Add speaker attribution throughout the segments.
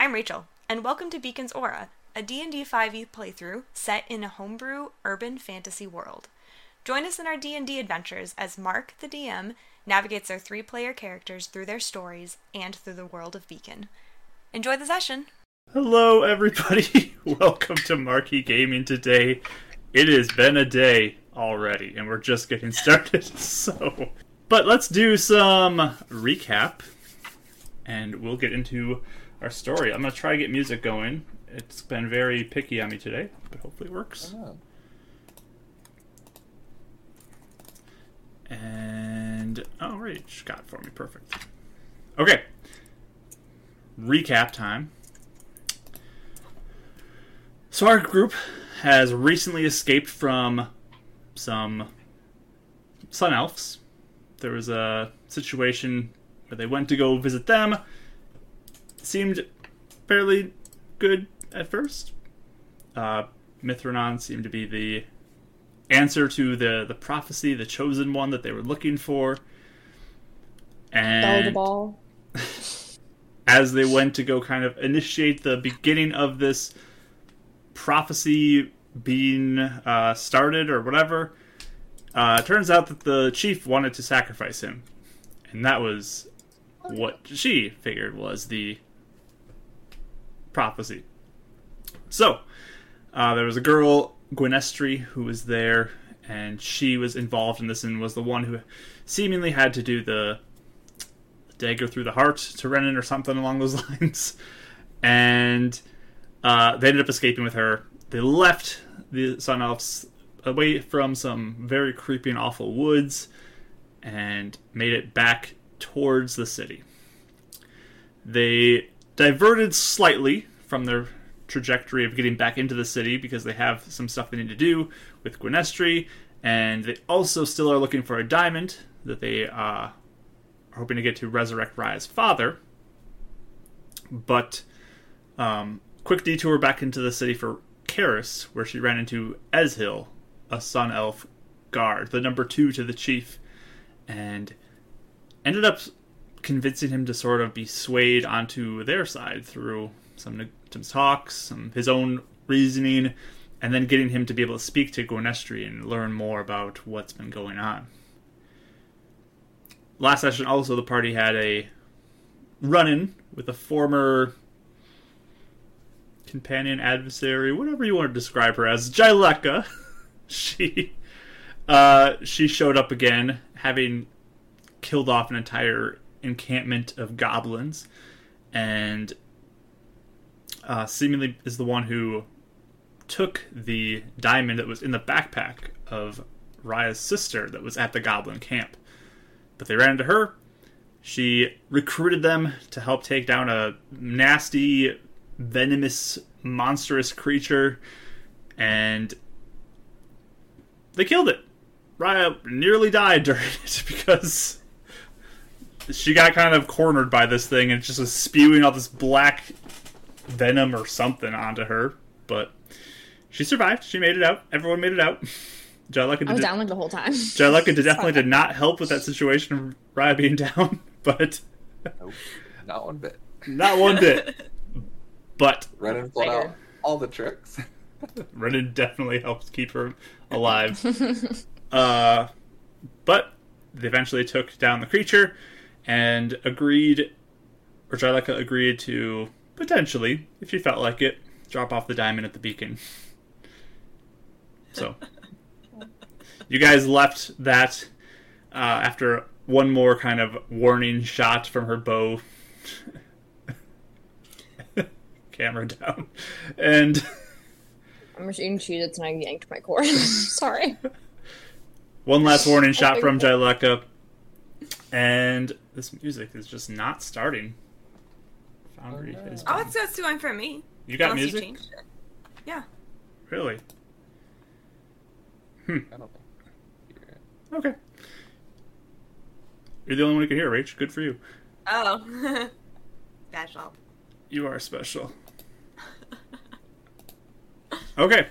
Speaker 1: I'm Rachel, and welcome to Beacon's Aura, a D&D 5e E playthrough set in a homebrew urban fantasy world. Join us in our D&D adventures as Mark, the DM, navigates our three-player characters through their stories and through the world of Beacon. Enjoy the session.
Speaker 2: Hello, everybody. Welcome to Marquee Gaming today. It has been a day already, and we're just getting started. So, but let's do some recap, and we'll get into our story. I'm gonna try to get music going. It's been very picky on me today, but hopefully it works. And oh, Rach got it for me. Perfect. Okay. Recap time. So our group has recently escaped from some sun elves. There was a situation where they went to go visit them. Seemed fairly good at first. Uh, Mithranon seemed to be the answer to the, the prophecy, the chosen one that they were looking for.
Speaker 3: Bell the
Speaker 2: And
Speaker 3: ball.
Speaker 2: as they went to go kind of initiate the beginning of this prophecy being uh, started or whatever, uh, it turns out that the chief wanted to sacrifice him. And that was what she figured was the prophecy. So, uh, there was a girl, Gwenestri, who was there, and she was involved in this and was the one who seemingly had to do the dagger through the heart to Renan or something along those lines. And uh, they ended up escaping with her. They left the Sun Elves away from some very creepy and awful woods and made it back towards the city. They diverted slightly from their trajectory of getting back into the city because they have some stuff they need to do with Gwenestri, and they also still are looking for a diamond that they uh, are hoping to get to resurrect Raya's father. But um, quick detour back into the city for Karis, where she ran into Ezhil, a sun elf guard, the number two to the chief, and ended up convincing him to sort of be swayed onto their side through some, some talks, some his own reasoning, and then getting him to be able to speak to Gornestri and learn more about what's been going on. Last session, also, the party had a run in with a former companion, adversary, whatever you want to describe her as, Jyleka. she uh, she showed up again, having killed off an entire encampment of goblins, and uh, seemingly is the one who took the diamond that was in the backpack of Raya's sister that was at the goblin camp. But they ran into her. She recruited them to help take down a nasty venomous, monstrous creature, and they killed it. Raya nearly died during it because she got kind of cornered by this thing and it just was spewing all this black venom or something onto her. But she survived. She made it out. Everyone made it out. Jaleka
Speaker 3: I
Speaker 2: did,
Speaker 3: was down like the whole time.
Speaker 2: Jaleka did definitely did not help with that situation of Raya being down, but
Speaker 4: Nope. Not one bit.
Speaker 2: not one bit. But
Speaker 4: Run and pulled
Speaker 3: Figure.
Speaker 4: out all the tricks.
Speaker 2: Renan definitely helps keep her alive. uh, but they eventually took down the creature and agreed, or Jyleka agreed to potentially, if she felt like it, drop off the diamond at the beacon. So, you guys left that uh, after one more kind of warning shot from her bow. Camera down. And.
Speaker 3: I'm just eating Cheez-Its and I yanked my cord. Sorry.
Speaker 2: One last warning shot
Speaker 3: my
Speaker 2: from Jyleka. And this music is just not starting. Foundry
Speaker 4: Oh, no.
Speaker 2: is
Speaker 5: Ah,
Speaker 1: Oh, it's that's doing for me.
Speaker 2: You got
Speaker 1: Unless You
Speaker 2: music?
Speaker 1: changed it. Yeah.
Speaker 2: really?
Speaker 4: I don't think.
Speaker 2: Okay. You're the only one who can hear, Rach. Good for you.
Speaker 1: Oh. Special.
Speaker 2: You are special. Okay.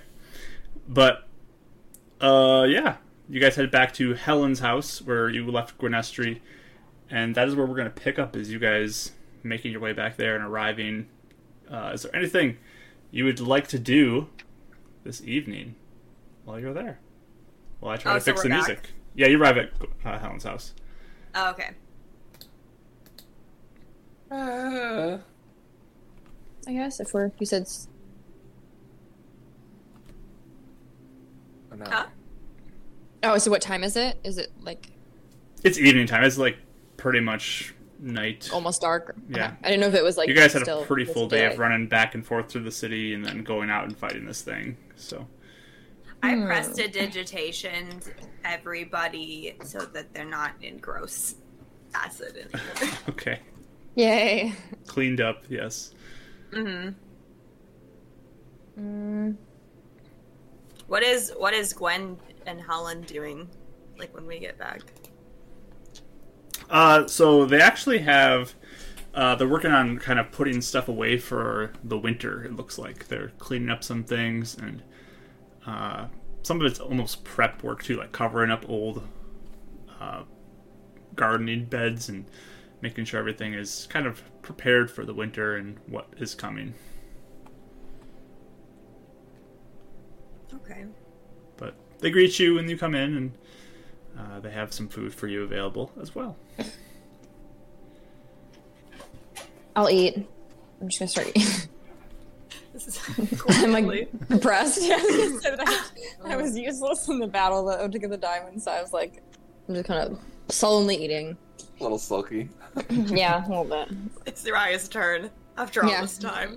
Speaker 2: But uh yeah. You guys head back to Helen's house where you left Gwenestri, and that is where we're gonna pick up is you guys making your way back there and arriving Uh, is there anything you would like to do this evening while you're there? While I try
Speaker 1: Oh,
Speaker 2: to
Speaker 1: so
Speaker 2: fix the
Speaker 1: we're back?
Speaker 2: music. Yeah, you arrive at uh, Helen's house.
Speaker 1: Oh, okay.
Speaker 4: Uh,
Speaker 3: I guess if we're you said s-
Speaker 4: oh, no.
Speaker 1: Huh?
Speaker 3: oh so what time is it? Is it like
Speaker 2: It's evening time. It's like pretty much night.
Speaker 3: almost dark? Okay.
Speaker 2: Yeah.
Speaker 3: I didn't know if it was like
Speaker 2: you guys had
Speaker 3: still-
Speaker 2: a pretty
Speaker 3: it's
Speaker 2: full day of
Speaker 3: daylight.
Speaker 2: running back and forth through the city and then going out and fighting this thing. So
Speaker 5: I
Speaker 3: Hmm.
Speaker 5: pressed a digitation everybody so that they're not in gross acid anymore.
Speaker 2: okay,
Speaker 3: Yay.
Speaker 2: cleaned up. Yes.
Speaker 5: mm-hmm.
Speaker 3: Mm,
Speaker 5: What is what is Gwen and Holland doing? Like when we get back?
Speaker 2: Uh, so they actually have. Uh, they're working on kind of putting stuff away for the winter. It looks like they're cleaning up some things, and uh, some of it's almost prep work too, like covering up old uh, gardening beds and making sure everything is kind of prepared for the winter and what is coming.
Speaker 5: Okay.
Speaker 2: But they greet you when you come in, and uh, they have some food for you available as well.
Speaker 3: I'll eat. I'm just gonna start eating.
Speaker 5: This is
Speaker 3: I'm
Speaker 5: Really?
Speaker 3: like depressed. Yeah, I was gonna say that. I was useless in the battle though to get the diamonds. So I was like, I'm just kind of sullenly eating.
Speaker 4: A little sulky.
Speaker 3: Yeah, a little bit.
Speaker 5: it's Raya's turn after all
Speaker 3: Yeah.
Speaker 5: this time.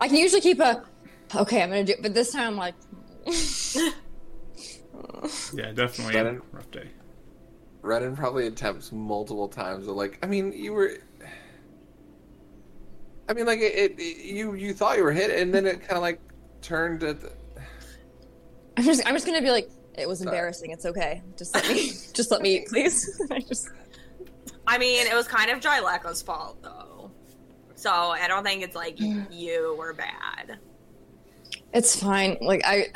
Speaker 3: I can usually keep a. Okay, I'm gonna do. it, But this time I'm like,
Speaker 2: Yeah, definitely
Speaker 4: Got it.
Speaker 2: a rough day.
Speaker 4: Renan probably attempts multiple times. Of like, I mean, you were. I mean, like it, it. You you thought you were hit, and then it kind of like turned at. The...
Speaker 3: I'm just. I'm just gonna be like, it was
Speaker 4: Sorry.
Speaker 3: embarrassing. It's okay. Just let me. Just let me eat, please. I just.
Speaker 5: I mean, it was kind of Drylaco's fault though. So I don't think it's like you were bad.
Speaker 3: It's fine. Like I.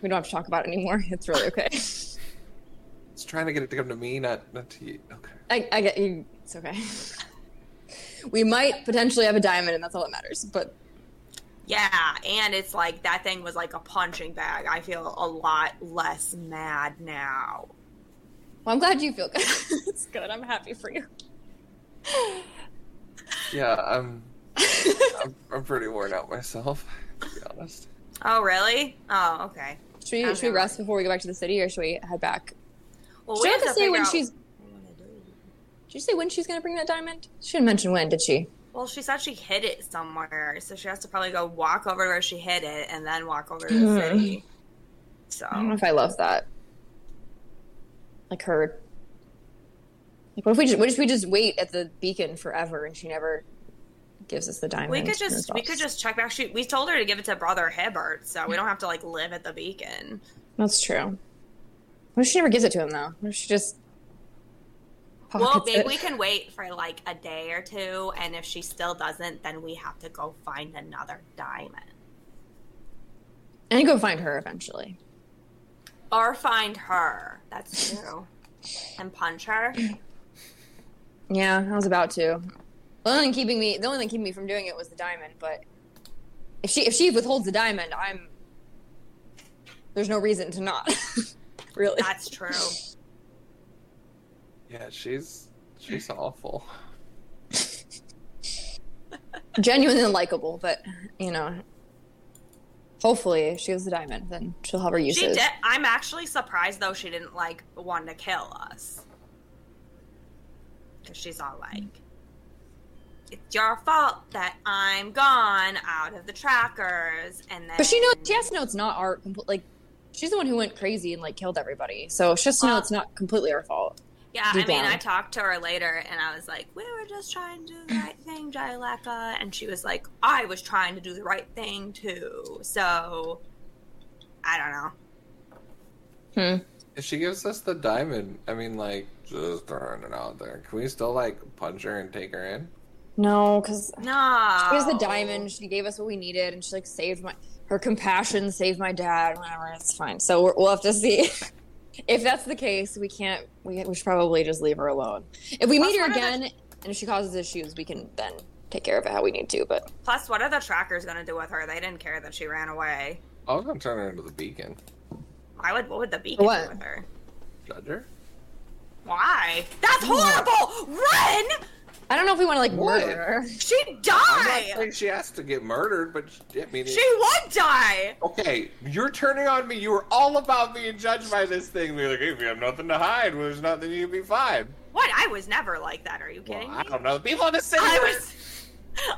Speaker 3: We don't have to talk about it anymore. It's really okay.
Speaker 4: It's trying to get it to come to me, not not to you. Okay.
Speaker 3: I. I get you. It's okay. We might potentially have a diamond, and that's all that matters. But
Speaker 5: Yeah, and it's like that thing was like a punching bag. I feel a lot less mad now.
Speaker 3: Well, I'm glad you feel good. it's good. I'm happy for you.
Speaker 4: Yeah, I'm. I'm, I'm pretty worn out myself. To be honest.
Speaker 5: Oh, really? Oh, okay.
Speaker 3: Should we,
Speaker 5: I'm
Speaker 3: should we
Speaker 5: not.
Speaker 3: rest before we go back to the city, or should we head back?
Speaker 5: Well,
Speaker 3: she
Speaker 5: we
Speaker 3: have to say
Speaker 5: figure
Speaker 3: when
Speaker 5: out-
Speaker 3: she's. Did you say when she's gonna bring that diamond? She didn't mention when, did she?
Speaker 5: Well, she said she hid it somewhere, so she has to probably go walk over to where she hid it and then walk over to the
Speaker 3: Hmm.
Speaker 5: city. So
Speaker 3: I don't know if I love that. Like her. Like what if we just what if we just wait at the beacon forever and she never gives us the diamond?
Speaker 5: we could
Speaker 3: and
Speaker 5: just we
Speaker 3: resolves?
Speaker 5: could just check back. She we told her to give it to Brother Hibbert, so we don't have to like live at the beacon.
Speaker 3: That's true. What if she never gives it to him though? What if she just
Speaker 5: well,
Speaker 3: pockets
Speaker 5: maybe
Speaker 3: it?
Speaker 5: we can wait for like a day or two, and if she still doesn't, then we have to go find another diamond
Speaker 3: and go find her eventually.
Speaker 5: or find her. That's true. and punch her.
Speaker 3: Yeah, I was about to. The only thing keeping me, the only thing keeping me from doing it was the diamond. But if she if she withholds the diamond, I'm there's no reason to not. really,
Speaker 5: That's true.
Speaker 4: Yeah, she's she's awful.
Speaker 3: genuinely unlikable. But you know, hopefully, if she gets the diamond, then she'll have her uses.
Speaker 5: She did. I'm actually surprised though she didn't like want to kill us. Cause she's all like, "It's your fault that I'm gone out of the trackers," and then.
Speaker 3: But she knows. She has to know it's not our complete. Like, she's the one who went crazy and like killed everybody. So she has to know
Speaker 5: Well-
Speaker 3: it's not completely our fault.
Speaker 5: Yeah, I
Speaker 3: deep
Speaker 5: mean,
Speaker 3: down.
Speaker 5: I talked to her later, and I was like, "We were just trying to do the right thing, Jyleka," and she was like, "I was trying to do the right thing too." So, I don't know.
Speaker 3: Hmm.
Speaker 4: If she gives us the diamond, I mean, like just throwing it out there. Can we still like punch her and take her in?
Speaker 3: No, because
Speaker 5: No,
Speaker 3: She was the diamond. She gave us what we needed, and she like saved my her compassion saved my dad. Whatever, it's fine. So we're, we'll have to see if that's the case. We can't. We, we should probably just leave her alone. If we meet
Speaker 5: Plus,
Speaker 3: her
Speaker 5: one of the-
Speaker 3: again and she causes issues, we can then take care of it how we need to. But
Speaker 5: Plus, what are the trackers gonna do with her? They didn't care that she ran away.
Speaker 4: I was gonna turn her into the beacon.
Speaker 5: Why would what would the beacon
Speaker 3: What?
Speaker 5: do with her?
Speaker 4: Judge her?
Speaker 5: Why? That's horrible! Run!
Speaker 3: I don't know if we want to like
Speaker 4: What?
Speaker 3: murder her.
Speaker 5: She
Speaker 4: I'm not
Speaker 5: die!
Speaker 4: saying she has to get murdered, but she, I mean,
Speaker 5: She would die!
Speaker 4: okay, you're turning on me. You were all about being judged by this thing. You're like, hey, we have nothing to hide. Well, there's nothing you can be fine.
Speaker 5: What? I was never like that. Are you
Speaker 4: Well,
Speaker 5: kidding
Speaker 4: I
Speaker 5: me?
Speaker 4: don't know. The people in the city.
Speaker 5: I
Speaker 4: were-
Speaker 5: was.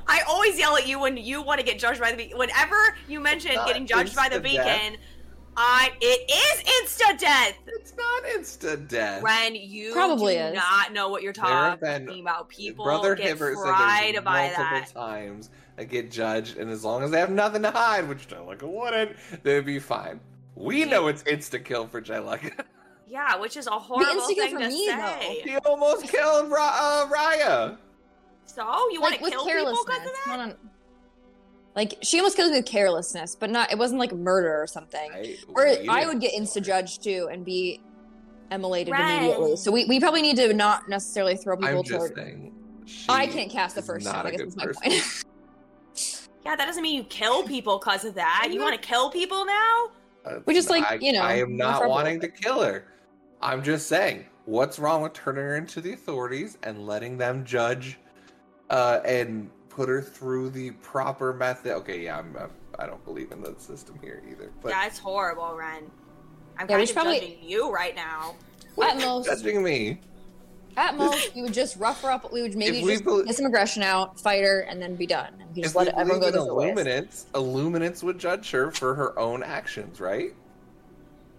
Speaker 5: I always yell at you when you want to get judged by the beacon. Whenever you mention
Speaker 4: Not
Speaker 5: getting judged by the
Speaker 4: instant death.
Speaker 5: beacon, I it is insta death.
Speaker 4: It's not instant death.
Speaker 5: When you
Speaker 3: Probably
Speaker 5: do
Speaker 3: is.
Speaker 5: not know what you're
Speaker 4: There have
Speaker 5: talking
Speaker 4: been-
Speaker 5: about, people
Speaker 4: Brother
Speaker 5: get
Speaker 4: Hibbert said
Speaker 5: fried
Speaker 4: there's
Speaker 5: by
Speaker 4: multiple
Speaker 5: that.
Speaker 4: times that get judged, and as long as they have nothing to hide, which Jellica wouldn't, they'd be fine. We know it's insta kill for Jellica.
Speaker 5: Yeah, which is a horrible
Speaker 3: instigator
Speaker 5: thing
Speaker 3: for
Speaker 5: to
Speaker 3: me,
Speaker 5: say.
Speaker 4: He almost killed Ra- uh, Raya.
Speaker 5: So you want
Speaker 3: like
Speaker 5: to
Speaker 3: with
Speaker 5: kill people
Speaker 3: carelessness.
Speaker 5: because of that?
Speaker 3: not on- like she almost killed me with carelessness, but not. It wasn't like murder or something.
Speaker 4: I,
Speaker 3: or
Speaker 4: we
Speaker 3: I
Speaker 4: didn't
Speaker 3: would get
Speaker 4: kill
Speaker 3: insta
Speaker 4: her.
Speaker 3: judged too and be emulated
Speaker 5: Right.
Speaker 3: immediately. So we, we probably need to not necessarily throw people
Speaker 4: I'm just
Speaker 3: toward.
Speaker 4: saying. she
Speaker 3: I can't cast the
Speaker 4: is
Speaker 3: first
Speaker 4: not
Speaker 3: stone.
Speaker 4: a
Speaker 3: I guess
Speaker 4: good
Speaker 3: is my
Speaker 4: person.
Speaker 3: point.
Speaker 5: Yeah, that doesn't mean you kill people because of that. You want to kill people now?
Speaker 4: That's
Speaker 3: We just,
Speaker 4: not-
Speaker 3: like,
Speaker 4: I-
Speaker 3: you know,
Speaker 4: I am
Speaker 3: no
Speaker 4: not
Speaker 3: trouble.
Speaker 4: wanting to kill her. I'm just saying, what's wrong with turning her into the authorities and letting them judge, uh, and put her through the proper method? Okay, yeah, I'm, I'm I don't believe in the system here either. But
Speaker 5: yeah, it's horrible, Ren. I'm
Speaker 3: Yeah,
Speaker 5: kind
Speaker 3: we
Speaker 5: of
Speaker 3: should probably-
Speaker 5: judging you right now.
Speaker 3: at most,
Speaker 4: judging me,
Speaker 3: at most, we would just rough her up. We would maybe
Speaker 4: If we
Speaker 3: just
Speaker 4: bel-
Speaker 3: get some aggression out, fight her, and then be done. And we could
Speaker 4: if
Speaker 3: just
Speaker 4: we
Speaker 3: let everyone go
Speaker 4: believe in
Speaker 3: their ways.
Speaker 4: Illuminance, Illuminance would judge her for her own actions, right?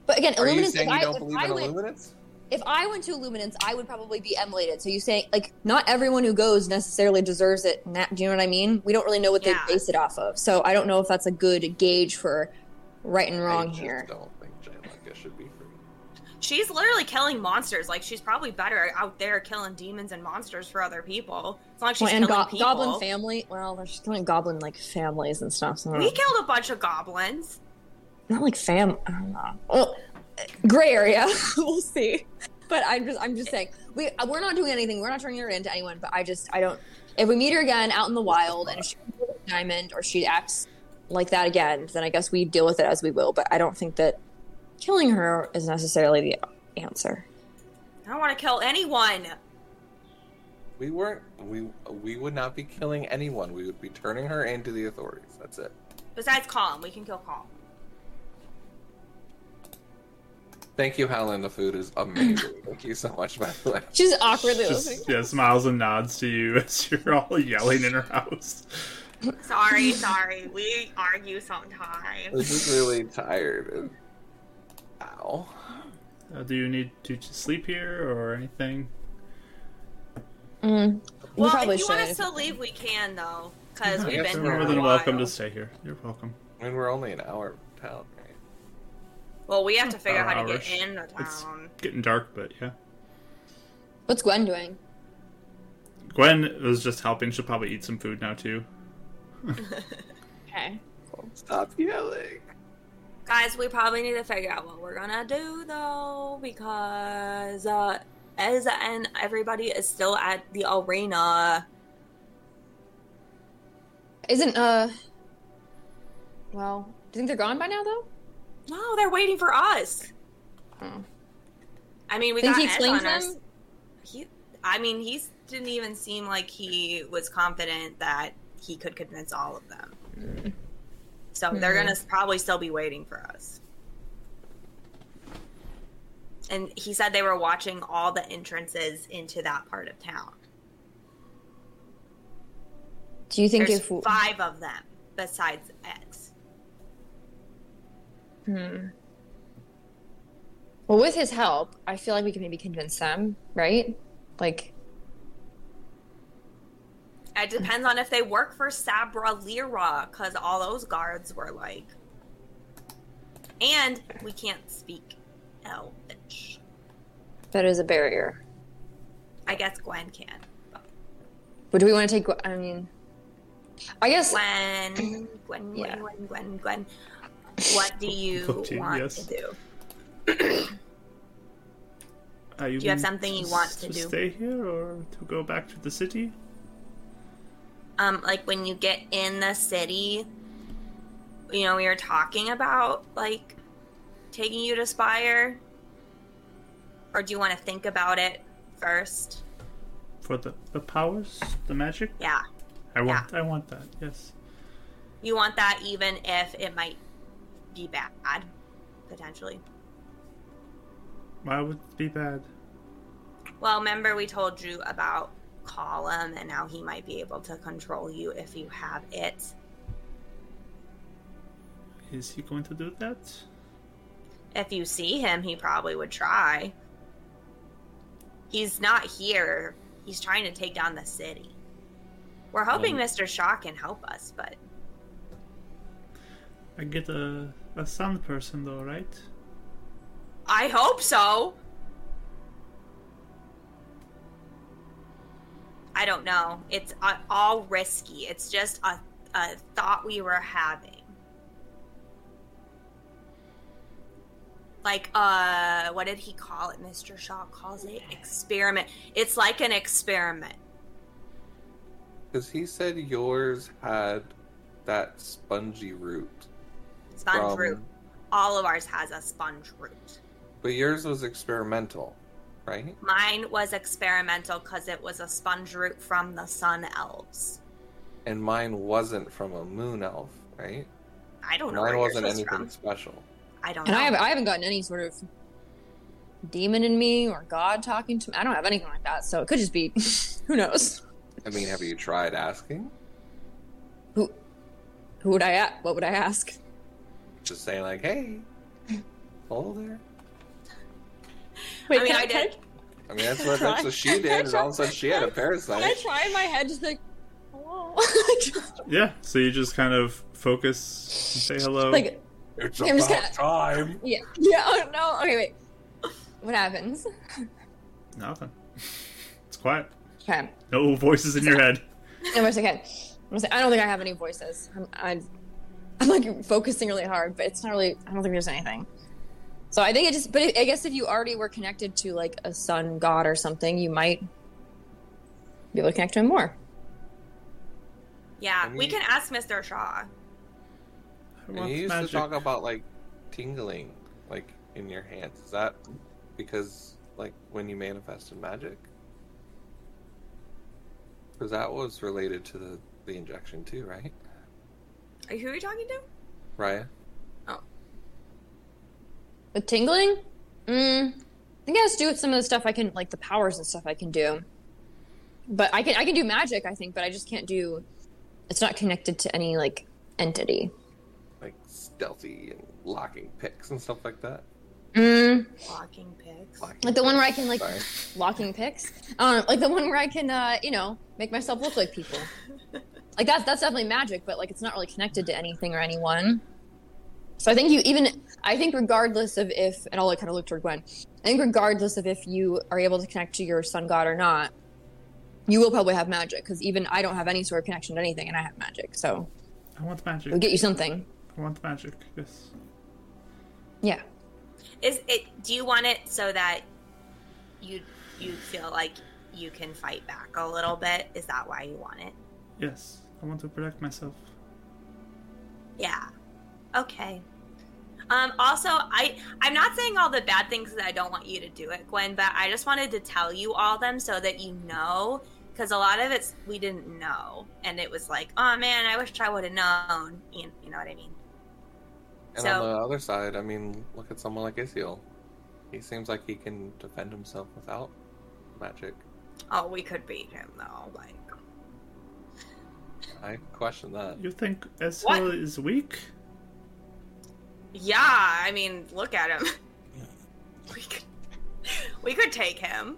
Speaker 3: But again,
Speaker 4: Are you
Speaker 3: Illuminance. If
Speaker 4: saying you
Speaker 3: I,
Speaker 4: don't
Speaker 3: if
Speaker 4: believe
Speaker 3: I
Speaker 4: in
Speaker 3: went,
Speaker 4: Illuminance?
Speaker 3: if I went to Illuminance, I would probably be emulated. So you say like not everyone who goes necessarily deserves it. And that, do you know what I mean? We don't really know what
Speaker 5: Yeah.
Speaker 3: they base it off of. So I don't know if that's a good gauge for right and
Speaker 4: I
Speaker 3: wrong
Speaker 4: just
Speaker 3: here.
Speaker 4: don't think Jailaka should be free.
Speaker 5: She's literally killing monsters. Like she's probably better out there killing demons and monsters for other people. It's not like she's
Speaker 3: Well, and
Speaker 5: killing
Speaker 3: go-
Speaker 5: people.
Speaker 3: goblin family. Well, they're just killing goblin like families and stuff. So
Speaker 5: We killed a bunch of goblins.
Speaker 3: not like fam. I don't know. Well, gray area. we'll see. But I'm just, I'm just saying, we we're not doing anything. We're not turning her into anyone. But I just, I don't. If we meet her again out in the wild, and if she becomes a diamond or she acts like that again, then I guess we deal with it as we will. But I don't think that killing her is necessarily the answer.
Speaker 5: I don't want to kill anyone.
Speaker 4: We weren't. We we would not be killing anyone. We would be turning her into the authorities. That's it.
Speaker 5: Besides Calm, we can kill Calm.
Speaker 4: Thank you, Helen. The food is amazing. Thank you so much, by the way.
Speaker 3: She's awkwardly listening.
Speaker 2: Just, yeah, smiles and nods to you as you're all yelling in her house.
Speaker 5: Sorry, sorry. We argue sometimes.
Speaker 4: This is really tired. And... Ow.
Speaker 2: Uh, do you need to sleep here or anything?
Speaker 3: Mm. we
Speaker 5: Well,
Speaker 3: probably
Speaker 5: if you want us
Speaker 3: should.
Speaker 5: to leave, we can though, because
Speaker 2: I
Speaker 5: we've
Speaker 2: guess
Speaker 5: been
Speaker 2: you're
Speaker 5: here
Speaker 2: more
Speaker 5: a
Speaker 2: than
Speaker 5: while.
Speaker 2: welcome to stay here. You're welcome.
Speaker 4: I mean, we're only an hour from town, right?
Speaker 5: Well, we have to figure out how to
Speaker 2: Hours.
Speaker 5: get into
Speaker 2: Uh, It's
Speaker 5: town.
Speaker 2: getting dark, but yeah.
Speaker 3: What's Gwen doing?
Speaker 2: Gwen was just helping. She'll probably eat some food now too.
Speaker 3: Okay.
Speaker 4: Stop yelling.
Speaker 5: Guys, we probably need to figure out what we're gonna do though, because uh, Ez and everybody is still at the arena.
Speaker 3: Isn't uh? Well, do you think they're gone by now though?
Speaker 5: No, they're waiting for us.
Speaker 3: Oh.
Speaker 5: I mean, we
Speaker 3: Think
Speaker 5: got
Speaker 3: he
Speaker 5: Ez
Speaker 3: explains
Speaker 5: on us.
Speaker 3: them?
Speaker 5: He, I mean, he didn't even seem like he was confident that he could convince all of them. So they're
Speaker 3: Mhm.
Speaker 5: gonna probably still be waiting for us. And he said they were watching all the entrances into that part of town.
Speaker 3: Do you think
Speaker 5: There's
Speaker 3: if
Speaker 5: five of them besides X.
Speaker 3: Hmm. Well, with his help, I feel like we can maybe convince them, right? Like,
Speaker 5: It depends on if they work for Sabra Lira, because all those guards were like. And we can't speak Elvish.
Speaker 3: that is a barrier.
Speaker 5: I guess Gwen can.
Speaker 3: But do we want to take? I mean, I guess
Speaker 5: Gwen, Gwen, Gwen,
Speaker 3: Yeah.
Speaker 5: Gwen, Gwen, Gwen. What do you
Speaker 2: Voting
Speaker 5: want
Speaker 2: yes.
Speaker 5: to do? Do
Speaker 2: Are
Speaker 5: you have
Speaker 2: going
Speaker 5: something you want to do?
Speaker 2: Stay here or to go back to the city?
Speaker 5: um, like when you get in the city, you know, we were talking about like taking you to Spire, or do you want to think about it first?
Speaker 2: for the, the powers, the magic.
Speaker 5: Yeah,
Speaker 2: I want I want that. Yes.
Speaker 5: you want that even if it might be bad, potentially.
Speaker 2: Why would it be bad?
Speaker 5: Well, remember we told you about Column, and now he might be able to control you if you have it.
Speaker 2: Is he going to do that?
Speaker 5: If you see him, he probably would try. He's not here. He's trying to take down the city. We're hoping
Speaker 2: Well-
Speaker 5: Mr. Shaw can help us, but
Speaker 2: I get a a sun person though, right?
Speaker 5: I hope so. I don't know. It's a- all risky. It's just a, a thought we were having. Like, uh, what did he call it? Mr. Shaw calls it experiment. It's like an experiment.
Speaker 4: Because he said yours had that spongy root.
Speaker 5: Sponge
Speaker 4: from-
Speaker 5: root. All of ours has a sponge root.
Speaker 4: But yours was experimental, right?
Speaker 5: Mine was experimental because it was a sponge root from the sun elves.
Speaker 4: And mine wasn't from a moon elf, right?
Speaker 5: Oh, I don't know.
Speaker 4: Mine
Speaker 5: where yours
Speaker 4: wasn't
Speaker 5: was
Speaker 4: anything
Speaker 5: from.
Speaker 4: special.
Speaker 5: I don't
Speaker 3: And
Speaker 5: know.
Speaker 3: I haven't, I haven't gotten any sort of demon in me or God talking to me. I don't have anything like that, so it could just be who knows.
Speaker 4: I mean, have you tried asking?
Speaker 3: Who who would I a- what would I ask?
Speaker 4: Just saying, like, hey, hello there.
Speaker 3: Wait,
Speaker 5: I mean,
Speaker 3: can
Speaker 5: I did.
Speaker 4: I mean, that's what that's what she did. And all of a sudden, she had a
Speaker 3: Can I
Speaker 4: parasite.
Speaker 3: try in my head just like hello?
Speaker 2: Yeah. So you just kind of focus, and say hello.
Speaker 3: like
Speaker 4: It's
Speaker 3: I'm just gonna-
Speaker 4: time.
Speaker 3: yeah yeah oh no okay wait what happens?
Speaker 2: Nothing. It's quiet.
Speaker 3: Okay,
Speaker 2: No voices in your head.
Speaker 3: no voice again. I'm gonna say I don't think I have any voices. I'm I'm, I'm like focusing really hard, but it's not really. I don't think there's anything. So I think it just. But I I guess if you already were connected to like a sun god or something, you might be able to connect to him more.
Speaker 5: Yeah,
Speaker 4: I
Speaker 5: we
Speaker 4: mean-
Speaker 5: can ask Mr. Shaw.
Speaker 2: I
Speaker 4: And
Speaker 2: want
Speaker 4: you used
Speaker 2: magic.
Speaker 4: to talk about like tingling, like in your hands. Is that because like when you manifested magic? Because that was related to the the injection too, right?
Speaker 5: Are you who are you talking to? Oh,
Speaker 4: Ryan.
Speaker 3: The tingling? Mm, I think it has to do with some of the stuff I can, like the powers and stuff I can do. But I can, I can do magic, I think, but I just can't do. It's not connected to any like entity.
Speaker 4: like stealthy and locking picks and stuff like that.
Speaker 3: Mm,
Speaker 5: Walking pigs.
Speaker 4: Locking
Speaker 3: like the one where I can like
Speaker 4: Sorry.
Speaker 3: locking picks. Um, like the one where I can, uh, you know, make myself look like people. Like that's that's definitely magic, but like it's not really connected to anything or anyone. So I think you even I think regardless of if and I'll like kind of look toward Gwen. I think regardless of if you are able to connect to your sun god or not, you will probably have magic because even I don't have any sort of connection to anything, and I have magic, so
Speaker 2: I want magic.
Speaker 3: it'll get you something.
Speaker 2: I want magic. Yes.
Speaker 3: Yeah.
Speaker 5: Is it? Do you want it so that you you feel like you can fight back a little bit? Is that why you want it?
Speaker 2: Yes. I want to protect myself.
Speaker 5: Yeah. Okay. Um, also, I I'm not saying all the bad things that I don't want you to do it, Gwen, but I just wanted to tell you all them so that you know, because a lot of it's we didn't know, and it was like, oh man, I wish I would have known. You, you know what I mean?
Speaker 4: And
Speaker 5: So-
Speaker 4: on the other side, I mean, look at someone like Isiel. He seems like he can defend himself without magic.
Speaker 5: Oh, we could beat him though. Like,
Speaker 4: I question that.
Speaker 2: You think
Speaker 5: What?
Speaker 2: Ezreal is weak?
Speaker 5: yeah, I mean, look at him. we could, we could take him,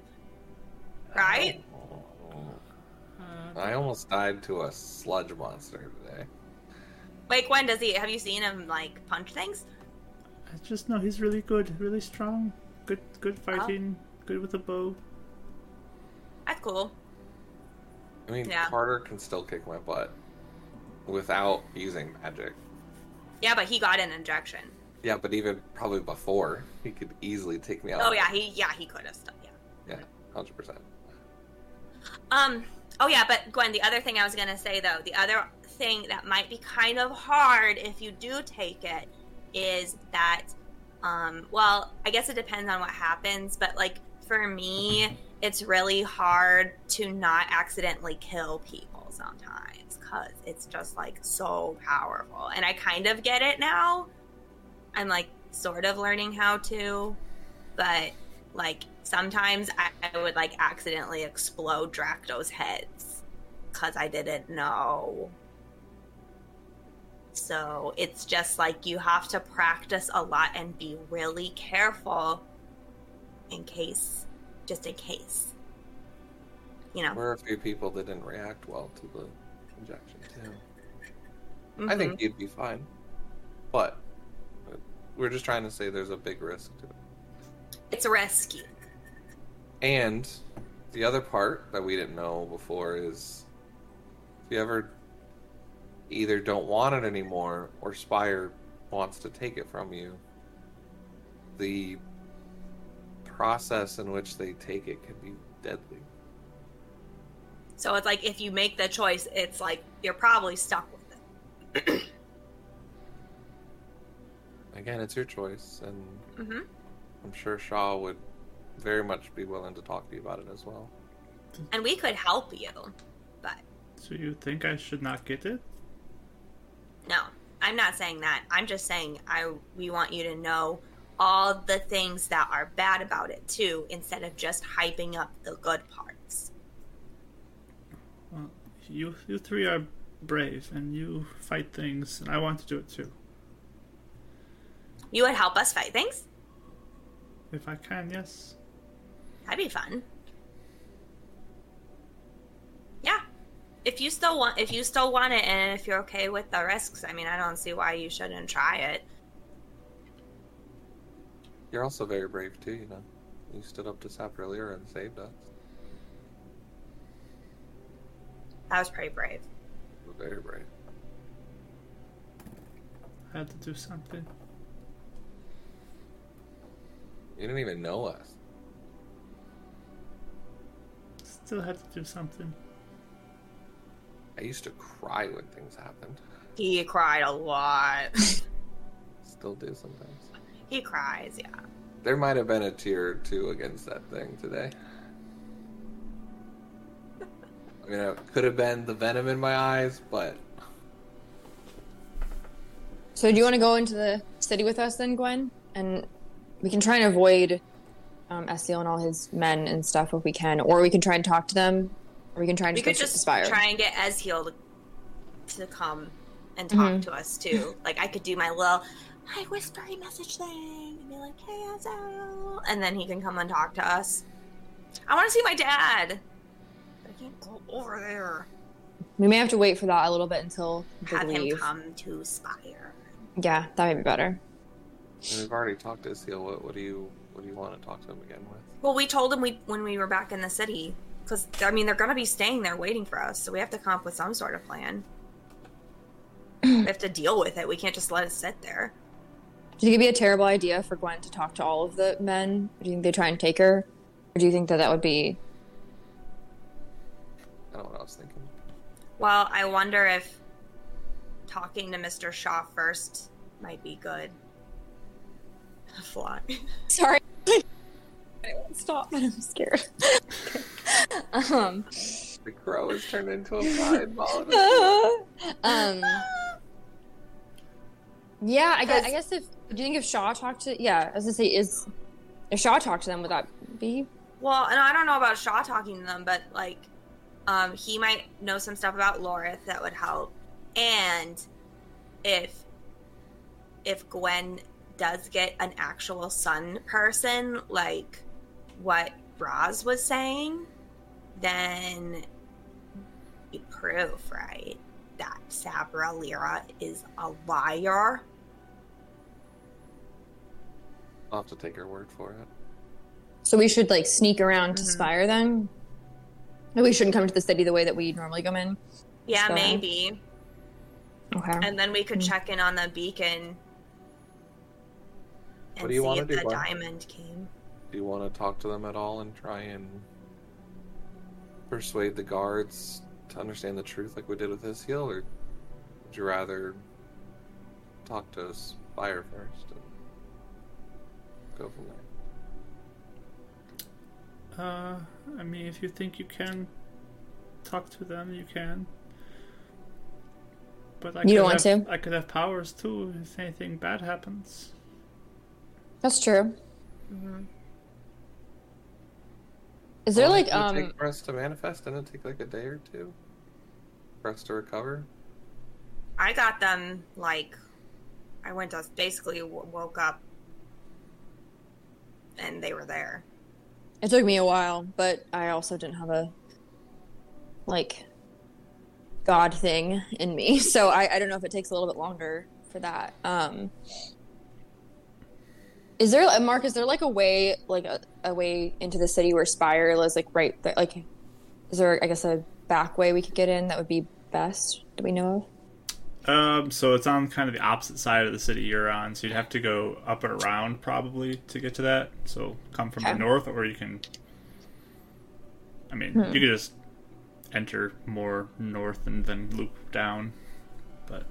Speaker 5: right?
Speaker 4: I almost died to a sludge monster today.
Speaker 5: Like, when does he? Have you seen him like punch things?
Speaker 2: I just know he's really good, really strong, good, good fighting, good with a bow.
Speaker 5: That's cool.
Speaker 4: I mean,
Speaker 5: Yeah.
Speaker 4: Carter can still kick my butt without using magic.
Speaker 5: Yeah, but he got an injection.
Speaker 4: Yeah, but even probably before, he could easily take me out.
Speaker 5: Oh yeah, he yeah he could have stuff. Yeah.
Speaker 4: Yeah, 100%.
Speaker 5: Um, Oh yeah, but Gwen, the other thing I was gonna say though, the other thing that might be kind of hard if you do take it is that, um, well, I guess it depends on what happens, but like for me, it's really hard to not accidentally kill people sometimes because it's just like so powerful, and I kind of get it now. I'm like sort of learning how to, but like sometimes I, I would like accidentally explode Dracto's heads because I didn't know. So it's just like you have to practice a lot and be really careful in case, just in case. You know,
Speaker 4: There were a few people that didn't react well to the injection too.
Speaker 5: Mm-hmm.
Speaker 4: I think you'd be fine, but uh, we're just trying to say there's a big risk to it.
Speaker 5: Mhm. it's risky.
Speaker 4: And the other part that we didn't know before is if you ever either don't want it anymore or Spire wants to take it from you, the process in which they take it can be deadly.
Speaker 5: So it's like if you make the choice, it's like you're probably stuck with it.
Speaker 4: Again, it's your choice, and
Speaker 5: Mm-hmm.
Speaker 4: I'm sure Shaw would very much be willing to talk to you about it as well.
Speaker 5: And we could help you, but
Speaker 2: So you think I should not get it?
Speaker 5: No, I'm not saying that. I'm just saying I we want you to know all the things that are bad about it too, instead of just hyping up the good parts.
Speaker 2: Well, you you three are brave and you fight things, and I want to do it too.
Speaker 5: You would help us fight things.
Speaker 2: If I can, yes.
Speaker 5: That'd be fun. Yeah. If you still want, if you still want it, and if you're okay with the risks, I mean, I don't see why you shouldn't try it.
Speaker 4: You're also very brave, too, you know. You stood up to Sap earlier and saved us.
Speaker 5: That was pretty brave.
Speaker 4: You're very brave.
Speaker 2: I had to do something.
Speaker 4: You didn't even know us.
Speaker 2: Still had to do something.
Speaker 4: I used to cry when things happened.
Speaker 5: He cried a lot.
Speaker 4: Still do sometimes.
Speaker 5: he cries, yeah.
Speaker 4: There might have been a tear or two against that thing today. I mean, it could have been the venom in my eyes, but
Speaker 3: So do you want to go into the city with us then, Gwen? And we can try and avoid um, Estiel and all his men and stuff if we can, or we can try and talk to them, or we can try and
Speaker 5: We
Speaker 3: go
Speaker 5: could
Speaker 3: straight to
Speaker 5: just
Speaker 3: Spire.
Speaker 5: try and get Ezheal to, to come and talk
Speaker 3: Mm-hmm.
Speaker 5: to us too. Like I could do my little hi whispery message thing and be like, "Hey Ezheal," and then he can come and talk to us. I want to see my dad. I can't go over there.
Speaker 3: we may have to wait for that a little bit until they
Speaker 5: Have him
Speaker 3: leave.
Speaker 5: come to Spire.
Speaker 3: Yeah, that might be better.
Speaker 4: I mean, we've already talked to Seal. What, what do you what do you want to talk to him again with?
Speaker 5: Well, we told him we when we were back in the city because I mean they're gonna be staying there waiting for us, so we have to come up with some sort of plan. we have to deal with it. We can't just let it sit there.
Speaker 3: Do you think it'd be a terrible idea for Gwen to talk to all of the men? Do you think they try and take her, or do you think that that would be?
Speaker 4: I don't know what I was thinking.
Speaker 5: Well, I wonder if talking to Mr. Shaw first might be good. Fly.
Speaker 3: Sorry, I won't stop, but I'm scared. Okay. um.
Speaker 4: The crow has turned into a flying ball.
Speaker 3: um, yeah, I guess. I guess if do you think if Shaw talked to yeah, I was gonna say is if Shaw talked to them, would that be?
Speaker 5: Well, and I don't know about Shaw talking to them, but like, um, he might know some stuff about Lorith that would help. And if if Gwen does get an actual sun person, like what Roz was saying, then you prove right that Sabra Lira is a liar.
Speaker 4: I'll have to take your word for it.
Speaker 3: So we should like sneak around to
Speaker 5: Mhm.
Speaker 3: Spire then. And We shouldn't come to the city the way that we normally come in.
Speaker 5: Yeah,
Speaker 3: So-
Speaker 5: maybe.
Speaker 3: Okay.
Speaker 5: And then we could
Speaker 4: Hmm.
Speaker 5: check in on the beacon. And
Speaker 4: What do you
Speaker 5: see
Speaker 4: wanna
Speaker 5: if
Speaker 4: do,
Speaker 5: the
Speaker 4: Gwen?
Speaker 5: diamond came.
Speaker 4: Do you want to talk to them at all and try and persuade the guards to understand the truth like we did with this heel, or would you rather talk to Spire first and go from there?
Speaker 2: Uh, I mean, if you think you can talk to them, you can. But I
Speaker 3: You
Speaker 2: could
Speaker 3: don't want
Speaker 2: have-
Speaker 3: to?
Speaker 2: I could have powers too if anything bad happens.
Speaker 3: That's true. Is there
Speaker 4: How long
Speaker 3: like
Speaker 4: did it
Speaker 3: um?
Speaker 4: take for us to manifest? Didn't it take like a day or two for us to recover?
Speaker 5: I got them like I went to basically w- woke up and they were there.
Speaker 3: It took me a while, but I also didn't have a like god thing in me, so I, I don't know if it takes a little bit longer for that. Um, is there uh, Mark? Is there like a way, like a, a way into the city where Spire is like right there? Like, is there I guess a back way we could get in that would be best? Do we know of?
Speaker 2: Um, so it's on kind of the opposite side of the city you're on, so you'd have to go up and around probably to get to that. So come from the
Speaker 3: Okay.
Speaker 2: north, or you can. I mean, you could just enter more north and then loop down. But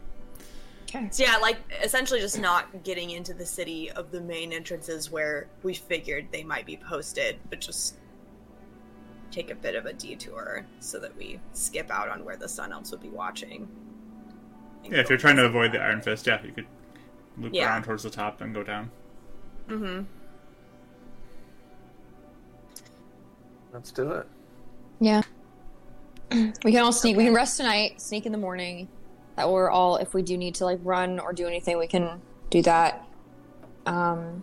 Speaker 5: So yeah, like essentially just not getting into the city of the main entrances where we figured they might be posted, but just take a bit of a detour so that we skip out on where the sun elves would be watching.
Speaker 2: yeah, if you're trying to avoid the Iron Fist, yeah, you could loop
Speaker 5: Yeah.
Speaker 2: around towards the top and go down.
Speaker 5: hmm
Speaker 4: Let's do it.
Speaker 3: Yeah. We can all sneak. We can rest tonight, sneak in the morning. That we're all, if we do need to like run or do anything, we can do that. Um,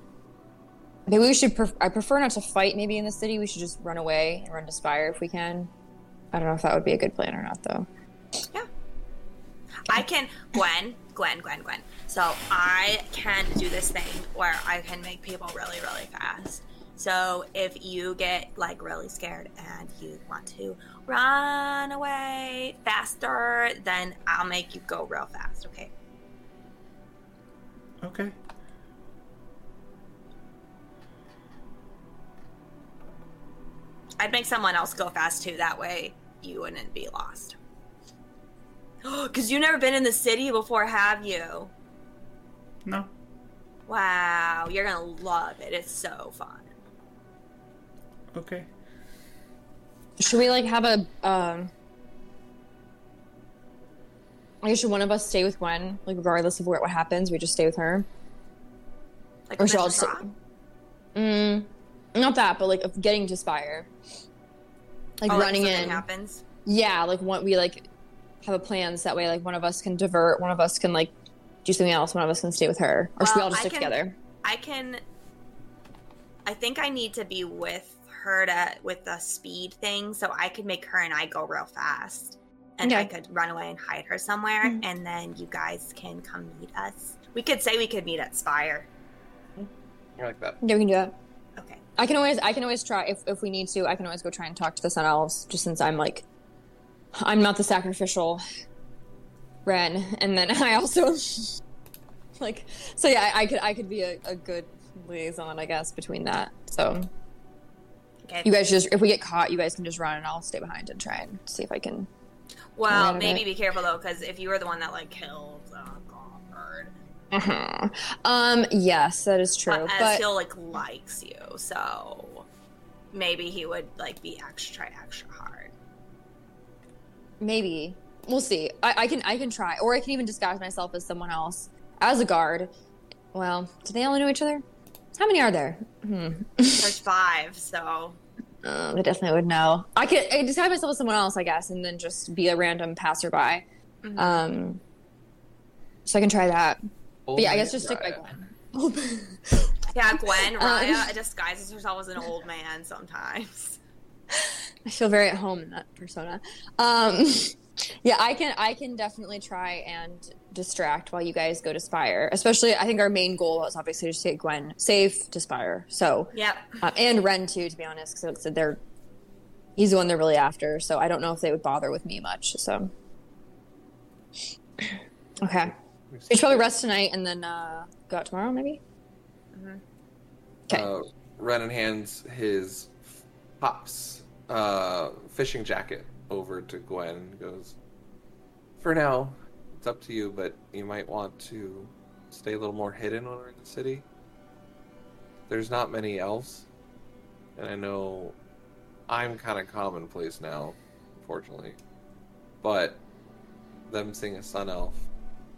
Speaker 3: maybe we should. Pref- I prefer not to fight. Maybe in the city, we should just run away and run to Spire if we can. I don't know if that would be a good plan or not, though.
Speaker 5: I can Gwen, Gwen, Gwen, Gwen. So I can do this thing where I can make people really, really fast. So if you get like really scared and you want to run away faster, then I'll make you go real fast, okay?
Speaker 2: Okay.
Speaker 5: I'd make someone else go fast too, that way you wouldn't be lost. Cause you've never been in the city before, have you?
Speaker 2: No.
Speaker 5: Wow, you're gonna love it. It's so fun.
Speaker 2: Okay.
Speaker 3: Should we like have a? Um, I guess should one of us stay with Gwen, like regardless of what what happens, we just stay with her.
Speaker 5: Like
Speaker 3: Or
Speaker 5: with
Speaker 3: should I
Speaker 5: the Oh,
Speaker 3: just-
Speaker 5: rock.
Speaker 3: Mm, not that, but like of getting to Spire, like
Speaker 5: Oh, like
Speaker 3: running
Speaker 5: something
Speaker 3: in.
Speaker 5: happens.
Speaker 3: Yeah, like one we like have a plan so that way like one of us can divert, one of us can like do something else, one of us can stay with her, or should we
Speaker 5: Well,
Speaker 3: all just
Speaker 5: I can-
Speaker 3: stick together?
Speaker 5: I can. I think I need to be with her to with the speed thing, so I could make her and I go real fast, and I
Speaker 3: Okay.
Speaker 5: could run away and hide her somewhere,
Speaker 3: Mhm.
Speaker 5: and then you guys can come meet us. We could say we could meet at Spire.
Speaker 4: I like that.
Speaker 3: Yeah, we can do that.
Speaker 5: Okay.
Speaker 3: I can always I can always try if if we need to. I can always go try and talk to the Sun Elves, just since I'm like I'm not the sacrificial Wren, and then I also like so yeah. I, I could I could be a, a good liaison, I guess, between that. So
Speaker 5: Okay.
Speaker 3: you guys just if we get caught, you guys can just run, and I'll stay behind and try and see if I can.
Speaker 5: well,
Speaker 3: Wait a
Speaker 5: maybe
Speaker 3: minute.
Speaker 5: be careful though, because if you were the one that like killed uh, the guard,
Speaker 3: Uh-huh. Um. Yes, that is true.
Speaker 5: but as
Speaker 3: but
Speaker 5: he uh, like likes you, so maybe he would like be extra try extra hard.
Speaker 3: maybe we'll see. I, I can I can try, or I can even disguise myself as someone else, as a guard. Well, do they all know each other? How many are there? Hmm.
Speaker 5: There's five, so
Speaker 3: Uh, they definitely would know. I could I could disguise myself as someone else, I guess, and then just be a random passerby.
Speaker 5: Mhm.
Speaker 3: Um. So I can try that.
Speaker 4: Old
Speaker 3: But yeah, I
Speaker 4: man
Speaker 3: guess just stick by
Speaker 4: Raya.
Speaker 3: Gwen.
Speaker 5: Yeah, Gwen
Speaker 3: Um,
Speaker 5: Raya disguises herself as an old man sometimes.
Speaker 3: I feel very at home in that persona. Um, yeah, I can I can definitely try and distract while you guys go to Spire. Especially, I think our main goal is obviously just to get Gwen safe to Spire. So
Speaker 5: Yep.
Speaker 3: uh, and Ren too, to be honest, because they're he's the one they're really after. So I don't know if they would bother with me much. So okay, we should probably rest tonight and then uh, go out tomorrow, maybe.
Speaker 4: Uh, Renan hands his pops uh, fishing jacket over to Gwen and goes, For now, it's up to you, but you might want to stay a little more hidden when we're in the city. There's not many elves, and I know I'm kind of commonplace now, unfortunately. But them seeing a sun elf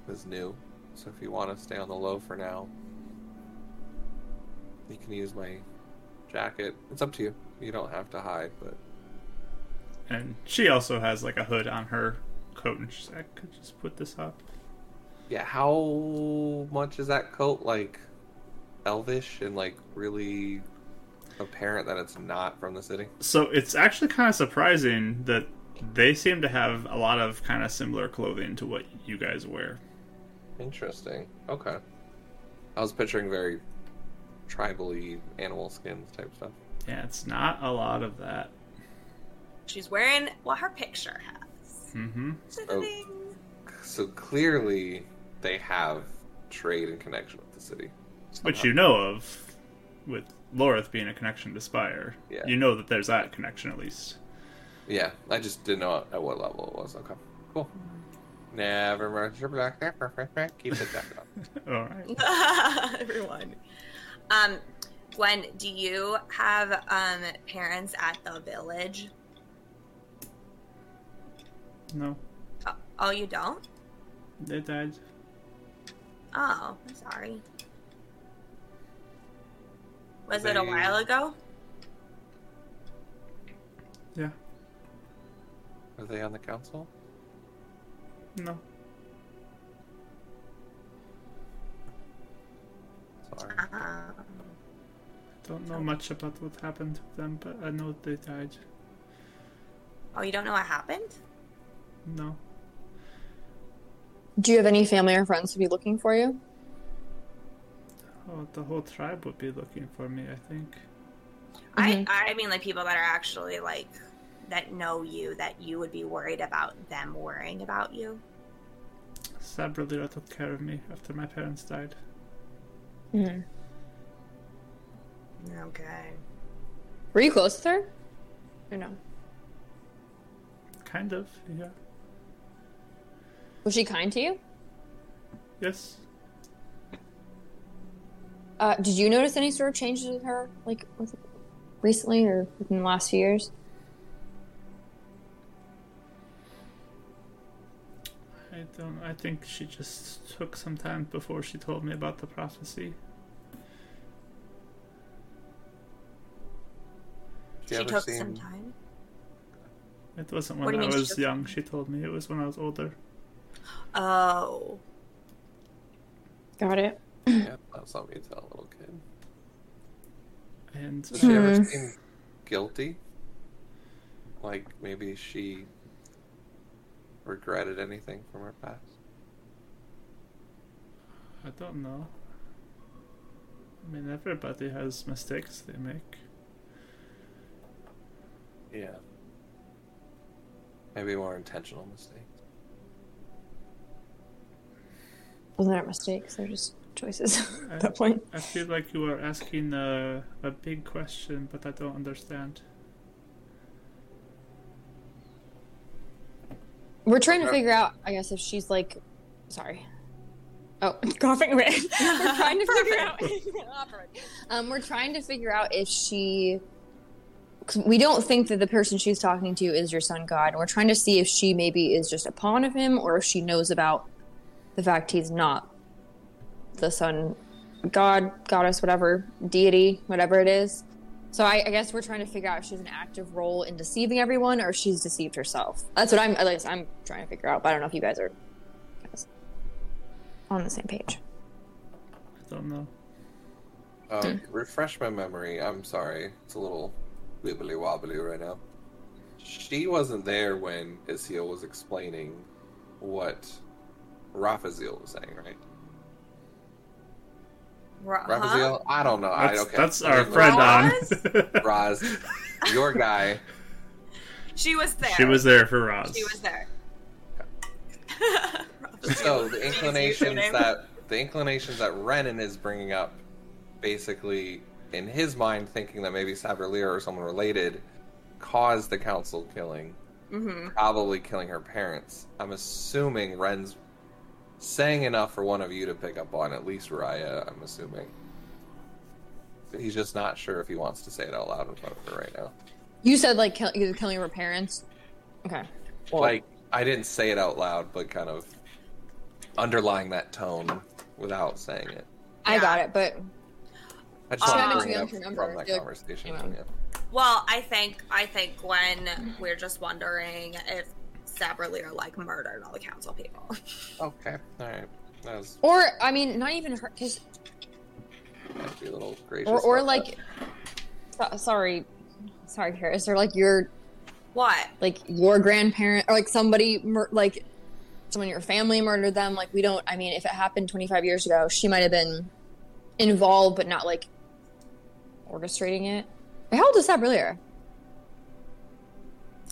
Speaker 4: is new, so if you want to stay on the low for now, you can use my jacket. It's up to you. You don't have to hide, but
Speaker 2: And she also has like a hood on her coat, and she's like, I could just put this up.
Speaker 4: yeah, how much is that coat like elvish and like really apparent that it's not from the city?
Speaker 2: So it's actually kind of surprising that they seem to have a lot of kind of similar clothing to what you guys wear.
Speaker 4: Interesting. Okay. I was picturing very tribally animal skins type stuff.
Speaker 2: Yeah, it's not a lot of that.
Speaker 5: She's wearing what her picture has.
Speaker 2: Mm-hmm.
Speaker 5: Ding.
Speaker 4: So clearly they have trade and connection with the city.
Speaker 2: Which you know of, with Lorith being a connection to Spire.
Speaker 4: Yeah.
Speaker 2: You know that there's that connection at least.
Speaker 4: Yeah, I just didn't know at what level it was. Okay. Cool. Never mind. Keep the jacket on.
Speaker 2: All right.
Speaker 5: Everyone. Um, Gwen, do you have um parents at the village?
Speaker 2: No,
Speaker 5: Oh, oh you don't?
Speaker 2: they died.
Speaker 5: Oh, I'm sorry. Was it a
Speaker 4: They-
Speaker 5: while ago?
Speaker 2: Yeah.
Speaker 4: Are they on the council?
Speaker 2: No.
Speaker 4: Sorry.
Speaker 5: Um,
Speaker 2: Don't know much about what happened to them, but I know they died.
Speaker 5: oh, you don't know what happened?
Speaker 2: No.
Speaker 3: Do you have any family or friends to be looking for you?
Speaker 2: Oh, the whole tribe would be looking for me, I think.
Speaker 5: I, I mean, like people that are actually like that know you, that you would be worried about them worrying about you.
Speaker 2: Sabrilira took care of me after my parents died.
Speaker 5: Okay.
Speaker 3: Were you close with her? Or no?
Speaker 2: Kind of, yeah.
Speaker 3: Was she kind to you?
Speaker 2: Yes.
Speaker 3: Uh, did you notice any sort of changes with her, like with, recently or within the last few years?
Speaker 2: I don't. I think she just took some time before she told me about the prophecy.
Speaker 4: Have you
Speaker 5: She
Speaker 4: ever
Speaker 5: took
Speaker 4: seen-
Speaker 5: some time.
Speaker 2: It wasn't
Speaker 5: What
Speaker 2: when
Speaker 5: do you
Speaker 2: I
Speaker 5: mean she
Speaker 2: was
Speaker 5: took-
Speaker 2: young. She told me it was when I was older.
Speaker 5: Oh.
Speaker 3: Got it.
Speaker 4: Yeah, that's something you tell a little kid.
Speaker 2: And
Speaker 4: Does she ever seem guilty? Like maybe she regretted anything from her past?
Speaker 2: I don't know. I mean, everybody has mistakes they make.
Speaker 4: Yeah. Maybe more intentional mistake.
Speaker 3: Those aren't mistakes; they're just choices
Speaker 2: I-
Speaker 3: at that point.
Speaker 2: I feel like you are asking a, a big question, but I don't understand.
Speaker 3: We're trying to
Speaker 4: Uh,
Speaker 3: figure out, I guess, if she's like, sorry. Oh, coughing away. we're trying to figure out. Oh, um, we're trying to figure out if she. 'cause we don't think that the person she's talking to is your sun god. and We're trying to see if she maybe is just a pawn of him, or if she knows about the fact he's not the sun god, goddess, whatever deity, whatever it is. So I, I guess we're trying to figure out if she's an active role in deceiving everyone or if she's deceived herself. That's what I'm at least I'm trying to figure out, but I don't know if you guys are guys on the same page.
Speaker 2: I don't know.
Speaker 4: Um, refresh my memory. I'm sorry. It's a little wibbly wobbly right now. She wasn't there when Isiel was explaining what Raphaziel was saying, right?
Speaker 5: Ra- huh?
Speaker 4: Raphaziel? I don't know.
Speaker 2: That's,
Speaker 4: I, okay.
Speaker 2: that's
Speaker 4: I
Speaker 2: our
Speaker 4: don't know.
Speaker 2: friend uh,
Speaker 5: Roz?
Speaker 2: on.
Speaker 4: Roz, your guy.
Speaker 5: She was there.
Speaker 2: she was there for Roz.
Speaker 5: She was there.
Speaker 4: So the
Speaker 5: She's
Speaker 4: inclinations
Speaker 5: username.
Speaker 4: that the inclinations that Renan is bringing up, basically in his mind, thinking that maybe Saberlier or someone related, caused the council killing,
Speaker 5: Mm-hmm.
Speaker 4: probably killing her parents. I'm assuming Ren's saying enough for one of you to pick up on, at least Raya, I'm assuming. But he's just not sure if he wants to say it out loud in front of her right now.
Speaker 3: You said like kill- either killing her parents. Okay. Well,
Speaker 4: like I didn't say it out loud, but kind of underlying that tone without saying it.
Speaker 3: I got it, but
Speaker 4: I just wanted
Speaker 5: Um,
Speaker 4: to bring it up
Speaker 3: Too young
Speaker 4: from
Speaker 3: to remember.
Speaker 4: that
Speaker 3: You're-
Speaker 4: conversation.
Speaker 3: you know.
Speaker 4: yeah.
Speaker 5: Well, I think I think Gwen, we're just wondering if Sabrelier like murdered all the council people.
Speaker 4: Okay. All right. That was
Speaker 3: or I mean, not even her, cause
Speaker 4: that'd be a little gracious.
Speaker 3: or or
Speaker 4: about
Speaker 3: like, so- sorry, sorry, Paris, or like your
Speaker 5: What?
Speaker 3: like your grandparent or like somebody mur- like someone in your family murdered them. Like we don't. I mean, if it happened 25 years ago, she might have been involved, but not like orchestrating it. How old is Sabrelier?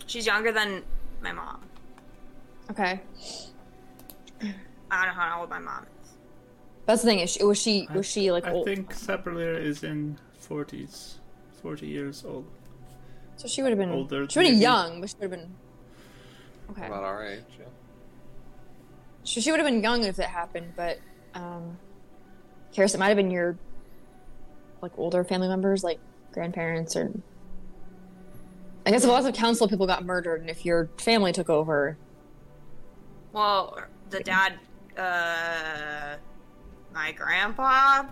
Speaker 5: She's younger than my mom.
Speaker 3: Okay,
Speaker 5: I don't know how old my mom is.
Speaker 3: that's the thing. Is she, was she
Speaker 2: I-
Speaker 3: was she like
Speaker 2: I
Speaker 3: old?
Speaker 2: think Sapperlier is in 40s, 40 years old.
Speaker 3: so she would have been
Speaker 2: older,
Speaker 3: She would
Speaker 2: maybe.
Speaker 3: have been young, but she would have been okay.
Speaker 4: that. about our age. Yeah.
Speaker 3: She, she would have been young if it happened, but um Karis, it might have been your like older family members, like grandparents or I guess lots of council people got murdered and if your family took over
Speaker 5: Well, the dad, uh, my grandpa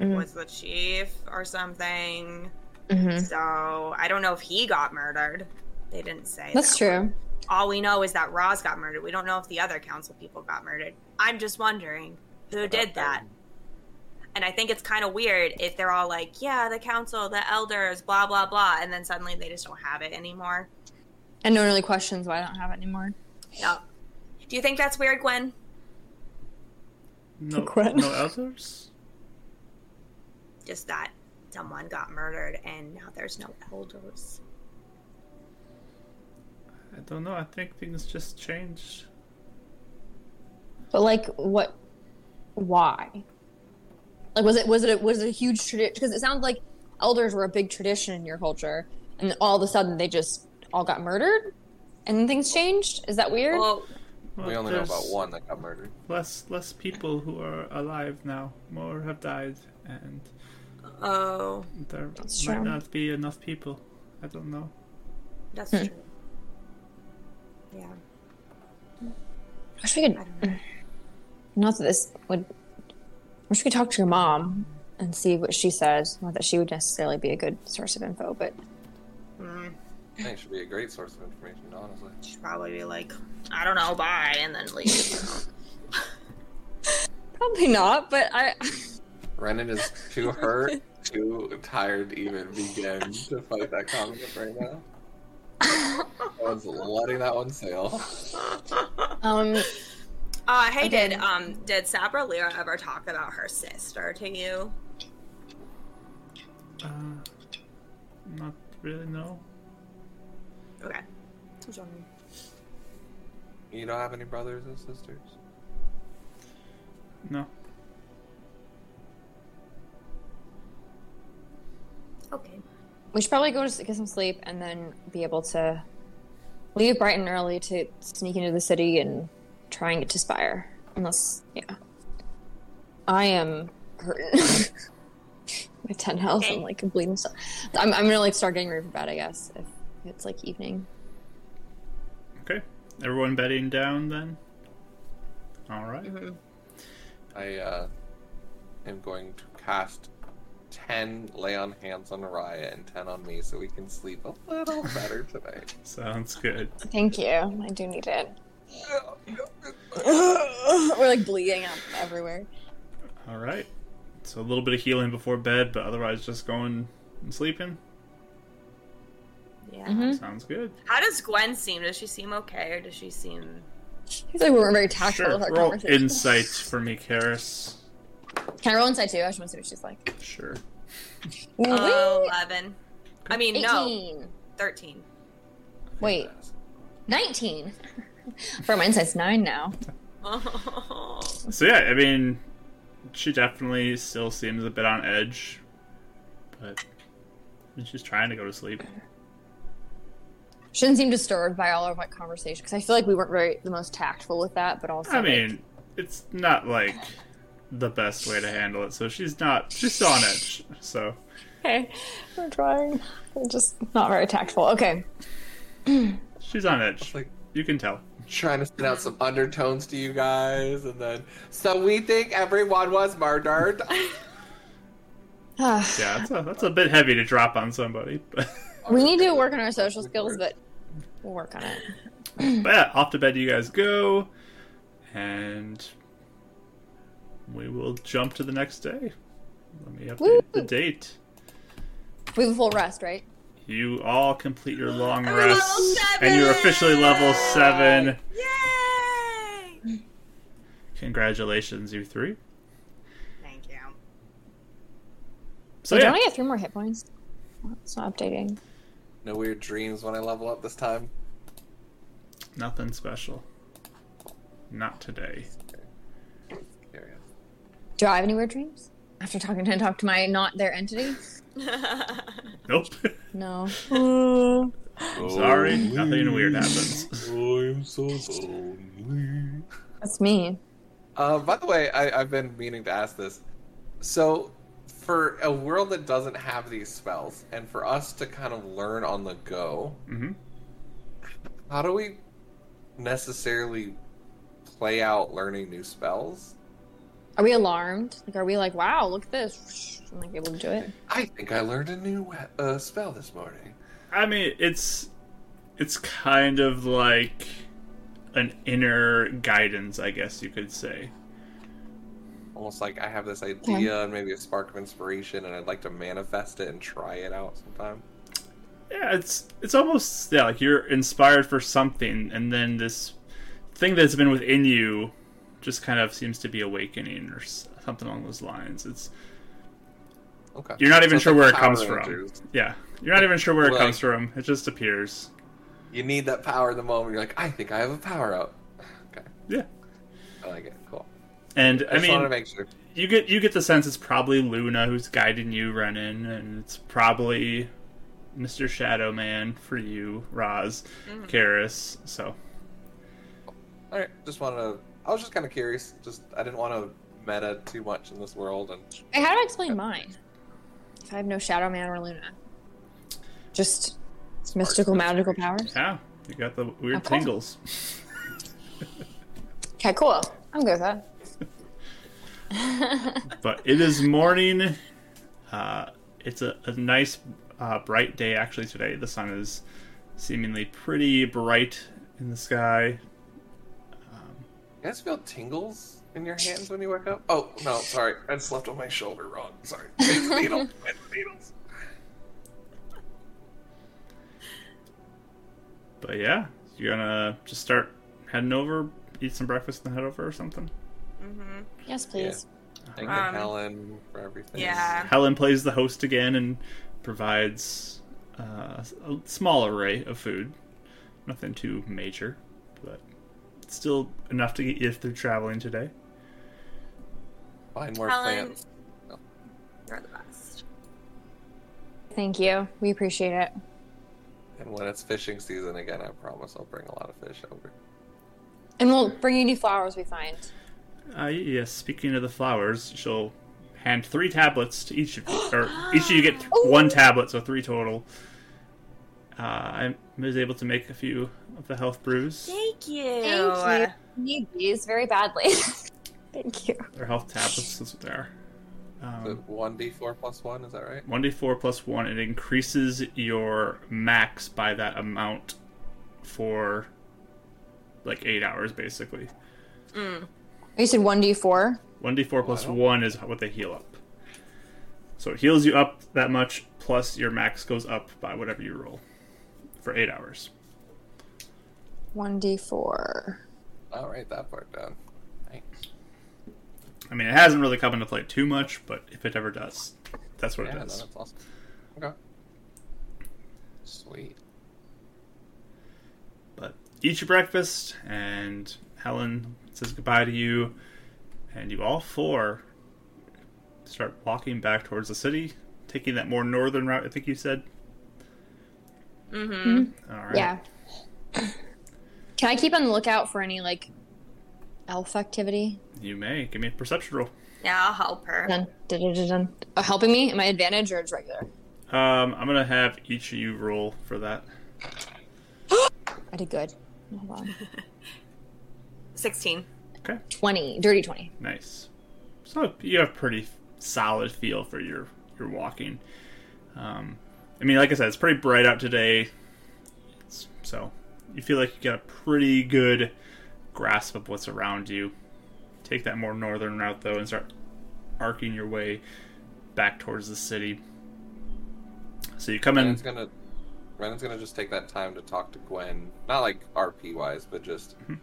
Speaker 3: Mhm.
Speaker 5: was the chief or something.
Speaker 3: Mhm.
Speaker 5: So I don't know if he got murdered. They didn't say.
Speaker 3: That's
Speaker 5: that.
Speaker 3: true.
Speaker 5: All we know is that Roz got murdered. We don't know if the other council people got murdered. I'm just wondering who did that. And I think it's kind of weird if they're all like, yeah, the council, the elders, blah, blah, blah. And then suddenly they just don't have it anymore.
Speaker 3: And no one really questions why I don't have it anymore.
Speaker 5: No. Do you think that's weird, Gwen?
Speaker 2: No,
Speaker 3: Gwen.
Speaker 2: no elders?
Speaker 5: Just that someone got murdered and now there's no elders.
Speaker 2: I don't know. I think things just changed.
Speaker 3: But like what why? Like was it was it a, was it a huge tradition because it sounds like elders were a big tradition in your culture and all of a sudden they just all got murdered and then things changed? Is that weird?
Speaker 5: Well,
Speaker 2: Well,
Speaker 4: we only know about
Speaker 2: there's
Speaker 4: one that got murdered.
Speaker 2: Less, less people who are alive now. More have died, and
Speaker 5: oh,
Speaker 2: there
Speaker 3: That's
Speaker 2: might
Speaker 3: true.
Speaker 2: not be enough people. I don't know.
Speaker 5: that's
Speaker 3: Hmm.
Speaker 5: true. Yeah.
Speaker 3: I wish we could. Not that this would. I wish we could talk to your mom and see what she says. Not that she would necessarily be a good source of info, but
Speaker 5: Mm,
Speaker 4: I think it should be a great source of information, honestly.
Speaker 5: should probably be like, I don't know, bye, and then leave.
Speaker 3: probably not. But I.
Speaker 4: Renan is too hurt, too tired to even begin to fight that conflict right now. I was letting that one sail.
Speaker 3: Um.
Speaker 5: Uh, hey, did
Speaker 3: Again.
Speaker 5: um did Sabra Lyra ever talk about her sister to you?
Speaker 2: Uh, not really. No.
Speaker 5: Okay.
Speaker 4: You don't have any brothers and sisters?
Speaker 2: No.
Speaker 5: Okay.
Speaker 3: We should probably go to s- get some sleep and then be able to leave Brighton early to sneak into the city and try and get to Spire. Unless, yeah. I am hurting. My 10 health,
Speaker 5: Okay.
Speaker 3: I'm like bleeding stuff. I'm, I'm gonna like start getting ready for bed, I guess, if it's like evening.
Speaker 2: Okay. Everyone bedding down then. All right.
Speaker 3: Mm-hmm.
Speaker 4: I uh, am going to cast 10 lay on hands on Raya and 10 on me so we can sleep a little better tonight.
Speaker 2: Sounds good.
Speaker 3: Thank you. I do need it. We're like bleeding out everywhere.
Speaker 2: All right. So a little bit of healing before bed, but otherwise just going and sleeping.
Speaker 5: Yeah.
Speaker 3: Mm-hmm.
Speaker 2: Sounds good.
Speaker 5: How does Gwen seem? Does she seem okay, or does she seem?
Speaker 3: He's like, we weren't very tactful
Speaker 2: Sure.
Speaker 3: with our
Speaker 2: Roll
Speaker 3: conversation.
Speaker 2: insights for me, Karis.
Speaker 3: Can I roll inside too? I just want to see what she's like.
Speaker 2: Sure.
Speaker 5: Oh,
Speaker 3: Wait.
Speaker 5: 11. I mean, no,
Speaker 3: 18.
Speaker 5: thirteen.
Speaker 3: Wait. 19. For my inside's 9 now.
Speaker 2: So yeah, I mean, she definitely still seems a bit on edge, but she's trying to go to sleep.
Speaker 3: She didn't seem disturbed by all of our conversation because I feel like we weren't very the most tactful with that, but also
Speaker 2: I
Speaker 3: like,
Speaker 2: mean, it's not like the best way to handle it, so she's not. She's still on edge. So
Speaker 3: okay, we're trying, we're just not very tactful. Okay,
Speaker 2: she's on edge.
Speaker 4: Like-
Speaker 2: you can tell.
Speaker 4: trying to send out some undertones to you guys, and then so we think everyone was murdered.
Speaker 2: Yeah, that's a, that's a bit heavy to drop on somebody, but,
Speaker 3: we need to work on our social skills, but we'll work on it.
Speaker 2: but yeah, off to bed you guys go, and we will jump to the next day. Let me update
Speaker 3: Woo!
Speaker 2: the date.
Speaker 3: We have a full rest, right?
Speaker 2: Oh, You all complete your long
Speaker 5: I'm level
Speaker 2: rest, and you're
Speaker 5: seven!
Speaker 2: officially level seven.
Speaker 5: Yay!
Speaker 2: Congratulations, you three.
Speaker 5: Thank you.
Speaker 2: So
Speaker 3: Wait,
Speaker 2: yeah,
Speaker 3: don't I get three more hit points? Well, It's not updating.
Speaker 4: no weird dreams when I level up this time.
Speaker 2: nothing special. Not today.
Speaker 4: Here we
Speaker 3: Do I have any weird dreams? After talking to talk to my not their entity?
Speaker 2: Nope.
Speaker 3: No.
Speaker 2: Mm.
Speaker 4: go.
Speaker 2: Sorry, nothing weird happens.
Speaker 4: I'm so lonely.
Speaker 3: That's me.
Speaker 4: Uh, by the way, I, I've been meaning to ask this. So, for a world that doesn't have these spells, and for us to kind of learn on the go,
Speaker 2: Mhm.
Speaker 4: how do we necessarily play out learning new spells?
Speaker 3: Are we alarmed? Like, are we like, wow, look at this? I'm like able to do it.
Speaker 4: I think I learned a new we- uh, spell this morning.
Speaker 2: I mean, it's it's kind of like an inner guidance, I guess you could say.
Speaker 4: Almost like I have this idea and maybe a spark of inspiration, and I'd like to manifest it and try it out sometime.
Speaker 2: Yeah, it's it's almost yeah, like you're inspired for something, and then this thing that's been within you just kind of seems to be awakening or s- something along those lines. It's
Speaker 4: Okay.
Speaker 2: you're not even sure
Speaker 4: So it's
Speaker 2: where
Speaker 4: like
Speaker 2: it comes
Speaker 4: Power
Speaker 2: from.
Speaker 4: Rangers.
Speaker 2: Yeah, you're not even sure where it
Speaker 4: Like-
Speaker 2: comes from. It just appears.
Speaker 4: You need that power in the moment. You're like, I think I have a power up. Okay.
Speaker 2: Yeah,
Speaker 4: I like it. Cool.
Speaker 2: and I,
Speaker 4: I, just
Speaker 2: mean,
Speaker 4: wanted to make sure.
Speaker 2: you get you get the sense it's probably Luna who's guiding you, Renan, and it's probably Mr. Shadow Man for you, Roz, Karis. So
Speaker 4: All right. Just wanted to. I was just kind of curious. Just I didn't want to meta too much in this world, and
Speaker 3: Wait, how do I explain mine? If I have no Shadow Man or Luna, just mystical, magical powers.
Speaker 2: yeah, you got the weird
Speaker 3: Okay.
Speaker 2: tingles.
Speaker 3: Okay, cool. I'm good with that.
Speaker 2: But it is morning. Uh, it's a, a nice, uh, bright day actually today. The sun is seemingly pretty bright in the sky.
Speaker 4: you guys feel tingles in your hands when you wake up. Oh no, sorry, I slept on my shoulder wrong. Sorry. It's needles. It's needles.
Speaker 2: But yeah, you're gonna just start heading over, eat some breakfast, and head over or something.
Speaker 5: Mm-hmm.
Speaker 3: Yes, please.
Speaker 4: Thank you,
Speaker 5: Um,
Speaker 4: Helen, for everything.
Speaker 5: Yeah.
Speaker 2: Helen plays the host again and provides uh, a small array of food. Nothing too major, but still enough to eat if they're traveling today.
Speaker 4: Find more
Speaker 5: Helen-
Speaker 4: plants.
Speaker 5: You're the best.
Speaker 3: Thank you. We appreciate it.
Speaker 4: And when it's fishing season again, I promise I'll bring a lot of fish over.
Speaker 3: And we'll bring you new flowers we find.
Speaker 2: Uh, yes, speaking of the flowers, she'll hand three tablets to each of you, or each of you get th- one tablet, so three total. Uh, I was able to make a few of the health brews
Speaker 5: Thank you. uh,
Speaker 3: Thank you. Need these very badly. Thank you.
Speaker 2: or health tablets. That's what they are.
Speaker 4: Is
Speaker 2: Um,
Speaker 4: it one d four plus one? Is that right?
Speaker 2: One d four plus one. It increases your max by that amount for like eight hours, basically.
Speaker 3: You said 1d4?
Speaker 2: One d four plus
Speaker 4: Wow.
Speaker 2: one is what they heal up. So it heals you up that much, plus your max goes up by whatever you roll for eight hours.
Speaker 3: 1d4.
Speaker 4: I'll write that part down. Thanks.
Speaker 2: I mean, it hasn't really come into play too much, but if it ever does, that's what
Speaker 4: Yeah, no,
Speaker 2: it
Speaker 4: that's
Speaker 2: is.
Speaker 4: awesome. Okay. Sweet.
Speaker 2: But eat your breakfast, and Helen says goodbye to you, and you all four start walking back towards the city, taking that more northern route, I think you said.
Speaker 5: Mm-hmm.
Speaker 2: All right.
Speaker 3: Yeah. Can I keep on the lookout for any like elf activity?
Speaker 2: You may give me a perception roll.
Speaker 5: Yeah, I'll help her.
Speaker 3: Dun, dun, dun, dun, dun. Oh, helping me? Am I advantage or it's regular?
Speaker 2: Um, I'm gonna have each of you roll for that.
Speaker 3: I did good. Hold on.
Speaker 5: 16.
Speaker 2: Okay.
Speaker 3: Twenty, dirty twenty.
Speaker 2: Nice. So you have pretty solid feel for your your walking. Um, I mean, like I said, it's pretty bright out today, it's, so you feel like you got a pretty good grasp of what's around you. Take that more northern route though, and start arcing your way back towards the city. So you come in.
Speaker 4: Renan's gonna Renan's gonna just take that time to talk to Gwen, not like RP wise, but just
Speaker 2: Mm-hmm.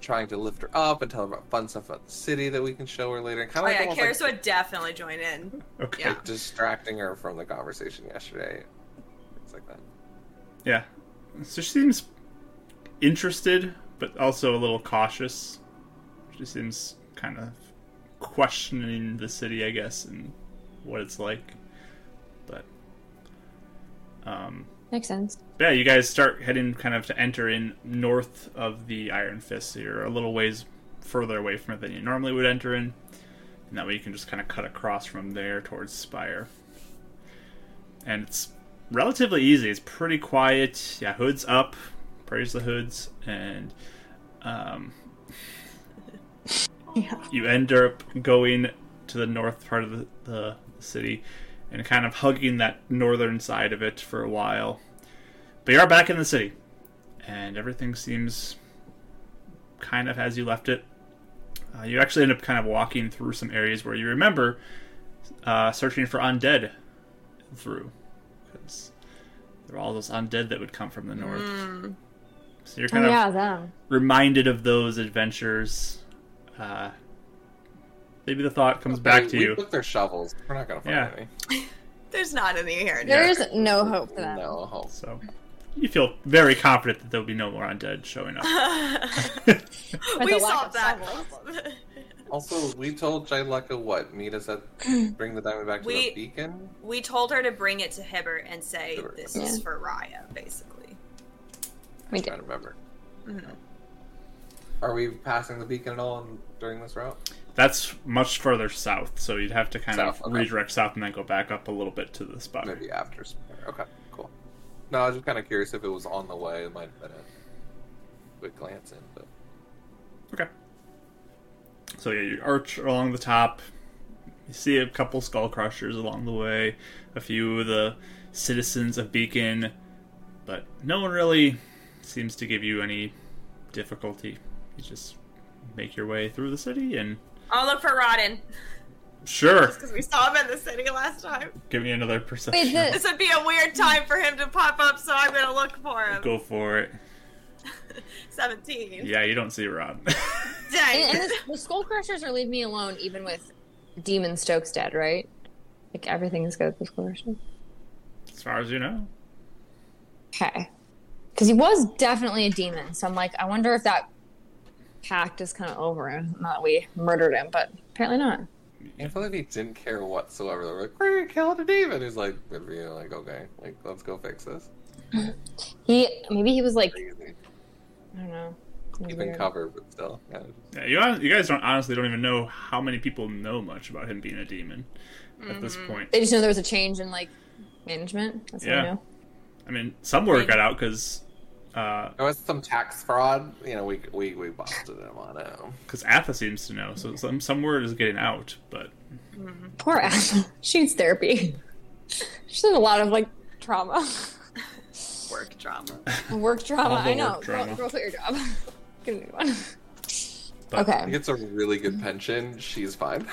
Speaker 4: trying to lift her up and tell her about fun stuff about the city that we can show her later. Kind
Speaker 5: Oh
Speaker 4: of
Speaker 5: yeah,
Speaker 4: like,
Speaker 5: Karis
Speaker 4: almost like
Speaker 5: would definitely join in.
Speaker 2: Okay.
Speaker 5: Yeah.
Speaker 4: distracting her from the conversation yesterday, things like that.
Speaker 2: Yeah. So she seems interested, but also a little cautious. She seems kind of questioning the city, I guess, and what it's like. But um,
Speaker 3: Makes sense.
Speaker 2: yeah, you guys start heading kind of to enter in north of the Iron Fist. So you're a little ways further away from it than you normally would enter in, and that way you can just kind of cut across from there towards Spire. And it's relatively easy. It's pretty quiet. Yeah, hoods up. Praise the hoods, and um,
Speaker 3: Yeah.
Speaker 2: you end up going to the north part of the, the city and kind of hugging that northern side of it for a while. But you are back in the city, and everything seems kind of as you left it. Uh, you actually end up kind of walking through some areas where you remember uh, searching for undead through, because there are all those undead that would come from the north. So you're
Speaker 3: Mm. Oh
Speaker 2: kind of
Speaker 3: yeah, them.
Speaker 2: reminded of those adventures, uh, maybe the thought comes back
Speaker 4: Hey,
Speaker 2: to
Speaker 4: we
Speaker 2: you.
Speaker 4: Took their shovels. We're not gonna find
Speaker 2: Yeah.
Speaker 4: any.
Speaker 5: There's not any here.
Speaker 2: Yeah.
Speaker 3: There's no hope for them.
Speaker 4: No hope.
Speaker 2: So you feel very confident that there'll be no more undead showing up.
Speaker 3: But
Speaker 5: we
Speaker 3: the lack
Speaker 5: solved
Speaker 3: of
Speaker 5: that
Speaker 3: solvents.
Speaker 5: problem.
Speaker 4: Also, we told Jaileka what meet us at bring the diamond back to
Speaker 5: We-
Speaker 4: the beacon.
Speaker 5: we told her to bring it to Hibbert and say
Speaker 4: Hibbert.
Speaker 5: this
Speaker 3: Yeah.
Speaker 5: is for Raya, basically.
Speaker 3: We
Speaker 4: I
Speaker 3: did.
Speaker 4: don't remember.
Speaker 5: Mhm.
Speaker 4: Are we passing the beacon at all on, during this route?
Speaker 2: That's much further south, so you'd have to kind
Speaker 4: South,
Speaker 2: of
Speaker 4: okay.
Speaker 2: redirect south and then go back up a little bit to the spot.
Speaker 4: Maybe after. Spire. Okay, cool. No, I was just kind of curious if it was on the way. It might have been a quick glance in, but
Speaker 2: Okay. So yeah, you arch along the top. You see a couple skull crushers along the way, a few of the citizens of Beacon, but no one really seems to give you any difficulty. You just make your way through the city and
Speaker 5: I'll look for Rodden
Speaker 2: sure,
Speaker 5: because we saw him in the city last time.
Speaker 2: give me another
Speaker 3: Wait,
Speaker 2: perception.
Speaker 3: the,
Speaker 5: This would be a weird time for him to pop up, so I'm gonna look for him.
Speaker 2: Go for it.
Speaker 5: 17.
Speaker 2: Yeah, you don't see Rod.
Speaker 5: Dang.
Speaker 3: and, and the, the skull crushers are leave me alone even with Demon Stokes dead, right? Like everything is good with the skull crushers.
Speaker 2: as far as you know.
Speaker 3: Okay. Because he was definitely a demon, so I'm like, I wonder if that pact is kind of over and not that we murdered him, but apparently not.
Speaker 4: I feel like he didn't care whatsoever. They're like, "We're killing a demon." He's like, "Good for you." Like, okay, like let's go fix this.
Speaker 3: He maybe he was like,
Speaker 4: Crazy.
Speaker 3: I don't know.
Speaker 4: Keeping
Speaker 3: weird.
Speaker 4: cover, but still. Yeah.
Speaker 2: Yeah, you, hon- you guys don't honestly don't even know how many people know much about him being a demon at this point.
Speaker 3: They just know there was a change in like management. That's
Speaker 2: Yeah.
Speaker 3: all I know.
Speaker 2: I mean, some word got out uh, because
Speaker 4: There was some tax fraud. You know, we we we busted him on it.
Speaker 2: because Atha seems to know, so some some word is getting out. But
Speaker 3: Poor Ashley. She needs therapy. She's had a lot of like trauma,
Speaker 5: Work drama.
Speaker 3: work trauma.
Speaker 2: All the
Speaker 3: I know.
Speaker 2: work
Speaker 3: Girl,
Speaker 2: drama.
Speaker 3: girl, quit your job. Get a new one.
Speaker 2: But-
Speaker 4: He
Speaker 3: okay.
Speaker 4: gets a really
Speaker 2: Mm.
Speaker 4: good pension. She's fine.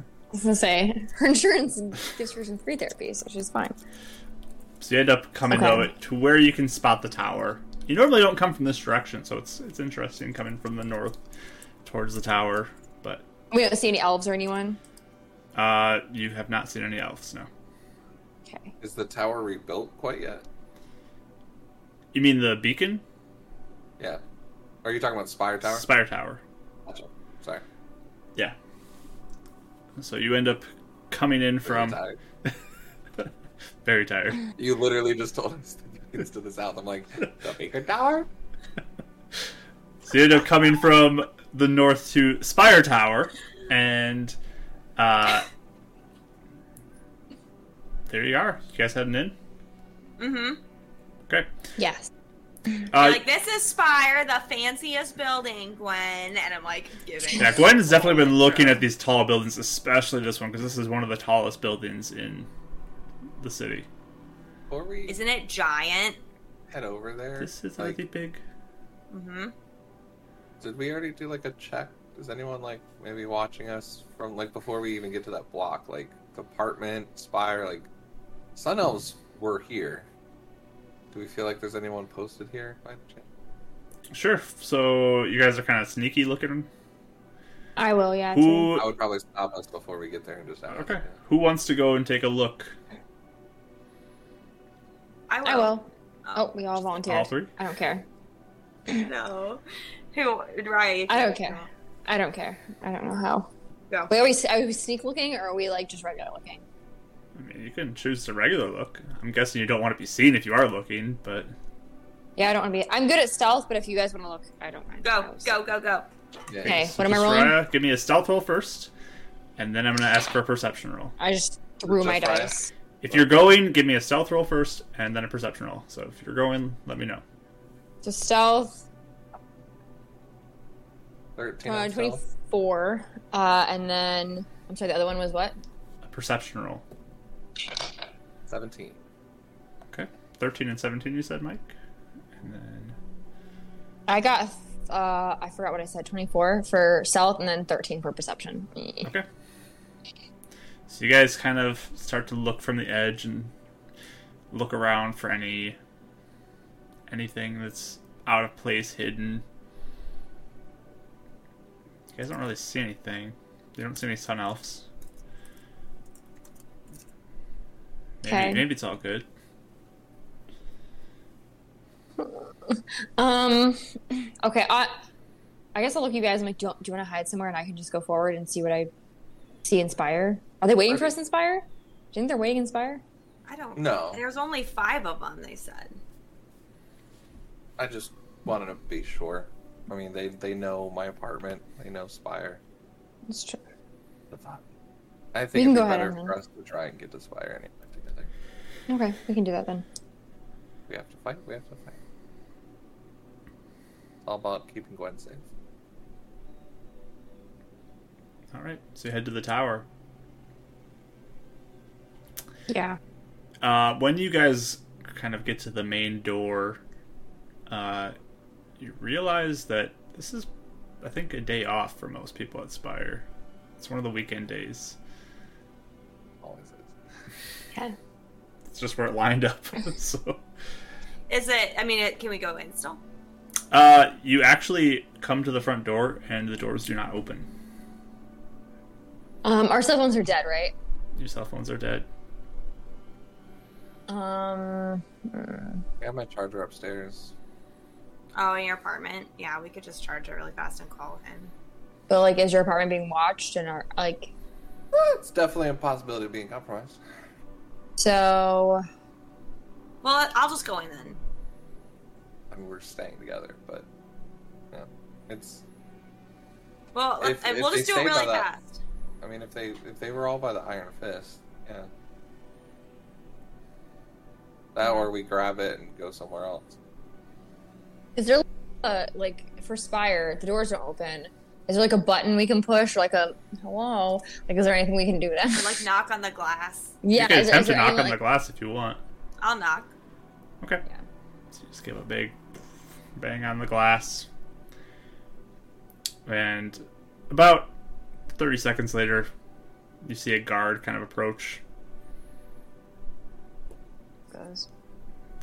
Speaker 3: I was gonna say her insurance gives her some free therapy, so she's fine.
Speaker 2: so you end up coming
Speaker 3: Okay.
Speaker 2: though it to where you can spot the tower. You normally don't come from this direction, so it's it's interesting coming from the north towards the tower. But
Speaker 3: We don't see any elves or anyone.
Speaker 2: uh, you have not seen any elves. No,
Speaker 3: Okay.
Speaker 4: Is the tower rebuilt quite yet?
Speaker 2: you mean the beacon
Speaker 4: Yeah. Are you talking about Spire Tower?
Speaker 2: spire tower?
Speaker 4: Gotcha. Sorry.
Speaker 2: Yeah. So you end up coming in from
Speaker 4: Tired.
Speaker 2: very tired.
Speaker 4: You literally just told us. seconds to the south. I'm like, the Baker Tower?
Speaker 2: So you end up coming from the north to Spire Tower, and uh, there you are. You guys heading in?
Speaker 5: Mm-hmm.
Speaker 2: Okay.
Speaker 3: Yes.
Speaker 2: Uh,
Speaker 5: like this is Spire, the fanciest building, Gwen, and I'm like giving.
Speaker 2: yeah, Gwen's definitely been looking at these tall buildings, especially this one, because this is one of the tallest buildings in the city.
Speaker 4: Before we
Speaker 5: Isn't it giant?
Speaker 4: head over there,
Speaker 2: This is
Speaker 4: like,
Speaker 2: really big.
Speaker 5: Mm-hmm.
Speaker 4: did we already do like a check? Is anyone like maybe watching us from like before we even get to that block, like apartment, spire, like Sun Elves were here. Do we feel like there's anyone posted here by chance?
Speaker 2: Sure. So you guys are kind of sneaky looking.
Speaker 3: I will, yeah.
Speaker 2: Who?
Speaker 4: I would probably stop us before we get there and just out.
Speaker 2: Okay. Who wants to go and take a look?
Speaker 5: I will.
Speaker 3: I will.
Speaker 5: Oh,
Speaker 3: Oh, we all volunteered.
Speaker 2: All three.
Speaker 3: I don't care.
Speaker 5: no. Who? Right.
Speaker 3: I don't care. I don't care. I don't know how.
Speaker 5: Go.
Speaker 3: Wait, are we, are we sneak looking or are we like just regular looking?
Speaker 2: I mean, you can choose the regular look. I'm guessing you don't want to be seen if you are looking, but
Speaker 3: Yeah, I don't want to be. I'm good at stealth, but if you guys want to look, I don't mind. I
Speaker 5: Go.
Speaker 3: was-
Speaker 5: Go. Go. Go.
Speaker 4: Yeah,
Speaker 3: Okay,
Speaker 2: So
Speaker 3: what am I
Speaker 2: just
Speaker 3: rolling?
Speaker 2: Raya, give me a stealth roll first, and then I'm going to ask for a perception roll.
Speaker 3: I just threw my
Speaker 4: Just Raya.
Speaker 3: dice.
Speaker 2: If you're going, give me a stealth roll first, and then a perception roll. So if you're going, let me know.
Speaker 3: So stealth,
Speaker 4: 13
Speaker 3: uh,
Speaker 4: and 12.
Speaker 3: 24. Uh, and then, I'm sorry, the other one was what?
Speaker 2: A perception roll.
Speaker 4: 17.
Speaker 2: Okay. 13 and 17, you said, Mike? And then.
Speaker 3: I got, uh, I forgot what I said, 24 for stealth and then 13 for perception. Eh.
Speaker 2: Okay. So you guys kind of start to look from the edge and look around for any anything that's out of place, hidden. You guys don't really see anything. You don't see any sun elves. Maybe,
Speaker 3: Okay.
Speaker 2: maybe it's all good.
Speaker 3: Um, okay, I, I guess I'll look at you guys. I'm like, do, do you want to hide somewhere and I can just go forward and see what I see inspire? Are they waiting for us inspire? Do you think they're waiting inspire?
Speaker 5: I don't.
Speaker 4: No.
Speaker 5: There's only five of them. They said.
Speaker 4: I just wanted to be sure. I mean, they they know my apartment. They know Spire.
Speaker 3: That's true.
Speaker 4: The thought. I
Speaker 3: We
Speaker 4: think
Speaker 3: can
Speaker 4: it'd
Speaker 3: go
Speaker 4: be
Speaker 3: ahead
Speaker 4: better
Speaker 3: and-
Speaker 4: for us to try and get to Spire anyway together.
Speaker 3: Okay, we can do that then.
Speaker 4: We have to fight. We have to fight. It's all about keeping Gwen safe.
Speaker 2: Alright, so you head to the tower.
Speaker 3: Yeah.
Speaker 2: Uh, when you guys kind of get to the main door, uh, you realize that this is, I think, a day off for most people at Spire. It's one of the weekend days.
Speaker 4: Always is.
Speaker 3: Okay.
Speaker 2: It's just where it lined up. so,
Speaker 5: Is it? I mean, it, can we go in still?
Speaker 2: uh, you actually come to the front door, and the doors do not open.
Speaker 3: Um, our cell phones are dead, right?
Speaker 2: Your cell phones are dead.
Speaker 3: Um,
Speaker 4: I got my charger upstairs.
Speaker 5: Oh, in your apartment. Yeah, we could just charge it really fast and call him.
Speaker 3: but like, is your apartment being watched? And are like,
Speaker 4: It's definitely a possibility of being compromised.
Speaker 3: so
Speaker 5: Well, I'll just go in then.
Speaker 4: I mean, we're staying together, but yeah, it's.
Speaker 5: Well, let-
Speaker 4: If-
Speaker 5: I-
Speaker 4: if
Speaker 5: we'll
Speaker 4: they
Speaker 5: just do it
Speaker 4: stay by
Speaker 5: really
Speaker 4: that-
Speaker 5: fast.
Speaker 4: I mean, if they if they were all by the Iron Fist, yeah. That or we grab it and go somewhere else.
Speaker 3: is there uh, like for Spire, the doors don't open. Is there like a button we can push, or like a hello? Like, is there anything we can do then?
Speaker 5: Like knock on the glass.
Speaker 3: yeah,
Speaker 2: you can
Speaker 3: is,
Speaker 2: attempt
Speaker 3: is there
Speaker 2: to knock
Speaker 3: any,
Speaker 2: on the
Speaker 3: like-
Speaker 2: glass if you want.
Speaker 5: I'll knock.
Speaker 2: Okay.
Speaker 3: Yeah.
Speaker 2: So you just give a big bang on the glass. And about 30 seconds later, you see a guard kind of approach.
Speaker 3: Goes.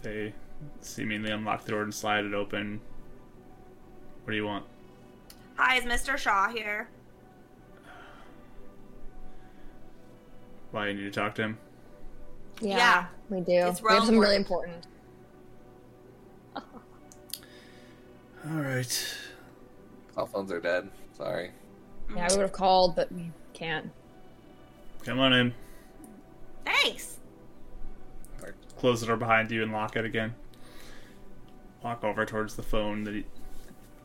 Speaker 2: They seemingly unlock the door and slide it open. What do you want?
Speaker 5: Hi, is Mr. Shaw here?
Speaker 2: Why you need to talk to him?
Speaker 3: Yeah,
Speaker 5: Yeah.
Speaker 3: we do.
Speaker 5: It's
Speaker 3: we have
Speaker 5: real
Speaker 3: some really important.
Speaker 2: All right.
Speaker 4: Cell phones are dead. Sorry.
Speaker 3: Yeah, we would have called, but we can't.
Speaker 2: Come on in.
Speaker 5: Thanks.
Speaker 2: Close the door behind you and lock it again. walk over towards the phone that he,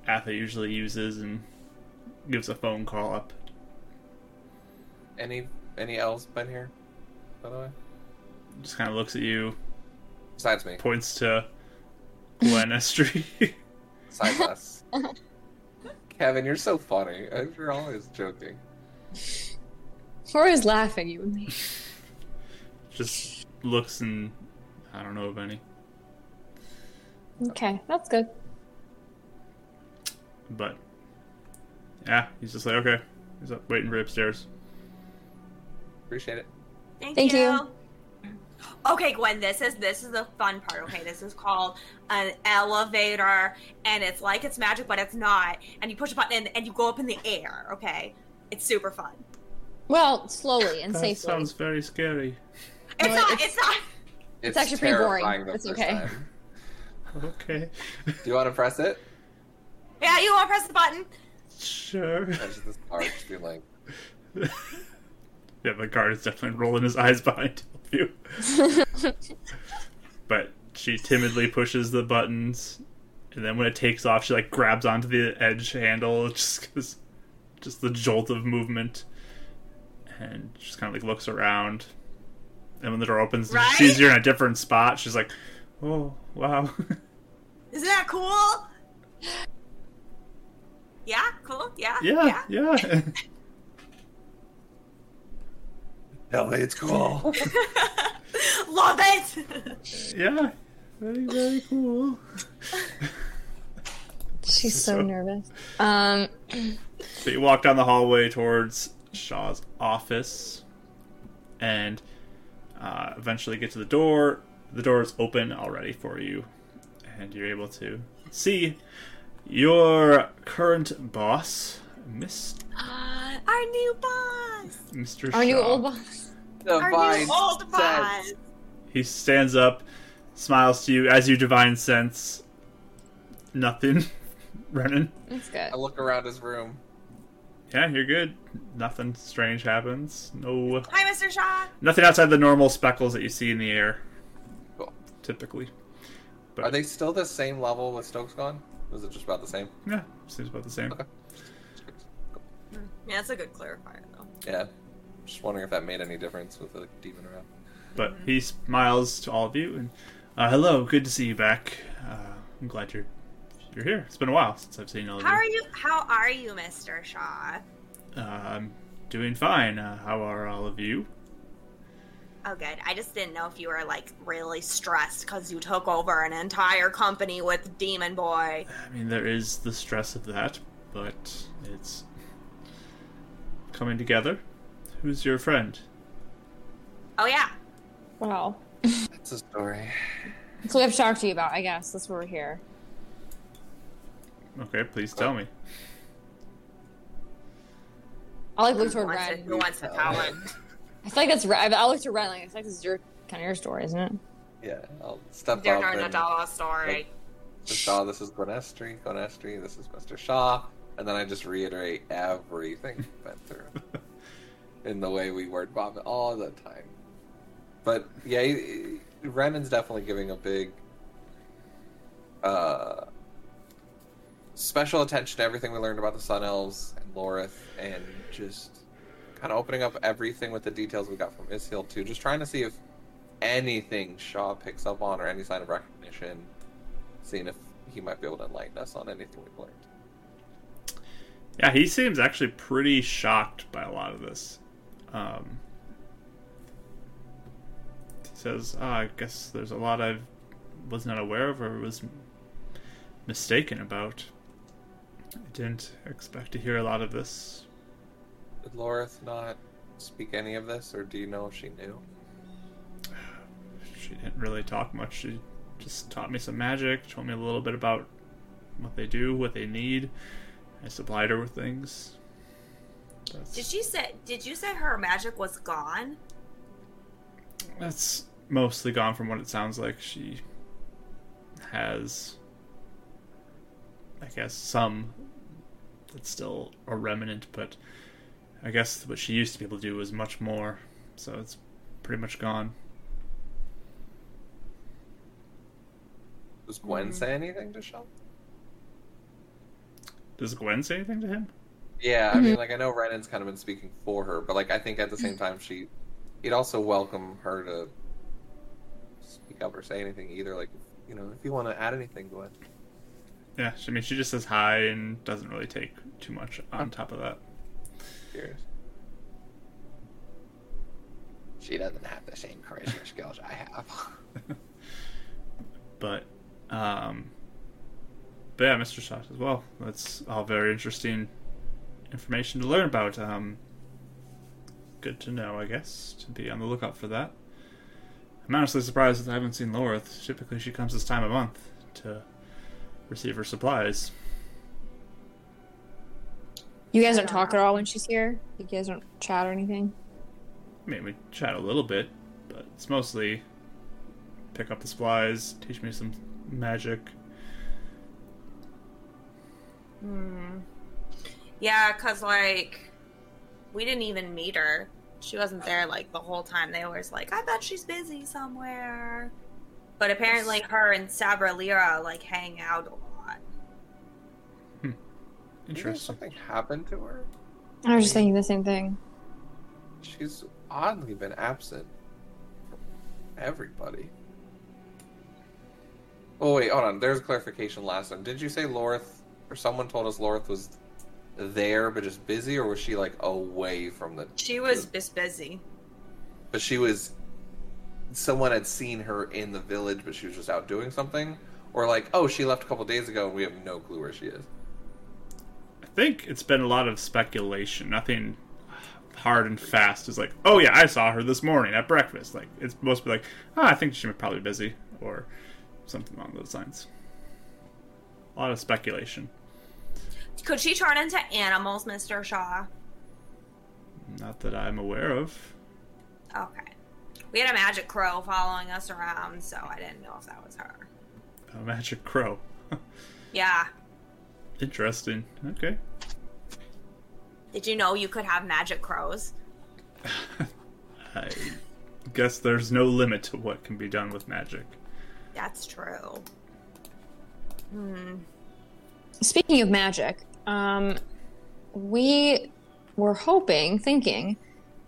Speaker 2: Atha usually uses and gives a phone call up.
Speaker 4: Any any elves been here, by the way?
Speaker 2: Just kind of looks at you,
Speaker 4: Besides me.
Speaker 2: points to Glen Estrie.
Speaker 4: Besides us. Kevin, you're so funny. Uh, You're always joking.
Speaker 3: We're always laughing, you and me.
Speaker 2: Just looks and I don't know of any.
Speaker 3: Okay, that's good.
Speaker 2: But yeah, he's just like okay. He's up waiting for you upstairs.
Speaker 4: Appreciate it.
Speaker 5: Thank,
Speaker 3: Thank
Speaker 5: you.
Speaker 3: you.
Speaker 5: Okay, Gwen, this is this is the fun part. Okay, this is called an elevator, and it's like it's magic, but it's not. And you push a button, and, and you go up in the air. Okay, it's super fun.
Speaker 3: Well, slowly and
Speaker 2: that
Speaker 3: safely.
Speaker 2: sounds very scary.
Speaker 5: It's
Speaker 3: No,
Speaker 5: not.
Speaker 3: it's-
Speaker 5: It's, not.
Speaker 4: It's,
Speaker 3: actually pretty boring.
Speaker 4: terrifying the
Speaker 3: It's
Speaker 4: first
Speaker 3: okay.
Speaker 4: time.
Speaker 2: Okay,
Speaker 4: Do you want to press it?
Speaker 5: Yeah, you want to press the button?
Speaker 2: sure.
Speaker 4: I just this card just be like,
Speaker 2: Yeah, the guard is definitely rolling his eyes behind you. but she timidly pushes the buttons, and then when it takes off, she like grabs onto the edge handle just 'cause- just the jolt of movement, and just kind of like looks around. And when the door opens, and
Speaker 5: Right?
Speaker 2: she sees you're in a different spot. She's like, "Oh wow,
Speaker 5: Isn't that cool? Yeah, cool. Yeah,
Speaker 2: yeah, yeah."
Speaker 4: "Tell me it's cool."
Speaker 5: Love it.
Speaker 2: Yeah, very very cool.
Speaker 3: She's so
Speaker 2: So-
Speaker 3: nervous. Um,
Speaker 2: So you walk down the hallway towards Shaw's office, and uh, eventually get to the door. The door is open already for you, and you're able to see your current boss, Miss
Speaker 5: Uh, our new boss.
Speaker 2: Mr.
Speaker 3: our new
Speaker 2: Shaw.
Speaker 3: old boss.
Speaker 5: Our
Speaker 4: Divine
Speaker 5: new old boss.
Speaker 4: sense.
Speaker 2: He stands up, smiles to you as you divine sense nothing, Renan.
Speaker 3: That's good.
Speaker 4: I look around his room.
Speaker 2: Yeah, you're good. Nothing strange happens. No,
Speaker 5: Hi, Mr. Shaw.
Speaker 2: nothing outside the normal speckles that you see in the air.
Speaker 4: Cool.
Speaker 2: typically.
Speaker 4: Are they still the same level with Stokes gone? Or Is it just about the same?
Speaker 2: Yeah, seems about the same.
Speaker 4: Okay.
Speaker 5: Yeah, that's a good clarifier, though.
Speaker 4: Yeah. Just wondering if that made any difference with the demon around.
Speaker 2: But he smiles to all of you and uh, hello, good to see you back. Uh, I'm glad you're you're here. It's been a while since I've seen all of
Speaker 5: How are
Speaker 2: you.
Speaker 5: you? How are you, Mr. Shaw?
Speaker 2: Uh, I'm doing fine. Uh, how are all of you?
Speaker 5: Oh, good. I just didn't know if you were like really stressed because you took over an entire company with Demon Boy.
Speaker 2: I mean, there is the stress of that, but it's coming together. Who's your friend?
Speaker 5: Oh yeah,
Speaker 3: Wow.
Speaker 4: That's a story.
Speaker 3: So we have to talk to you about, I guess. That's why we're here.
Speaker 2: Okay, please
Speaker 5: Uh,
Speaker 2: tell me.
Speaker 3: I like look toward
Speaker 5: who wants, to,
Speaker 3: Ren.
Speaker 5: who wants the
Speaker 4: Uh,
Speaker 5: power?
Speaker 3: I feel like that's. Re- I I look to Ren like I feel like this is your kind of your story, isn't it?
Speaker 4: Yeah, I'll step
Speaker 5: They're
Speaker 4: up.
Speaker 5: not a
Speaker 4: And
Speaker 5: dollar story.
Speaker 4: just, oh, this is Gonestri, Gonestri, this is Mr. Shaw. And then I just reiterate everything we've been through in the way we word bomb it all the time. But yeah, he- he- Renan's definitely giving a big uh, special attention to everything we learned about the Sun Elves and Lorith and just kind of opening up everything with the details we got from Ishil too. Just trying to see if anything Shaw picks up on or any sign of recognition, seeing if he might be able to enlighten us on anything we've learned.
Speaker 2: Yeah, he seems actually pretty shocked by a lot of this. Um, he says, Ah, I guess there's a lot I was not aware of or was mistaken about. I didn't expect to hear a lot of this.
Speaker 4: Did Lorith not speak any of this, or do you know if she knew?
Speaker 2: She didn't really talk much. She just taught me some magic, told me a little bit about what they do, what they need. I supplied her with things. That's-
Speaker 5: Did she say? Did you say her magic was gone?
Speaker 2: That's mostly gone from what it sounds like. She has, I guess, some that's still a remnant, but I guess what she used to be able to do was much more. So it's pretty much gone.
Speaker 4: Does Gwen say anything to Sheldon?
Speaker 2: Does Gwen say anything to him?
Speaker 4: Yeah, I mean, like I know Renan's kind of been speaking for her, but like I think at the same time she, he'd also welcome her to speak up or say anything either. Like, you know, if you want to add anything, go ahead.
Speaker 2: Yeah, she- I mean, she just says hi and doesn't really take too much on top of that.
Speaker 4: Curious. She doesn't have the same charisma skills I have.
Speaker 2: But, um, but yeah, Mr. Shock as well. That's all very interesting information to learn about. Um, good to know, I guess, to be on the lookout for that. I'm honestly surprised that I haven't seen Lorith. Typically, she comes this time of month to receive her supplies.
Speaker 3: You guys don't talk at all when she's here. You guys don't chat or anything.
Speaker 2: I mean, we chat a little bit, but it's mostly pick up the supplies, teach me some magic.
Speaker 5: Yeah, cause like we didn't even meet her. She wasn't there like the whole time. They was like, I bet she's busy somewhere. But apparently, her and Sabra Lira like hang out a lot.
Speaker 4: Do you think
Speaker 2: Interesting.
Speaker 4: something happened to her?
Speaker 3: I was just thinking the same thing.
Speaker 4: She's oddly been absent from everybody. Oh wait, hold on. There's clarification last time. Did you say Lorth or someone told us Lorth was there but just busy, or was she like away from the
Speaker 5: She was just busy.
Speaker 4: but she was someone had seen her in the village but she was just out doing something? Or like, oh she left a couple days ago and we have no clue where she is.
Speaker 2: I think it's been a lot of speculation. Nothing hard and fast is like, oh yeah, I saw her this morning at breakfast. Like it's mostly like, ah, I think she was probably busy or something along those lines. A lot of speculation.
Speaker 5: Could she turn into animals, Mister Shaw?
Speaker 2: Not that I'm aware of.
Speaker 5: Okay. We had a magic crow following us around, so I didn't know if that was her.
Speaker 2: A magic crow.
Speaker 5: Yeah.
Speaker 2: Interesting. Okay.
Speaker 5: Did you know you could have magic crows?
Speaker 2: I guess there's no limit to what can be done with magic.
Speaker 5: That's true.
Speaker 3: Speaking of magic, um, we were hoping, thinking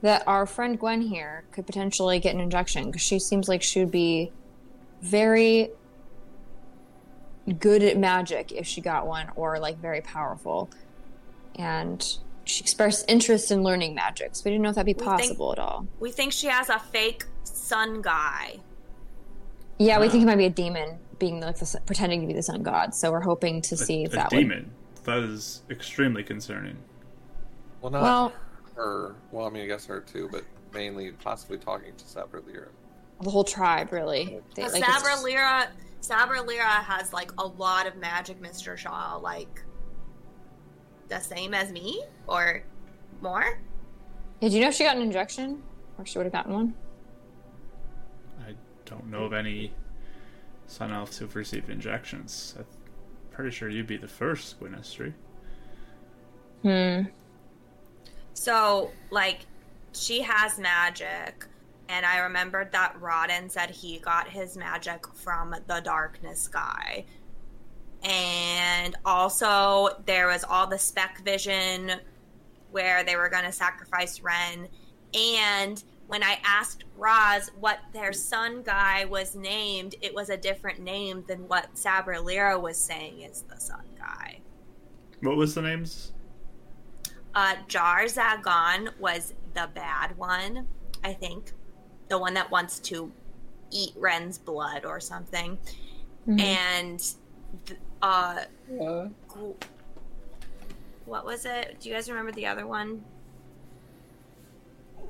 Speaker 3: that our friend Gwen here could potentially get an injection because she seems like she would be very good at magic if she got one, or like very powerful. And she expressed interest in learning magic, so we didn't know if that'd be
Speaker 5: think-
Speaker 3: possible at all.
Speaker 5: We think she has a fake sun guy.
Speaker 3: Yeah, we think it might be a demon being like the, pretending to be the sun god. So we're hoping to see
Speaker 2: a,
Speaker 3: if that
Speaker 2: a
Speaker 3: would-
Speaker 2: demon. That is extremely concerning.
Speaker 4: Well not
Speaker 3: Well,
Speaker 4: her. Well, I mean I guess her too, but mainly possibly talking to Sabra Lyra.
Speaker 3: the whole tribe really. They,
Speaker 5: Because
Speaker 3: like, it's-
Speaker 5: Sabra Lyra, Sabra Lyra has like a lot of magic, Mister Shaw. Like the same as me, or more.
Speaker 3: Did you know she got an injection? Or she would have gotten one?
Speaker 2: I don't know of any sun elves who've received injections. I'm pretty sure you'd be the first, Gwinestry.
Speaker 3: Hmm.
Speaker 5: So, like, she has magic, and I remembered that Rodden said he got his magic from the darkness guy. And also, there was all the spec vision where they were going to sacrifice Ren. And when I asked Roz what their sun guy was named, it was a different name than what Sabra Lira was saying is the sun guy.
Speaker 2: What was the names?
Speaker 5: Uh, Jar Zagon was the bad one, I think. The one that wants to eat Ren's blood or something. And th- uh, Gu- what was it? Do you guys remember the other one?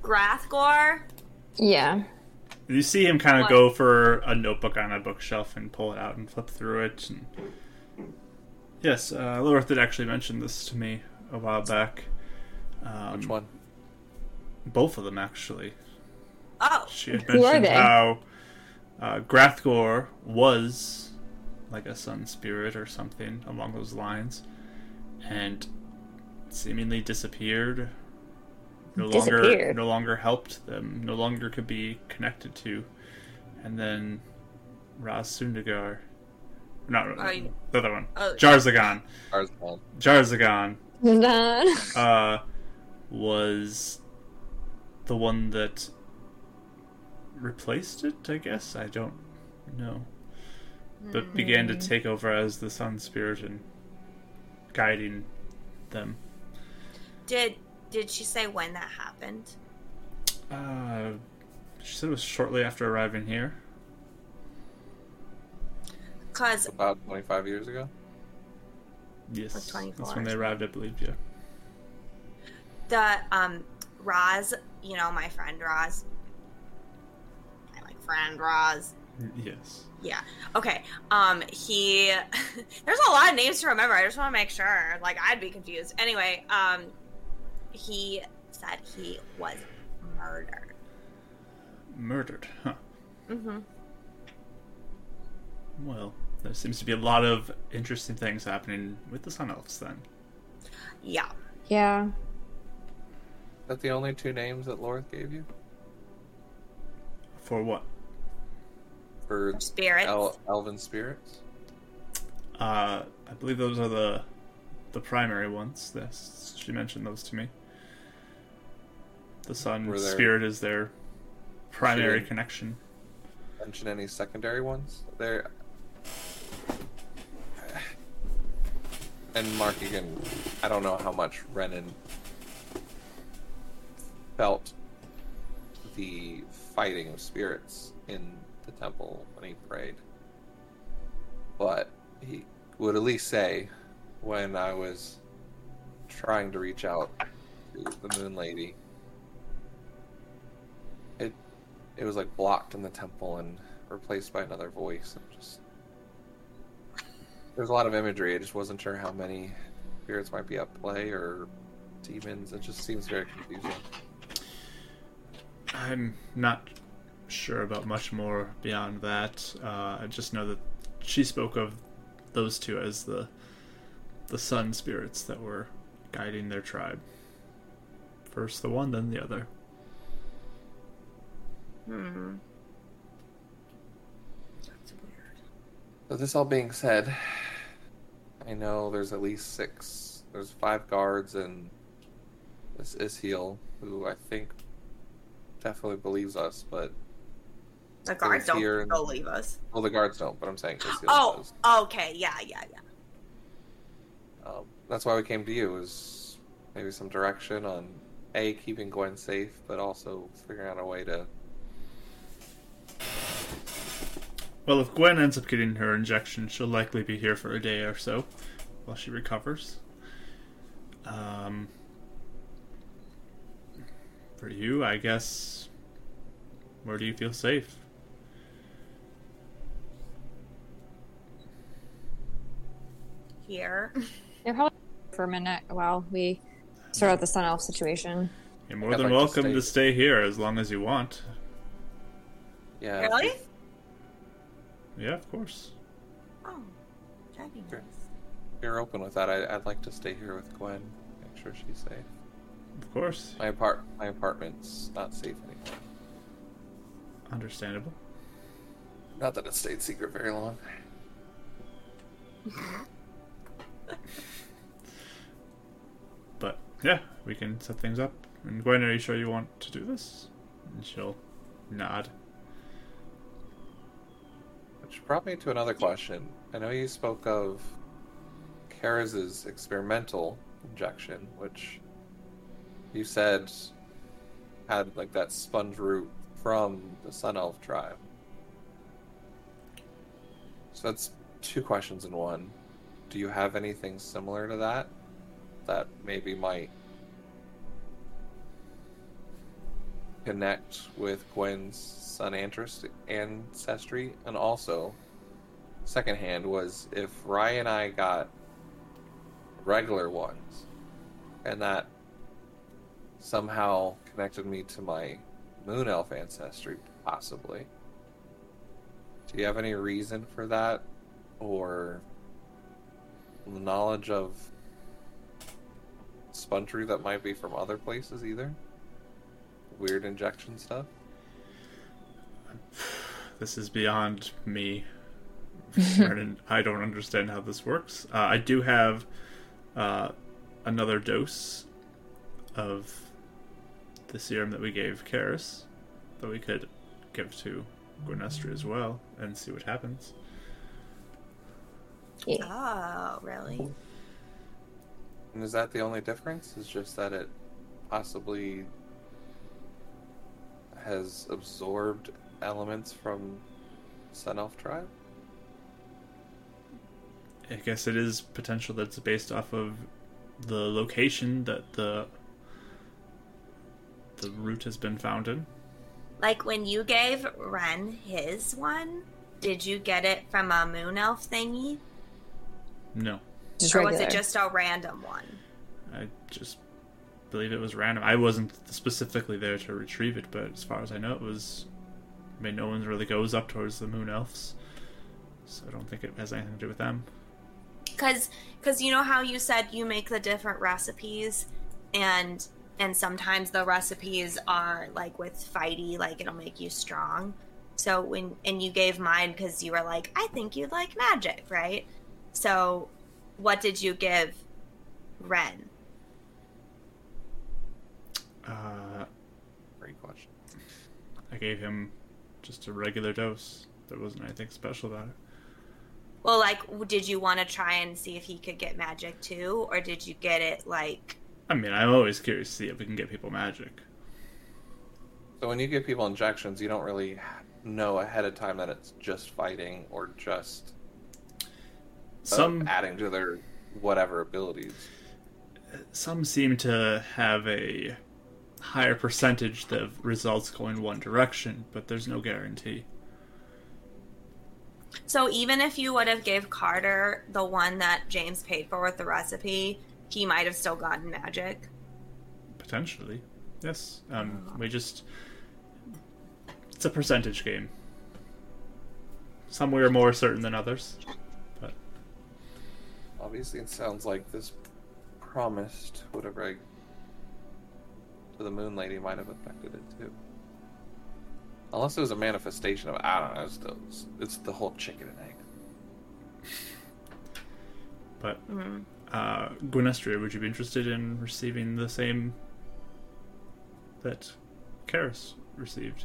Speaker 5: Grathgor?
Speaker 3: Yeah.
Speaker 2: You see him kind of
Speaker 5: What?
Speaker 2: go for a notebook on a bookshelf and pull it out and flip through it. And... Yes, uh, Lorth did actually mention this to me a while back. Um,
Speaker 4: Which one?
Speaker 2: Both of them, actually.
Speaker 5: Oh,
Speaker 2: She had
Speaker 3: Who are
Speaker 2: mentioned
Speaker 3: they?
Speaker 2: how uh, Grathgor was like a sun spirit or something along those lines, and seemingly disappeared. No longer,
Speaker 3: Disappeared?
Speaker 2: no longer helped them. No longer could be connected to. And then Raz Sundagar No, no,
Speaker 5: I-
Speaker 2: the other one.
Speaker 5: Oh.
Speaker 2: Jarzagon.
Speaker 4: Arzman.
Speaker 2: Jarzagon
Speaker 3: Nah.
Speaker 2: uh, was the one that replaced it, I guess. I don't know. But began
Speaker 5: Hmm.
Speaker 2: to take over as the sun spirit and guiding them.
Speaker 5: Did did she say when that happened?
Speaker 2: Uh, she said it was shortly after arriving here.
Speaker 5: Because
Speaker 4: About 25 years ago.
Speaker 2: Yes,
Speaker 5: Like 24
Speaker 2: that's when
Speaker 5: or
Speaker 2: they
Speaker 5: something.
Speaker 2: arrived, I believe. Yeah.
Speaker 5: the um Roz, you know, my friend Roz. My like friend Roz.
Speaker 2: Mm, Yes.
Speaker 5: Yeah. Okay. Um he there's a lot of names to remember. I just want to make sure. Like I'd be confused. Anyway, um he said he was murdered.
Speaker 2: Murdered, huh?
Speaker 5: Mm-hmm.
Speaker 2: Well, there seems to be a lot of interesting things happening with the Sun Elves then.
Speaker 5: Yeah.
Speaker 3: yeah.
Speaker 4: Is that the only two names that Lorth gave you?
Speaker 2: For what?
Speaker 4: For
Speaker 5: Spirits.
Speaker 4: el- elven spirits?
Speaker 2: Uh, I believe those are the the primary ones. Yes, she mentioned those to me. The Sun
Speaker 4: Were there-
Speaker 2: Spirit is their primary
Speaker 4: Sure.
Speaker 2: connection.
Speaker 4: Mention any secondary ones? There. And Mark, you can. I don't know how much Renan felt the fighting of spirits in the temple when he prayed. But he would at least say, when I was trying to reach out to the Moon Lady, it it was like blocked in the temple and replaced by another voice. And just there's a lot of imagery. I just wasn't sure how many spirits might be at play or demons. It just seems very confusing.
Speaker 2: I'm not sure about much more beyond that. Uh, I just know that she spoke of those two as the the sun spirits that were guiding their tribe. First the one, then the other.
Speaker 5: Hmm. That's weird.
Speaker 4: So this all being said, I know there's at least six. There's five guards and this Isheel, who I think definitely believes us, but
Speaker 5: The guards don't
Speaker 4: here and-
Speaker 5: believe us.
Speaker 4: well, the guards don't. But I'm saying Isheel
Speaker 5: Oh,
Speaker 4: does.
Speaker 5: okay, yeah, yeah, yeah.
Speaker 4: Um, that's why we came to you is maybe some direction on a keeping Gwen safe, but also figuring out a way to.
Speaker 2: Well, if Gwen ends up getting her injection, she'll likely be here for a day or so while she recovers. Um, for you, I guess, where do you feel safe?
Speaker 5: Here.
Speaker 3: Yeah, probably for a minute while we sort out the sun elf situation.
Speaker 2: You're more
Speaker 4: I'd
Speaker 2: than
Speaker 4: like to
Speaker 2: welcome
Speaker 4: stay.
Speaker 2: to stay here as long as you want.
Speaker 4: Yeah.
Speaker 5: Really?
Speaker 2: Yeah, of course.
Speaker 5: Oh, that'd be
Speaker 4: Sure.
Speaker 5: nice.
Speaker 4: If you're open with that, I, I'd like to stay here with Gwen, make sure she's safe.
Speaker 2: Of course.
Speaker 4: My apart my apartment's not safe anymore.
Speaker 2: Understandable.
Speaker 4: Not that it stayed secret very long.
Speaker 2: But yeah, we can set things up. And Gwen, are you sure you want to do this? And she'll nod.
Speaker 4: Which brought me to another question. I know you spoke of Karaz's experimental injection, which you said had like that sponge root from the Sun Elf tribe. So that's two questions in one. Do you have anything similar to that that maybe might connect with Gwen's sun interest ancestry, and also secondhand was if Ryan and I got regular ones, and that somehow connected me to my moon elf ancestry, possibly. Do you have any reason for that, or the knowledge of spongery that might be from other places either? weird injection stuff.
Speaker 2: This is beyond me. Brennan, I don't understand how this works. Uh, I do have uh, another dose of the serum that we gave Karis that we could give to Gwenestri as well and see what happens.
Speaker 3: Yeah.
Speaker 5: Oh, really?
Speaker 4: And is that the only difference? Is just that it possibly has absorbed elements from Sun Elf tribe?
Speaker 2: I guess it is potential that's based off of the location that the the root has been found in.
Speaker 5: Like when you gave Ren his one, did you get it from a moon elf thingy?
Speaker 2: No,
Speaker 3: Just
Speaker 5: or
Speaker 3: regular.
Speaker 5: was it just a random one?
Speaker 2: I just believe it was random. I wasn't specifically there to retrieve it, but as far as I know, it was. I mean, no one really goes up towards the moon elves, so I don't think it has anything to do with them.
Speaker 5: Because cause you know how you said you make the different recipes and and sometimes the recipes are like with fighty like it'll make you strong so when and you gave mine because you were like i think you'd like magic right so what did you give ren
Speaker 2: Uh,
Speaker 4: Great question.
Speaker 2: I gave him just a regular dose. There wasn't anything special about it.
Speaker 5: Well, like, w- did you want to try and see if he could get magic too, or did you get it like?
Speaker 2: I mean, I'm always curious to see if we can get people magic.
Speaker 4: So when you give people injections, you don't really know ahead of time that it's just fighting or just uh,
Speaker 2: Some
Speaker 4: adding to their whatever abilities.
Speaker 2: some seem to have a higher percentage of results going one direction, but there's no guarantee.
Speaker 5: So even if you would have gave Carter the one that James paid for with the recipe, he might have still gotten magic.
Speaker 2: Potentially, yes. Um, we just it's a percentage game. Some we are more certain than others, but
Speaker 4: Obviously, it sounds like this promised whatever I to the Moon Lady might have affected it too. Unless it was a manifestation of I don't know. It's the, it's the whole chicken and egg.
Speaker 2: but
Speaker 5: Mm.
Speaker 2: uh, Gwinestria, would you be interested in receiving the same that Karis received?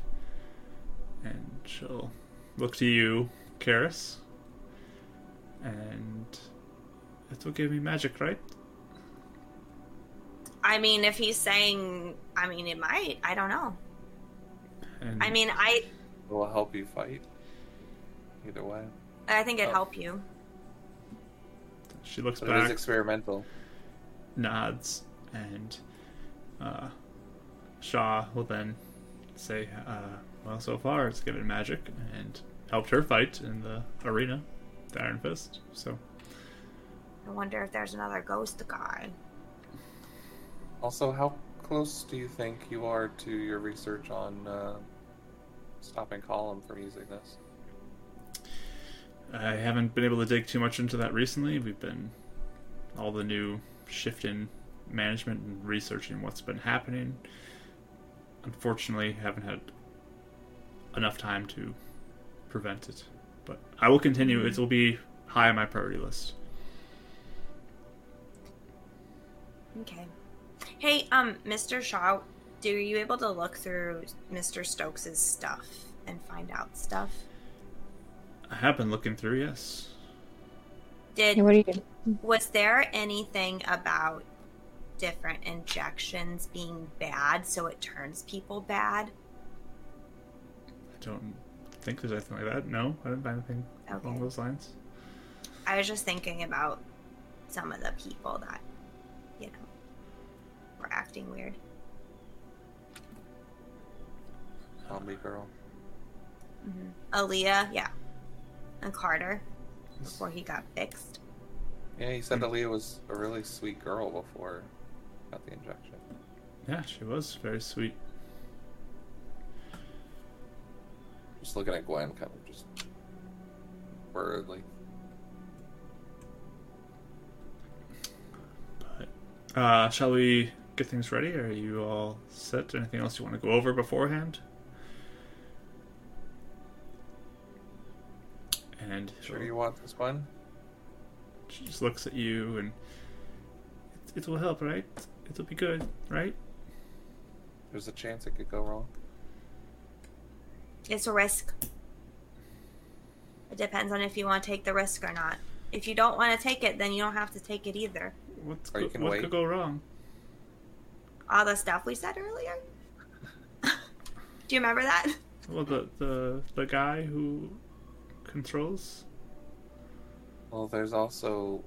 Speaker 2: And she'll look to you, Karis. And it will give me magic, right?
Speaker 5: I mean, if he's saying, I mean, it might. I don't know.
Speaker 2: And
Speaker 5: I mean, I
Speaker 4: It will help you fight. Either way,
Speaker 5: I think it'd
Speaker 4: Oh.
Speaker 5: help you.
Speaker 2: she looks
Speaker 4: but it
Speaker 2: back,
Speaker 4: is experimental.
Speaker 2: nods, and uh, Shaw will then say, uh, "Well, so far it's given magic and helped her fight in the arena, the Iron Fist. So
Speaker 5: I wonder if there's another ghost guy.
Speaker 4: Also, how close do you think you are to your research on uh, stopping Column from using this?
Speaker 2: I haven't been able to dig too much into that recently. We've been all the new shift in management and researching what's been happening. Unfortunately, haven't had enough time to prevent it. But I will continue. It will be high on my priority list.
Speaker 5: Okay. Hey, um, Mr. Shaw, do you able to look through Mr. Stokes's stuff and find out stuff?
Speaker 2: I have been looking through, yes.
Speaker 5: Did
Speaker 3: Yeah, what do you do?
Speaker 5: Was there anything about different injections being bad so it turns people bad?
Speaker 2: I don't think there's anything like that. No, I didn't find anything along
Speaker 5: Okay.
Speaker 2: those lines.
Speaker 5: I was just thinking about some of the people that, you know, were acting weird.
Speaker 4: Zombie girl.
Speaker 5: Aaliyah, yeah. And Carter, before he got fixed.
Speaker 4: Yeah, he said Aaliyah was a really sweet girl before she got the injection.
Speaker 2: Yeah, she was very sweet.
Speaker 4: Just looking at Gwen, kind of just worriedly.
Speaker 2: But uh, shall we get things ready? Are you all set? Anything else you want to go over beforehand? and
Speaker 4: Sure,
Speaker 2: she'll-
Speaker 4: you want this one?
Speaker 2: she just looks at you and it, it will help, right? It'll be good, right?
Speaker 4: There's a chance it could go wrong.
Speaker 5: It's a risk. It depends on if you want to take the risk or not. If you don't want to take it, then you don't have to take it either.
Speaker 2: What's
Speaker 4: Or you
Speaker 2: go-
Speaker 4: can
Speaker 2: what
Speaker 4: wait.
Speaker 2: could go wrong?
Speaker 5: All the stuff we said earlier. Do you remember that?
Speaker 2: Well, the the the guy who controls.
Speaker 4: Well, there's also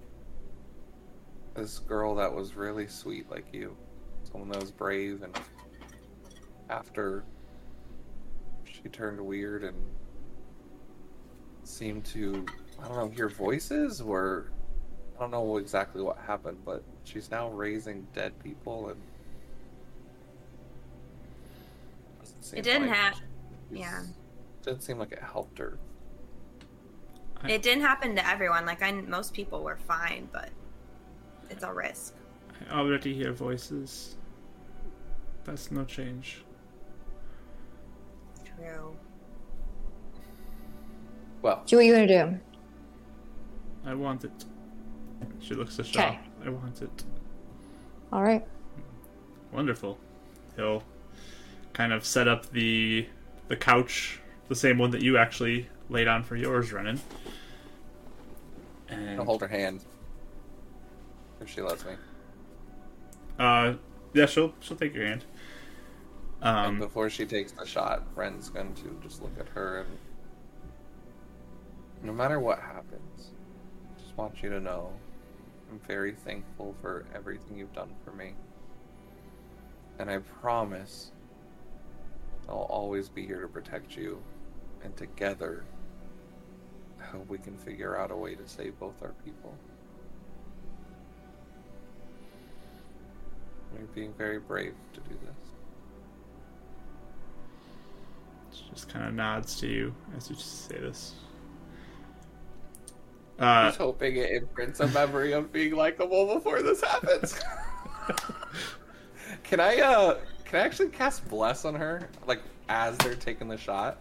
Speaker 4: this girl that was really sweet, like you. Someone that was brave, and after she turned weird and seemed to, I don't know, hear voices, or I don't know exactly what happened, but she's now raising dead people and. doesn't seem
Speaker 5: It didn't
Speaker 4: like
Speaker 5: have.
Speaker 4: she's-
Speaker 5: yeah.
Speaker 4: Didn't seem like it helped her.
Speaker 2: I-
Speaker 5: It didn't happen to everyone. Like I, most people were fine, but it's a risk.
Speaker 2: I already hear voices. That's no change.
Speaker 5: True.
Speaker 4: Well,
Speaker 3: Julie, what you gonna do?
Speaker 2: I want it. She looks to shop.
Speaker 3: Okay.
Speaker 2: I want it.
Speaker 3: All right.
Speaker 2: Wonderful. He'll kind of set up the the couch, the same one that you actually laid on for yours, Renan. And
Speaker 4: I'll hold her hand. If she lets me.
Speaker 2: Uh, yeah, she'll she'll take your hand.
Speaker 4: and
Speaker 2: Um,
Speaker 4: before she takes the shot, Ren's going to just look at her and. No matter what happens, just want you to know I'm very thankful for everything you've done for me. And I promise I'll always be here to protect you. And together, I hope we can figure out a way to save both our people. You're being very brave to do this.
Speaker 2: she just kind of nods to you as you say this. Uh,
Speaker 4: Just hoping it imprints a memory of being likable before this happens. can I uh can I actually cast bless on her? Like as they're taking the shot?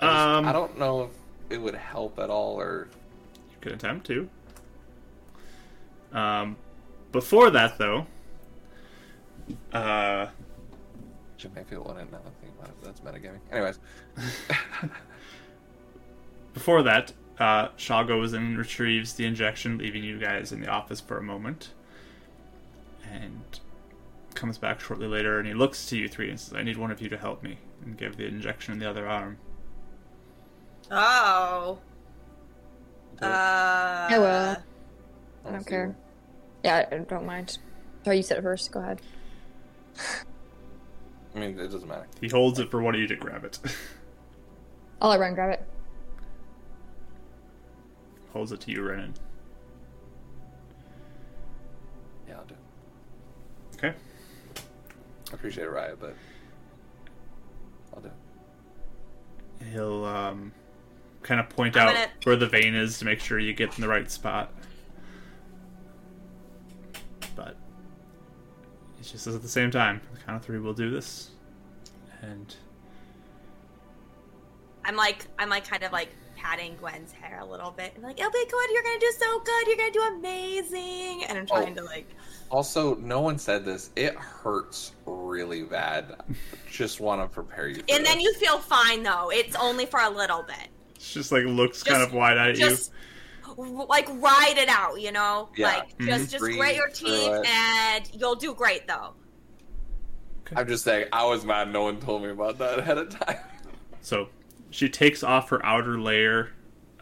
Speaker 4: I just-
Speaker 2: um,
Speaker 4: I don't know if it would help at all or
Speaker 2: You can attempt to. Um, before that, though, uh,
Speaker 4: should maybe it wouldn't now that I think about it, but that's metagaming. Anyways.
Speaker 2: before that, uh, Shaw goes and retrieves the injection, leaving you guys in the office for a moment, and comes back shortly later. And he looks to you three and says, "I need one of you to help me and give the injection in the other arm."
Speaker 5: Oh. Uh.
Speaker 3: I will. I
Speaker 4: I'll
Speaker 3: don't
Speaker 4: see
Speaker 3: care. Yeah, I don't mind. Oh, you said it first. Go ahead.
Speaker 4: I mean it doesn't matter.
Speaker 2: He holds it for one of you to grab it.
Speaker 3: I'll let Ren grab it.
Speaker 2: holds it to you, Renan.
Speaker 4: Yeah, I'll do it.
Speaker 2: Okay.
Speaker 4: I appreciate it, Riot, but I'll do it.
Speaker 2: He'll um, kind of point
Speaker 5: I'm
Speaker 2: out
Speaker 5: gonna-
Speaker 2: where the vein is to make sure you get in the right spot. But he just says at the same time, the count of three will do this. And
Speaker 5: I'm like, I'm like, kind of like patting Gwen's hair a little bit. I'm like, it'll be good. You're gonna do so good. You're gonna do amazing. And I'm trying to like,
Speaker 4: Also, no one said this. It hurts really bad. Just want to prepare you. For
Speaker 5: and then
Speaker 4: this.
Speaker 5: you feel fine though. It's only for a little bit.
Speaker 2: she just like looks
Speaker 5: Just-
Speaker 2: kind of wide eyed at you.
Speaker 5: Just w- like ride it out, you know.
Speaker 4: Yeah.
Speaker 5: Like
Speaker 2: Mm-hmm.
Speaker 5: just just
Speaker 4: Breathe
Speaker 5: grit your
Speaker 4: through
Speaker 5: teeth,
Speaker 4: it.
Speaker 5: and you'll do great though.
Speaker 4: I'm just saying, I was mad no one told me about that ahead of time.
Speaker 2: So she takes off her outer layer,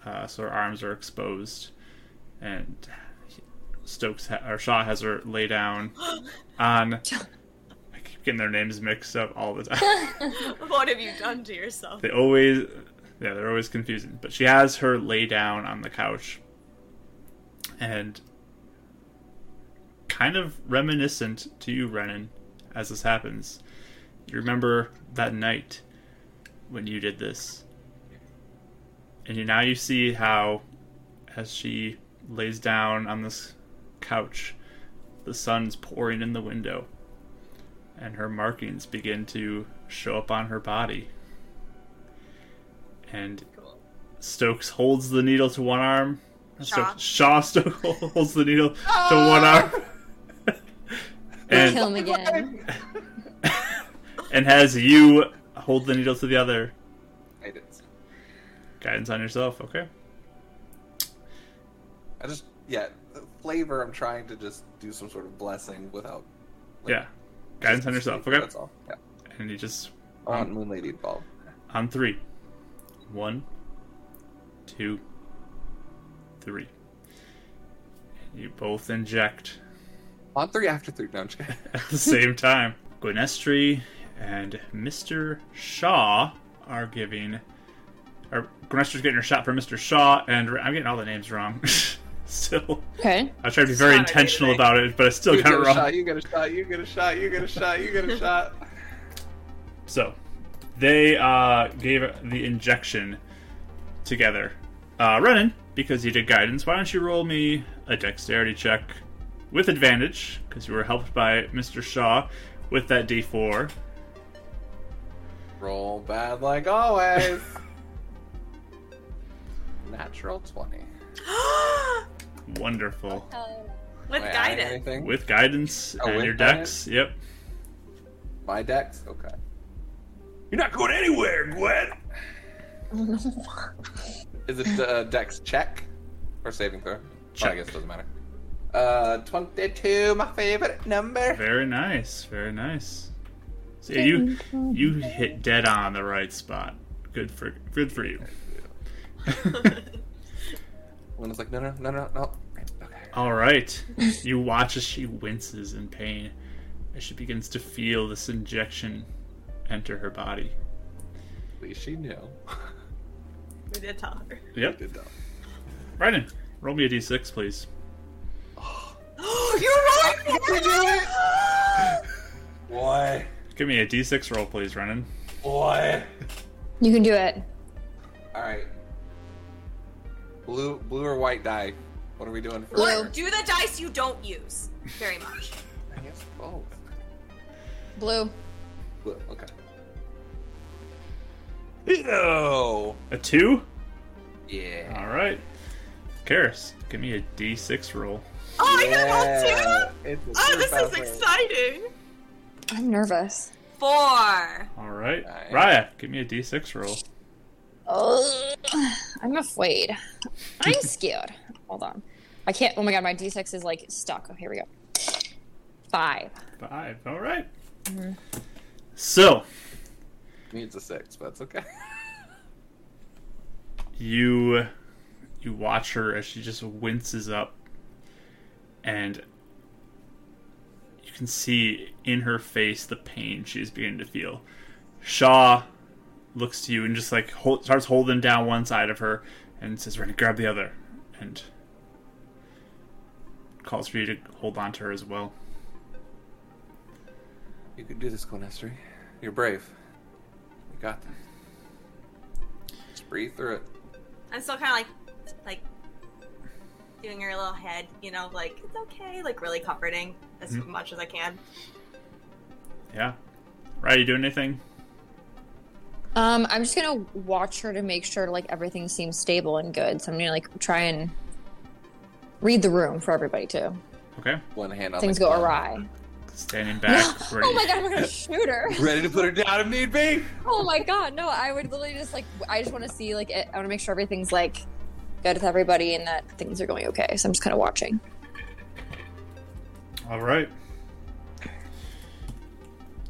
Speaker 2: uh, so her arms are exposed, and Stokes ha- or Shaw has her lay down on. I keep getting their names mixed up all the time.
Speaker 5: what have you done to yourself?
Speaker 2: they always, yeah, they're always confusing. But she has her lay down on the couch, and kind of reminiscent to you, Renan, as this happens. You remember that night when you did this. And you, now you see how, as she lays down on this couch, the sun's pouring in the window, and her markings begin to show up on her body. And Stokes holds the needle to one arm.
Speaker 5: Shaw.
Speaker 2: Stokes, Shaw Stokes holds the needle to one arm.
Speaker 3: Kill
Speaker 2: and
Speaker 3: him again.
Speaker 2: and has you hold the needle to the other.
Speaker 4: I did.
Speaker 2: Guidance on yourself, okay?
Speaker 4: I just yeah, the flavor. I'm trying to just do some sort of blessing without. like,
Speaker 2: Yeah. Guidance on yourself, okay?
Speaker 4: That's all. Yeah.
Speaker 2: And you just
Speaker 4: I want Moon Lady involved.
Speaker 2: on three. One, two, three. You both inject
Speaker 4: On three after three, no, I'm just kidding.
Speaker 2: at the same time. Gwynestri and Mr. Shaw are giving. Or Gwynestri's getting her shot for Mr. Shaw, and I'm getting all the names wrong. Still,
Speaker 3: Okay.
Speaker 2: I tried to be very
Speaker 5: not a good
Speaker 2: intentional
Speaker 5: thing.
Speaker 2: about it, but I still
Speaker 4: You
Speaker 2: got
Speaker 4: get
Speaker 2: it
Speaker 4: a
Speaker 2: wrong.
Speaker 4: shot. You get a shot. You get a shot. You get a shot. You get a shot.
Speaker 2: So, they uh, gave the injection together. Uh, Renan, because you did guidance, why don't you roll me a dexterity check with advantage, because you were helped by Mr. Shaw with that d4.
Speaker 4: Roll bad like always. Natural twenty.
Speaker 2: Wonderful.
Speaker 5: With
Speaker 4: Am I adding
Speaker 5: guidance.
Speaker 4: Anything?
Speaker 2: With guidance
Speaker 4: Oh,
Speaker 2: and
Speaker 4: with
Speaker 2: your dex, yep.
Speaker 4: my dex. Okay. You're not going anywhere, Gwen. Is it uh, dex check or saving throw? Well, I
Speaker 2: Check.
Speaker 4: guess it doesn't matter. Uh, twenty-two, my favorite number.
Speaker 2: Very nice, very nice. So yeah, you you hit dead on the right spot. Good for good for you.
Speaker 4: When it's like, no, no, no, no, no. Okay.
Speaker 2: All right. You watch as she winces in pain as she begins to feel this injection enter her body.
Speaker 4: At least she knew.
Speaker 5: We did tell her.
Speaker 2: Yep.
Speaker 4: Did though.
Speaker 2: Brandon, roll me a d6, please.
Speaker 4: You do it, boy,
Speaker 2: Give me a d6 roll, please, Renan.
Speaker 4: boy.
Speaker 3: You can do it.
Speaker 4: All right. Blue, blue or white die? What are we doing for?
Speaker 3: Blue.
Speaker 5: Do the dice you don't use very much.
Speaker 4: I guess both.
Speaker 3: Blue.
Speaker 4: Blue. Okay. Ew.
Speaker 2: A two?
Speaker 4: Yeah.
Speaker 2: All right. Karis, give me a d6 roll.
Speaker 5: Oh,
Speaker 4: yeah. It's a
Speaker 5: Oh, this
Speaker 4: superpower.
Speaker 5: is exciting.
Speaker 3: I'm nervous.
Speaker 5: Four.
Speaker 2: All right.
Speaker 4: Nice.
Speaker 2: Raya, give me a d6 roll.
Speaker 3: Ugh. I'm afraid. I'm scared. Hold on. I can't. Oh my god, my d6 is like stuck. Oh, here we go. Five.
Speaker 2: Five. All right.
Speaker 3: Mm-hmm.
Speaker 2: So,
Speaker 4: Needs a six, but it's okay.
Speaker 2: you you watch her as she just winces up and you can see in her face the pain she's beginning to feel shaw looks to you and just like hold, starts holding down one side of her and says ready grab the other and calls for you to hold on to her as well
Speaker 4: You can do this, Quinestry. You're brave. You got this. Just breathe through it.
Speaker 5: I'm still kind of like, like doing your little head, you know, like it's okay, like really comforting as
Speaker 2: Mhm.
Speaker 5: much as I can.
Speaker 2: yeah right you doing anything
Speaker 3: Um, I'm just gonna watch her to make sure like everything seems stable and good. So I'm gonna like try and read the room for everybody too.
Speaker 2: okay
Speaker 4: One hand on
Speaker 3: Things
Speaker 4: the
Speaker 3: go
Speaker 4: gun.
Speaker 3: awry.
Speaker 2: standing back ready
Speaker 3: Oh my god, I'm gonna shoot her.
Speaker 4: Ready to put her down if need be.
Speaker 3: Oh my god, no! I would literally just like I just want to see like it, I want to make sure everything's like good with everybody and that things are going okay. So I'm just kind of watching.
Speaker 2: All right.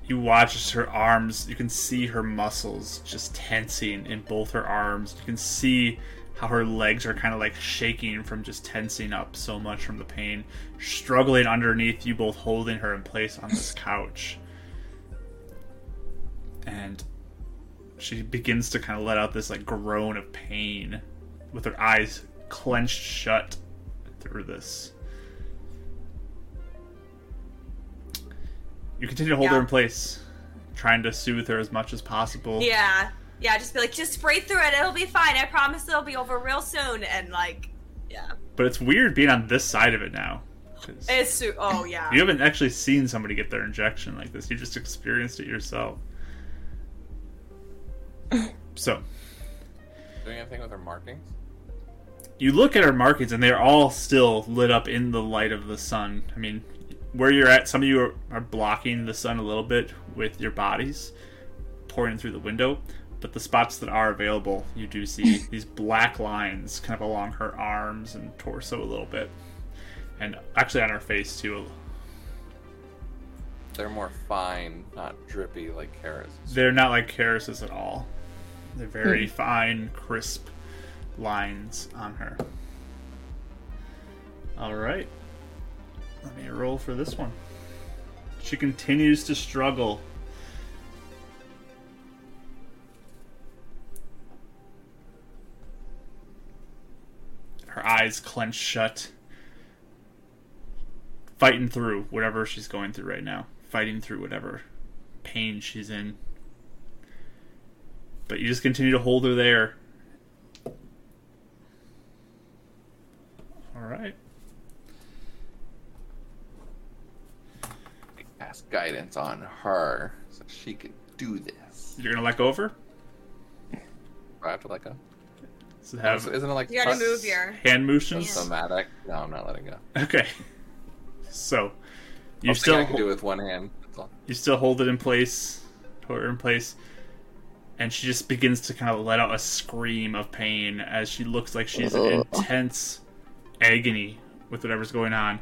Speaker 2: You watch as her arms, you can see her muscles just tensing in both her arms. You can see how her legs are kind of like shaking from just tensing up so much from the pain, struggling underneath you both holding her in place on this couch. And she begins to kind of let out this like groan of pain with her eyes clenched shut through this. You continue to hold her
Speaker 5: Yeah.
Speaker 2: in place, trying to soothe her as much as possible.
Speaker 5: Yeah, yeah. Just be like, just breathe through it. It'll be fine. I promise it'll be over real soon. And like, yeah,
Speaker 2: But it's weird being on this side of it now. 'cause
Speaker 5: it's su- oh yeah.
Speaker 2: You haven't actually seen somebody get their injection like this. You just experienced it yourself. So,
Speaker 4: Doing anything with her markings?
Speaker 2: You look at her markings, and they're all still lit up in the light of the sun. I mean, where you're at, some of you are, are blocking the sun a little bit with your bodies pouring through the window. But the spots that are available, you do see these black lines kind of along her arms and torso a little bit, and actually on her face too.
Speaker 4: They're more fine, not drippy like Kara's.
Speaker 2: They're not like Karis's at all. They're very fine, crisp lines on her. All right. Let me roll for this one. She continues to struggle. Her eyes clench shut. Fighting through whatever she's going through right now. Fighting through whatever pain she's in. But you just continue to hold her there. All right.
Speaker 4: Ask guidance on her so she can do this.
Speaker 2: You're gonna let go of her.
Speaker 4: Do I have to let go?
Speaker 2: So have
Speaker 4: Isn't it like
Speaker 5: You gotta
Speaker 4: touch-
Speaker 5: move your.
Speaker 2: hand motions.
Speaker 4: somatic? No, I'm not letting go.
Speaker 2: Okay. So you
Speaker 4: I'll
Speaker 2: still
Speaker 4: I can do it with one hand. That's all.
Speaker 2: you still hold it in place, hold her in place, and she just begins to kind of let out a scream of pain as she looks like she's in
Speaker 3: Ugh.
Speaker 2: intense agony with whatever's going on.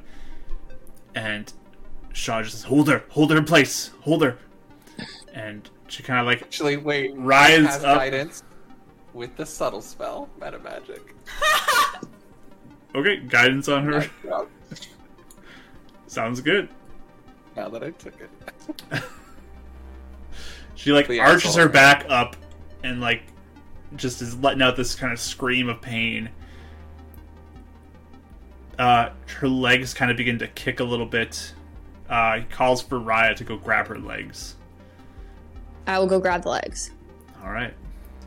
Speaker 2: And Shaw just says, "Hold her, hold her in place, hold her," and she kind of like
Speaker 4: Actually, wait.
Speaker 2: Rise
Speaker 4: Cast
Speaker 2: up.
Speaker 4: guidance with the subtle spell, meta magic.
Speaker 2: okay, guidance on her
Speaker 4: now
Speaker 2: sounds good.
Speaker 4: that I took it.
Speaker 2: She like
Speaker 4: But yeah,
Speaker 2: arches
Speaker 4: it's
Speaker 2: her
Speaker 4: all-
Speaker 2: back up and like just is letting out this kind of scream of pain. Uh, her legs kind of begin to kick a little bit. Uh, he calls for Raya to go grab her legs.
Speaker 3: I will go grab the legs.
Speaker 2: All right,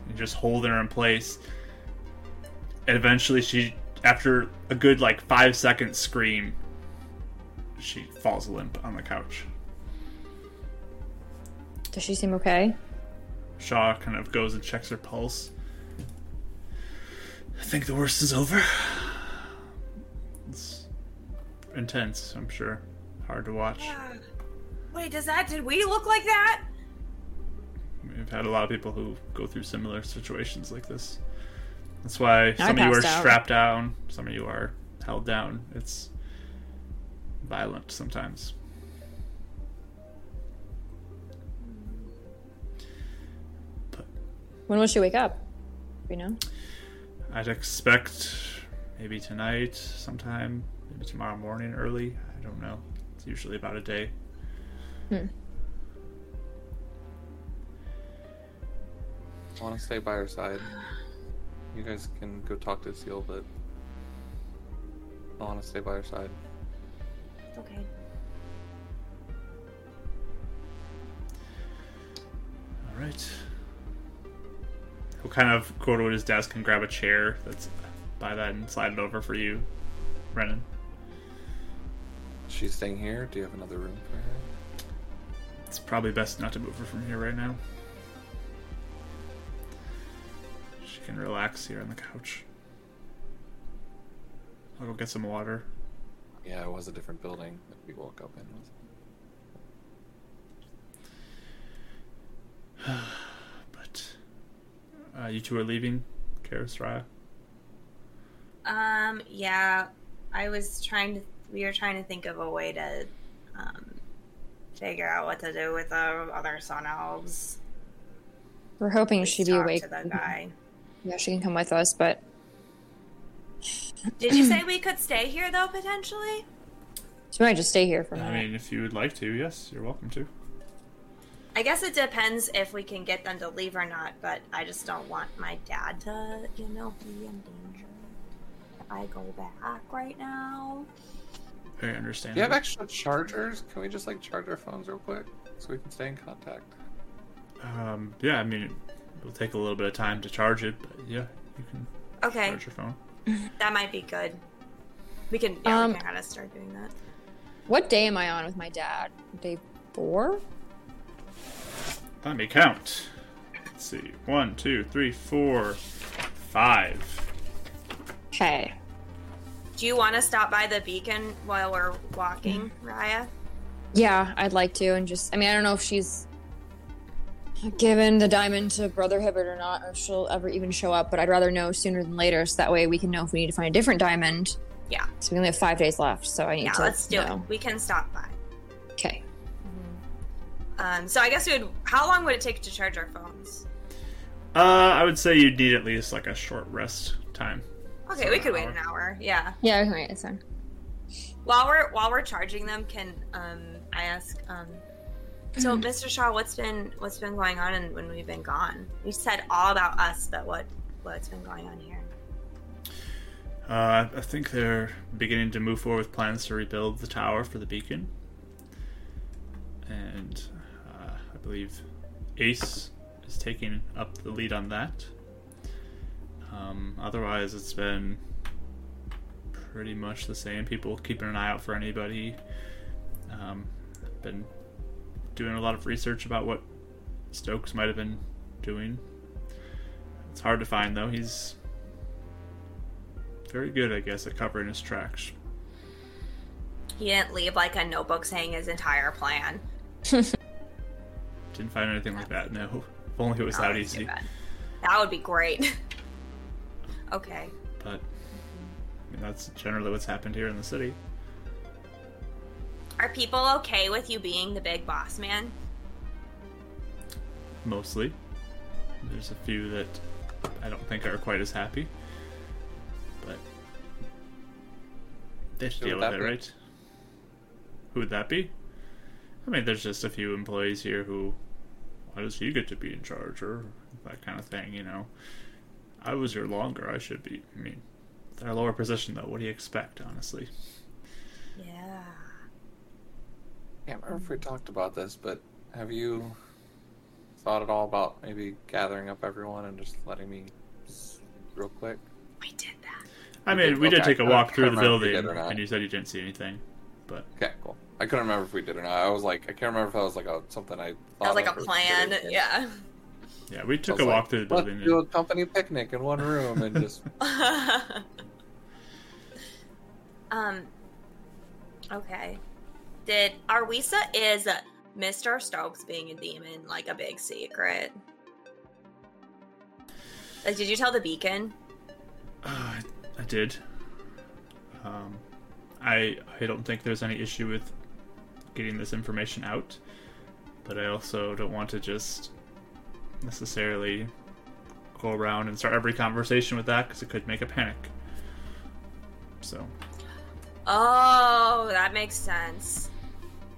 Speaker 2: and just holding her in place. And eventually, she, after a good like five second scream, she falls limp on the couch.
Speaker 3: Does she seem okay?
Speaker 2: Shaw kind of goes and checks her pulse. I think the worst is over. It's intense, I'm sure. Hard to watch.
Speaker 5: Wait, does that? Did we look like that?
Speaker 2: We've had a lot of people who go through similar situations like this. That's why
Speaker 3: I
Speaker 2: some of you are
Speaker 3: passed out.
Speaker 2: strapped down, some of you are held down. It's violent sometimes. But
Speaker 3: When will she wake up? Do We know.
Speaker 2: I'd expect maybe tonight, sometime, maybe tomorrow morning, early. I don't know. It's usually about a day.
Speaker 4: I want to stay by her side. You guys can go talk to Seal, but I want to stay by her side.
Speaker 5: Okay.
Speaker 2: All right. He'll kind of go to his desk and grab a chair that's by that and slide it over for you, Renan.
Speaker 4: She's staying here. Do you have another room for her?
Speaker 2: It's probably best not to move her from here right now. She can relax here on the couch. I'll go get some water.
Speaker 4: Yeah, it was a different building that we woke up in.
Speaker 2: But uh, you two are leaving, Karis Raya.
Speaker 5: Um. Yeah. I was trying to. We were trying to think of a way to um, figure out what to do with the other sun elves.
Speaker 3: We're hoping
Speaker 5: We
Speaker 3: she'd be
Speaker 5: talked
Speaker 3: awake.
Speaker 5: To the guy.
Speaker 3: Yeah, she can come with us, but
Speaker 5: Did you say we could stay here though potentially?
Speaker 3: she might just stay here for a
Speaker 2: I
Speaker 3: minute.
Speaker 2: mean, if you would like to, yes, you're welcome to.
Speaker 5: I guess it depends if we can get them to leave or not, but I just don't want my dad to, you know, be in danger. If I go back right now.
Speaker 2: I understand.
Speaker 4: Do you have extra chargers? Can we just like charge our phones real quick so we can stay in contact?
Speaker 2: um, yeah, I mean, it will take a little bit of time to charge it, but yeah, you can
Speaker 5: Okay,
Speaker 2: charge your phone.
Speaker 5: that might be good. We can, yeah,
Speaker 3: Um,
Speaker 5: we can kind of start doing that.
Speaker 3: What day am I on with my dad? Day four?
Speaker 2: Let me count. Let's see. One, two, three, four, five, six, seven, eight. five.
Speaker 3: Okay.
Speaker 5: Do you want to stop by the beacon while we're walking, Raya?
Speaker 3: Yeah, I'd like to, and just I mean, I don't know if she's given the diamond to Brother Hibbert or not, or if she'll ever even show up. But I'd rather know sooner than later, so that way we can know if we need to find a different diamond.
Speaker 5: Yeah.
Speaker 3: So we only have five days left, so I need
Speaker 5: Yeah,
Speaker 3: to.
Speaker 5: let's do
Speaker 3: know.
Speaker 5: it. We can stop by.
Speaker 3: Okay.
Speaker 5: Um, so I guess we would. How long would it take to charge our phones?
Speaker 2: Uh, I would say you'd need at least like a short rest time.
Speaker 5: Okay,
Speaker 2: So
Speaker 5: we
Speaker 2: an
Speaker 5: could wait
Speaker 2: hour.
Speaker 5: an hour. Yeah.
Speaker 3: Yeah. Okay. It's fine.
Speaker 5: While we're while we're charging them, can um, I ask? Um, so, Mr. Shaw, what's been what's been going on and when we've been gone? We said all about us, but what what's been going on here?
Speaker 2: Uh, I think they're beginning to move forward with plans to rebuild the tower for the beacon. And uh, I believe Ace is taking up the lead on that. Um, otherwise, it's been pretty much the same. People keeping an eye out for anybody. Um, been doing a lot of research about what Stokes might have been doing. It's hard to find, though. He's very good, I guess, at covering his tracks.
Speaker 5: He didn't leave like a notebook saying his entire plan.
Speaker 2: Didn't find anything like that. No, if only it was
Speaker 5: Oh,
Speaker 2: that
Speaker 5: that's too
Speaker 2: easy.
Speaker 5: bad. That would be great. okay.
Speaker 2: But I mean, that's generally what's happened here in the city.
Speaker 5: Are people okay with you being the big boss man?
Speaker 2: mostly. There's a few that I don't think are quite as happy, but they should
Speaker 4: Who
Speaker 2: deal
Speaker 4: would
Speaker 2: with
Speaker 4: that
Speaker 2: it,
Speaker 4: be?
Speaker 2: right? Who would that be? I mean, there's just a few employees here who, why does he get to be in charge or that kind of thing, you know? I was here longer. I should be. I mean, they're a lower position though. What do you expect, honestly?
Speaker 5: Yeah.
Speaker 4: I can't remember if we talked about this, but have you thought at all about maybe gathering up everyone and just letting me s- real quick?
Speaker 5: We did that.
Speaker 2: I
Speaker 4: We did-
Speaker 2: mean, we did
Speaker 4: okay,
Speaker 2: take a
Speaker 4: I
Speaker 2: walk
Speaker 4: don't
Speaker 2: through the
Speaker 4: remember if we
Speaker 2: building,
Speaker 4: did or not.
Speaker 2: and you said you didn't see anything, but
Speaker 4: Okay, cool. I couldn't remember if we did or not. I was like, I can't remember if that was like a something I
Speaker 5: That was
Speaker 4: thought
Speaker 5: like a
Speaker 4: of or
Speaker 5: plan.
Speaker 4: considered.
Speaker 5: Yeah.
Speaker 2: yeah, we
Speaker 4: I
Speaker 2: took
Speaker 4: was
Speaker 2: a
Speaker 4: like,
Speaker 2: walk through the building. and-
Speaker 4: Let's do a company picnic in one room and just
Speaker 5: um. Okay. Did Arwisa is Mr. Stokes being a demon like a big secret? Like, did you tell the beacon?
Speaker 2: Uh, I did. Um, I I don't think there's any issue with getting this information out, but I also don't want to just necessarily go around and start every conversation with that because it could make a panic. So
Speaker 5: Oh, that makes sense.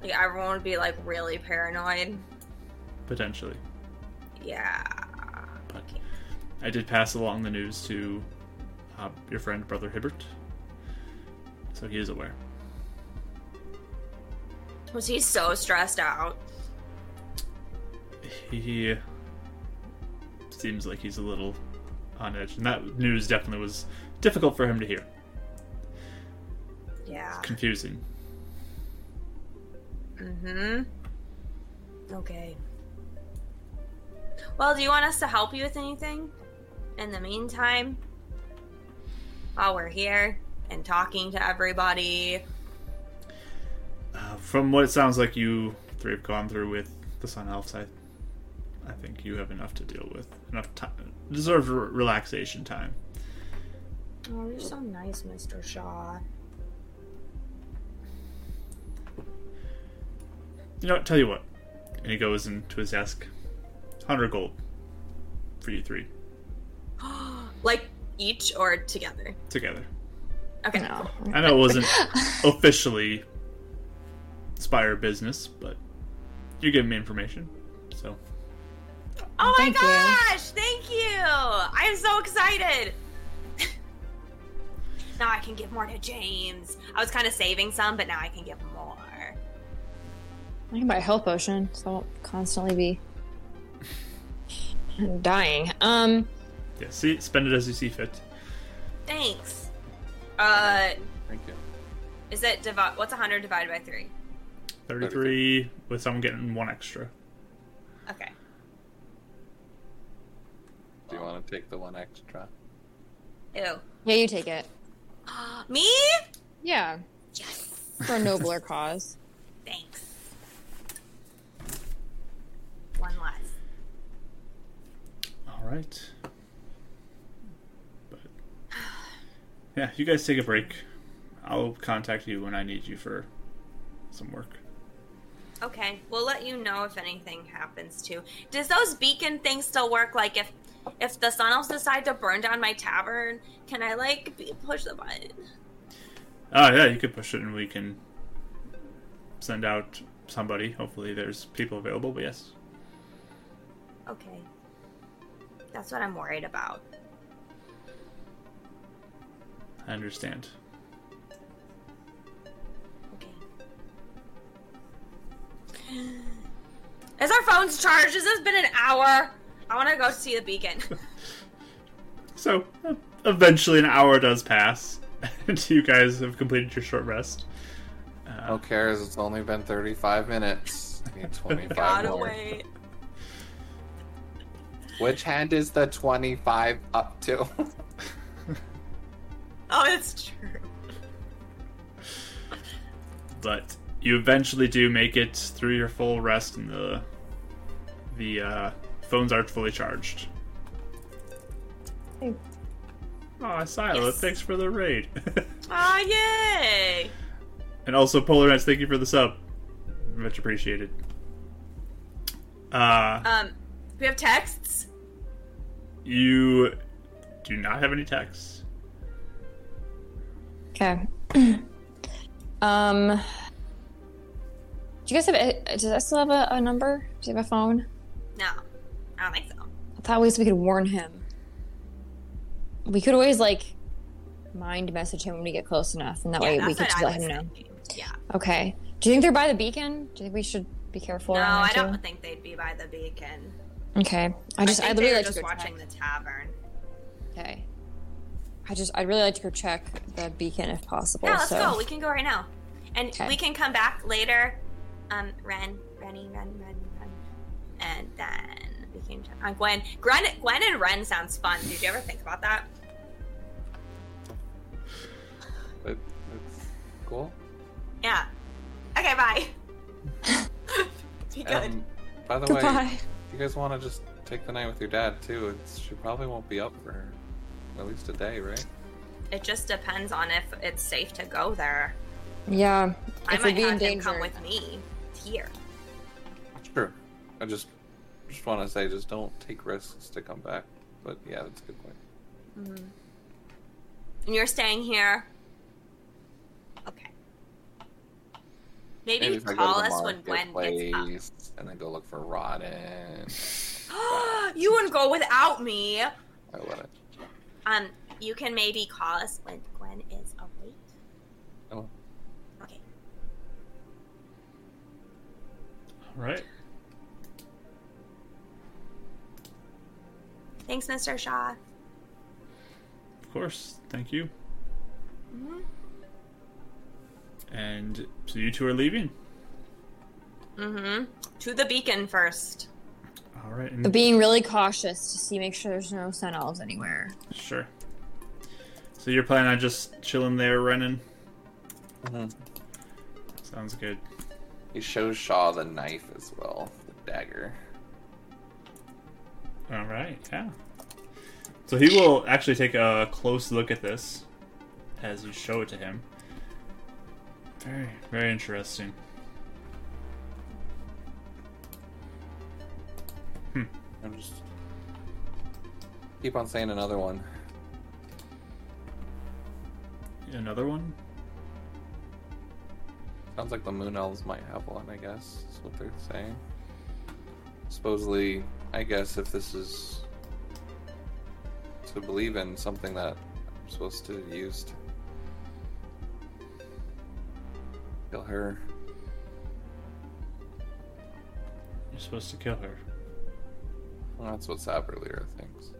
Speaker 5: Like everyone would be like really paranoid.
Speaker 2: potentially,
Speaker 5: Yeah.
Speaker 2: but I did pass along the news to uh, your friend brother Hibbert, so he is aware.
Speaker 5: Was he so stressed out?
Speaker 2: he seems like he's a little on edge, and that news definitely was difficult for him to hear.
Speaker 5: Yeah.
Speaker 2: Confusing.
Speaker 5: Mm-hmm.
Speaker 3: Mm-hmm.
Speaker 5: Okay. Well, do you want us to help you with anything? In the meantime, while we're here and talking to everybody,
Speaker 2: Uh, from what it sounds like, you three have gone through with the Sun Elves. I, I think you have enough to deal with, enough time, deserved re- relaxation time.
Speaker 5: oh, you're so nice, Mr. Shaw.
Speaker 2: You know, what, tell you what. And he goes into his desk. Hundred gold for you three
Speaker 5: Like each or together?
Speaker 2: together.
Speaker 5: Okay.
Speaker 3: No.
Speaker 2: I know it wasn't officially Spire business, but you're giving me information, so
Speaker 5: Oh my
Speaker 3: Thank you.
Speaker 5: gosh! Thank you. I'm so excited. now I can give more to James. I was kind of saving some, but now I can give more.
Speaker 3: I can buy a health potion, so I won't constantly be dying. Um.
Speaker 2: yeah. See, spend it as you see fit.
Speaker 5: Thanks. Uh,
Speaker 4: thank you.
Speaker 5: is it divi- what's 100 divided by 3?
Speaker 2: Thirty-three with someone getting one extra.
Speaker 5: Okay.
Speaker 4: Do you want to take the one extra?
Speaker 5: Ew.
Speaker 3: Yeah, you take it.
Speaker 5: Me?
Speaker 3: Yeah,
Speaker 5: Yes.
Speaker 3: for a nobler cause.
Speaker 5: Thanks. One less.
Speaker 2: All right. But yeah, you guys take a break. I'll contact you when I need you for some work.
Speaker 5: Okay, we'll let you know if anything happens too. Does those beacon things still work? Like if if the sun elves decide to burn down my tavern, can I like be, push the button?
Speaker 2: Oh yeah, you could push it and we can send out somebody. Hopefully, there's people available. But yes,
Speaker 5: Okay, that's what I'm worried about.
Speaker 2: I understand.
Speaker 5: Okay. Is our phones charged? Has this been an hour? I want to go see the beacon.
Speaker 2: So e- eventually, an hour does pass, and you guys have completed your short rest.
Speaker 4: Who cares? It's only been 35 minutes. I need 25
Speaker 5: Gotta
Speaker 4: more.
Speaker 5: wait.
Speaker 4: Which hand is the 25 up to?
Speaker 5: Oh, it's true.
Speaker 2: but you eventually do make it through your full rest and the the uh, phones aren't fully charged
Speaker 3: Hey.
Speaker 2: Aw, Silo,
Speaker 5: Yes.
Speaker 2: thanks for the raid.
Speaker 5: Ah, yay!
Speaker 2: and also Polar Knights, thank you for the sub. Much appreciated. Uh
Speaker 5: Um, we have texts.
Speaker 2: you do not have any texts.
Speaker 3: Okay. um, do you guys have? a- Does I still have a, a number? Do you have a phone?
Speaker 5: No, I don't think so.
Speaker 3: I thought at least we could warn him. We could always like mind message him when we get close enough, and that way Oh, we
Speaker 5: that's what
Speaker 3: could just
Speaker 5: I
Speaker 3: let
Speaker 5: was
Speaker 3: him know.
Speaker 5: thinking. Yeah.
Speaker 3: Okay. Do you think they're by the beacon? Do you think we should be careful?
Speaker 5: No,
Speaker 3: around
Speaker 5: I
Speaker 3: there,
Speaker 5: don't think they'd be by the beacon.
Speaker 3: too? Okay. I just,
Speaker 5: I
Speaker 3: I
Speaker 5: think
Speaker 3: would
Speaker 5: they
Speaker 3: really
Speaker 5: were
Speaker 3: like
Speaker 5: just
Speaker 3: to go
Speaker 5: watching
Speaker 3: check.
Speaker 5: the tavern.
Speaker 3: Okay. I just, I'd really like to go check the beacon if possible.
Speaker 5: Yeah, let's
Speaker 3: so.
Speaker 5: go. We can go right now, and
Speaker 3: Okay.
Speaker 5: we can come back later. Um, Ren, Renny, Ren, Ren, Ren, and then we can check on Gwen. Gwen, Gwen, and Ren sounds fun. Did you ever think about that?
Speaker 4: It- it's cool.
Speaker 5: Yeah. Okay. Bye. Be good.
Speaker 4: Um, by the way,
Speaker 3: Goodbye.
Speaker 4: you guys want to just take the night with your dad too? It's, she probably won't be up for at least a day, right?
Speaker 5: it just depends on if it's safe to go there.
Speaker 3: Yeah.
Speaker 5: I
Speaker 3: If we'd
Speaker 5: might
Speaker 3: be in
Speaker 5: have him
Speaker 3: danger.
Speaker 5: come with me here.
Speaker 4: Sure. I just just want to say, just don't take risks to come back. But yeah, that's a good point.
Speaker 5: Mm-hmm. And you're staying here. Okay. Maybe,
Speaker 4: if I go to
Speaker 5: call
Speaker 4: the
Speaker 5: us when Gwen gets up.
Speaker 4: marketplace and then go look for Rodden.
Speaker 5: you wouldn't go without me.
Speaker 4: I wouldn't.
Speaker 5: Um, you can maybe call us when Gwen is awake.
Speaker 4: Oh.
Speaker 5: Okay.
Speaker 2: All right.
Speaker 5: Thanks, Mr. Shaw.
Speaker 2: Of course. Thank you.
Speaker 5: Mhm.
Speaker 2: And so you two are leaving.
Speaker 5: Mm-hmm. To the beacon first.
Speaker 2: All right.
Speaker 3: But
Speaker 2: And
Speaker 3: being really cautious to see, make sure there's no sun elves anywhere.
Speaker 2: sure. So you're planning on just chilling there, Renan?
Speaker 4: Mhm.
Speaker 2: Sounds good.
Speaker 4: He shows Shaw the knife as well, the dagger.
Speaker 2: All right, yeah. So he will actually take a close look at this as you show it to him. Very, very interesting.
Speaker 4: I'm just keep on saying another one.
Speaker 2: Another one?
Speaker 4: Sounds like the moon elves might have one. I guess is what they're saying. Supposedly, I guess if this is to believe in something that I'm supposed to use to kill her.
Speaker 2: You're supposed to kill her.
Speaker 4: Well, that's what Sab earlier thinks.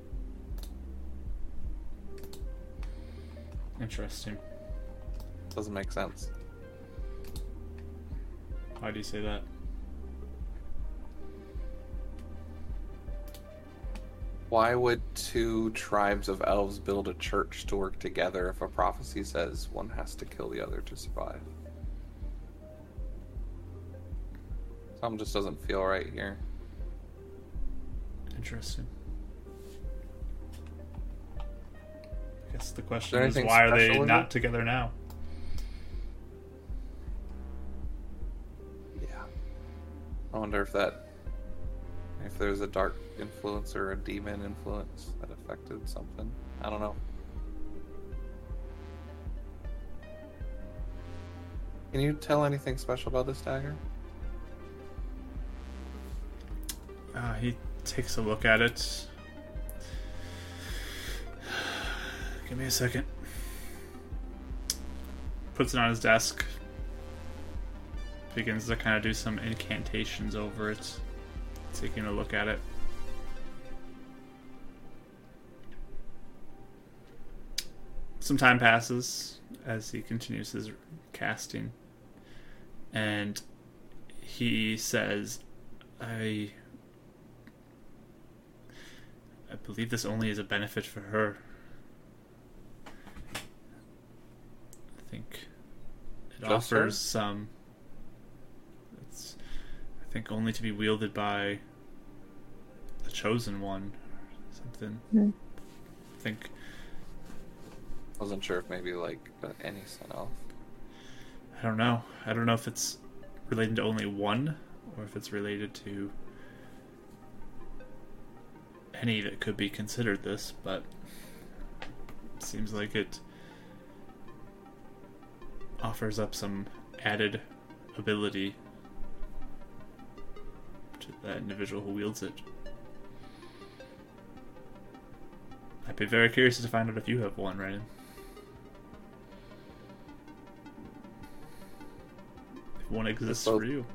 Speaker 2: Interesting.
Speaker 4: Doesn't make sense.
Speaker 2: Why do you say that?
Speaker 4: Why would two tribes of elves build a church to work together if a prophecy says one has to kill the other to survive? Something just doesn't feel right here.
Speaker 2: Interesting. I guess the
Speaker 4: Is
Speaker 2: question
Speaker 4: there
Speaker 2: is,
Speaker 4: anything
Speaker 2: why are they
Speaker 4: special in
Speaker 2: not
Speaker 4: it?
Speaker 2: together now?
Speaker 4: Yeah. I wonder if that. If there's a dark influence or a demon influence that affected something. I don't know. Can you tell anything special about this dagger?
Speaker 2: Uh, he takes a look at it. Give me a second. Puts it on his desk. Begins to kind of do some incantations over it. Taking a look at it. Some time passes as he continues his casting. And he says, I I believe this only is a benefit for her. I think it
Speaker 4: Just
Speaker 2: offers
Speaker 4: her?
Speaker 2: some. It's, I think, only to be wielded by the chosen one, or something. I think
Speaker 4: Wasn't sure if maybe like uh, any sun elf.
Speaker 2: I don't know. I don't know if it's related to only one, or if it's related to any that could be considered this, but seems like it offers up some added ability to that individual who wields it. I'd be very curious to find out if you have one, Renan. If one exists
Speaker 4: both.
Speaker 2: for you.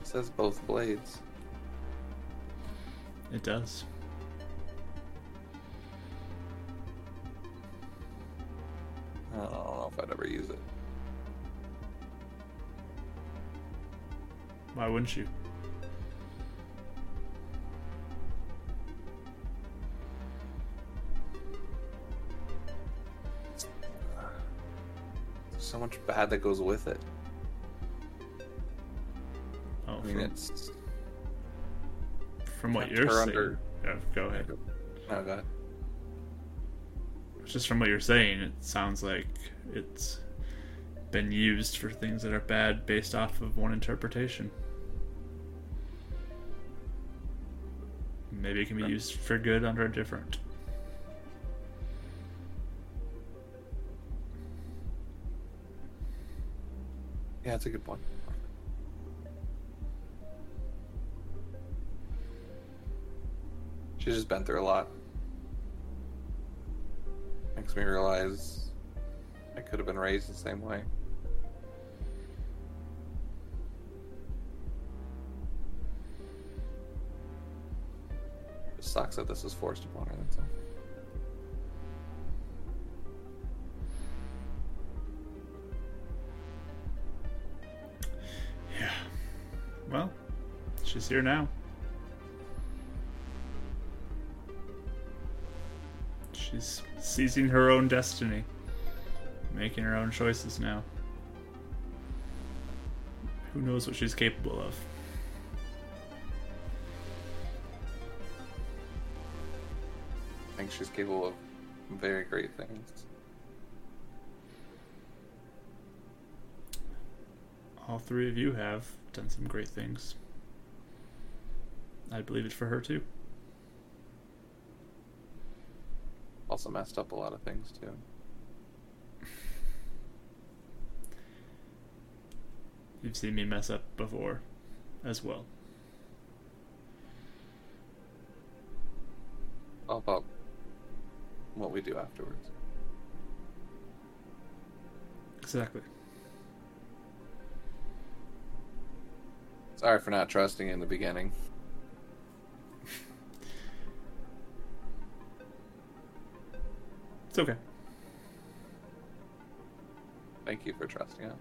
Speaker 4: It says both blades.
Speaker 2: It does.
Speaker 4: I don't know if I'd ever use it.
Speaker 2: Why wouldn't you?
Speaker 4: There's so much bad that goes with it.
Speaker 2: Oh,
Speaker 4: I mean,
Speaker 2: from,
Speaker 4: it's.
Speaker 2: from what
Speaker 4: kept
Speaker 2: you're
Speaker 4: her
Speaker 2: saying.
Speaker 4: under-
Speaker 2: Yeah, go ahead.
Speaker 4: Oh god.
Speaker 2: Just from what you're saying, it sounds like it's been used for things that are bad based off of one interpretation. Maybe it can be used for good under a different.
Speaker 4: Yeah, that's a good point. She's just been through a lot. Makes me realize I could have been raised the same way. It sucks that this was forced upon her. That's all.
Speaker 2: Yeah. Well, she's here now. She's seizing her own destiny, making her own choices now. Who knows what she's capable of?
Speaker 4: I think she's capable of very great things.
Speaker 2: All three of you have done some great things. I believe it for her too.
Speaker 4: Also messed up a lot of things too.
Speaker 2: You've seen me mess up before as well.
Speaker 4: all about what we do afterwards.
Speaker 2: Exactly.
Speaker 4: Sorry for not trusting in the beginning.
Speaker 2: It's okay.
Speaker 4: Thank you for trusting us.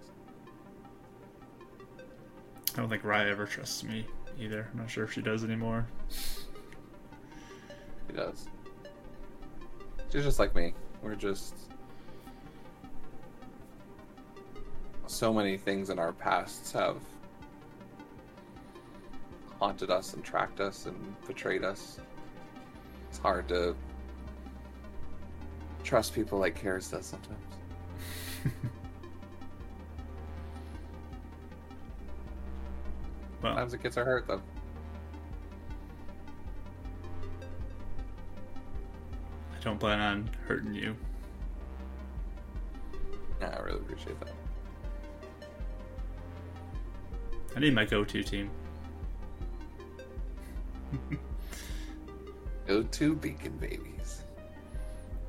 Speaker 2: I don't think Raya ever trusts me either. I'm not sure if she does anymore.
Speaker 4: She does. She's just like me. We're just so many things in our pasts have haunted us and tracked us and betrayed us. It's hard to trust people like Karis does sometimes.
Speaker 2: Well,
Speaker 4: Sometimes it gets her hurt though.
Speaker 2: I don't plan on hurting you.
Speaker 4: Yeah, I really appreciate that.
Speaker 2: I need my go-to team.
Speaker 4: Go to Beacon Babies.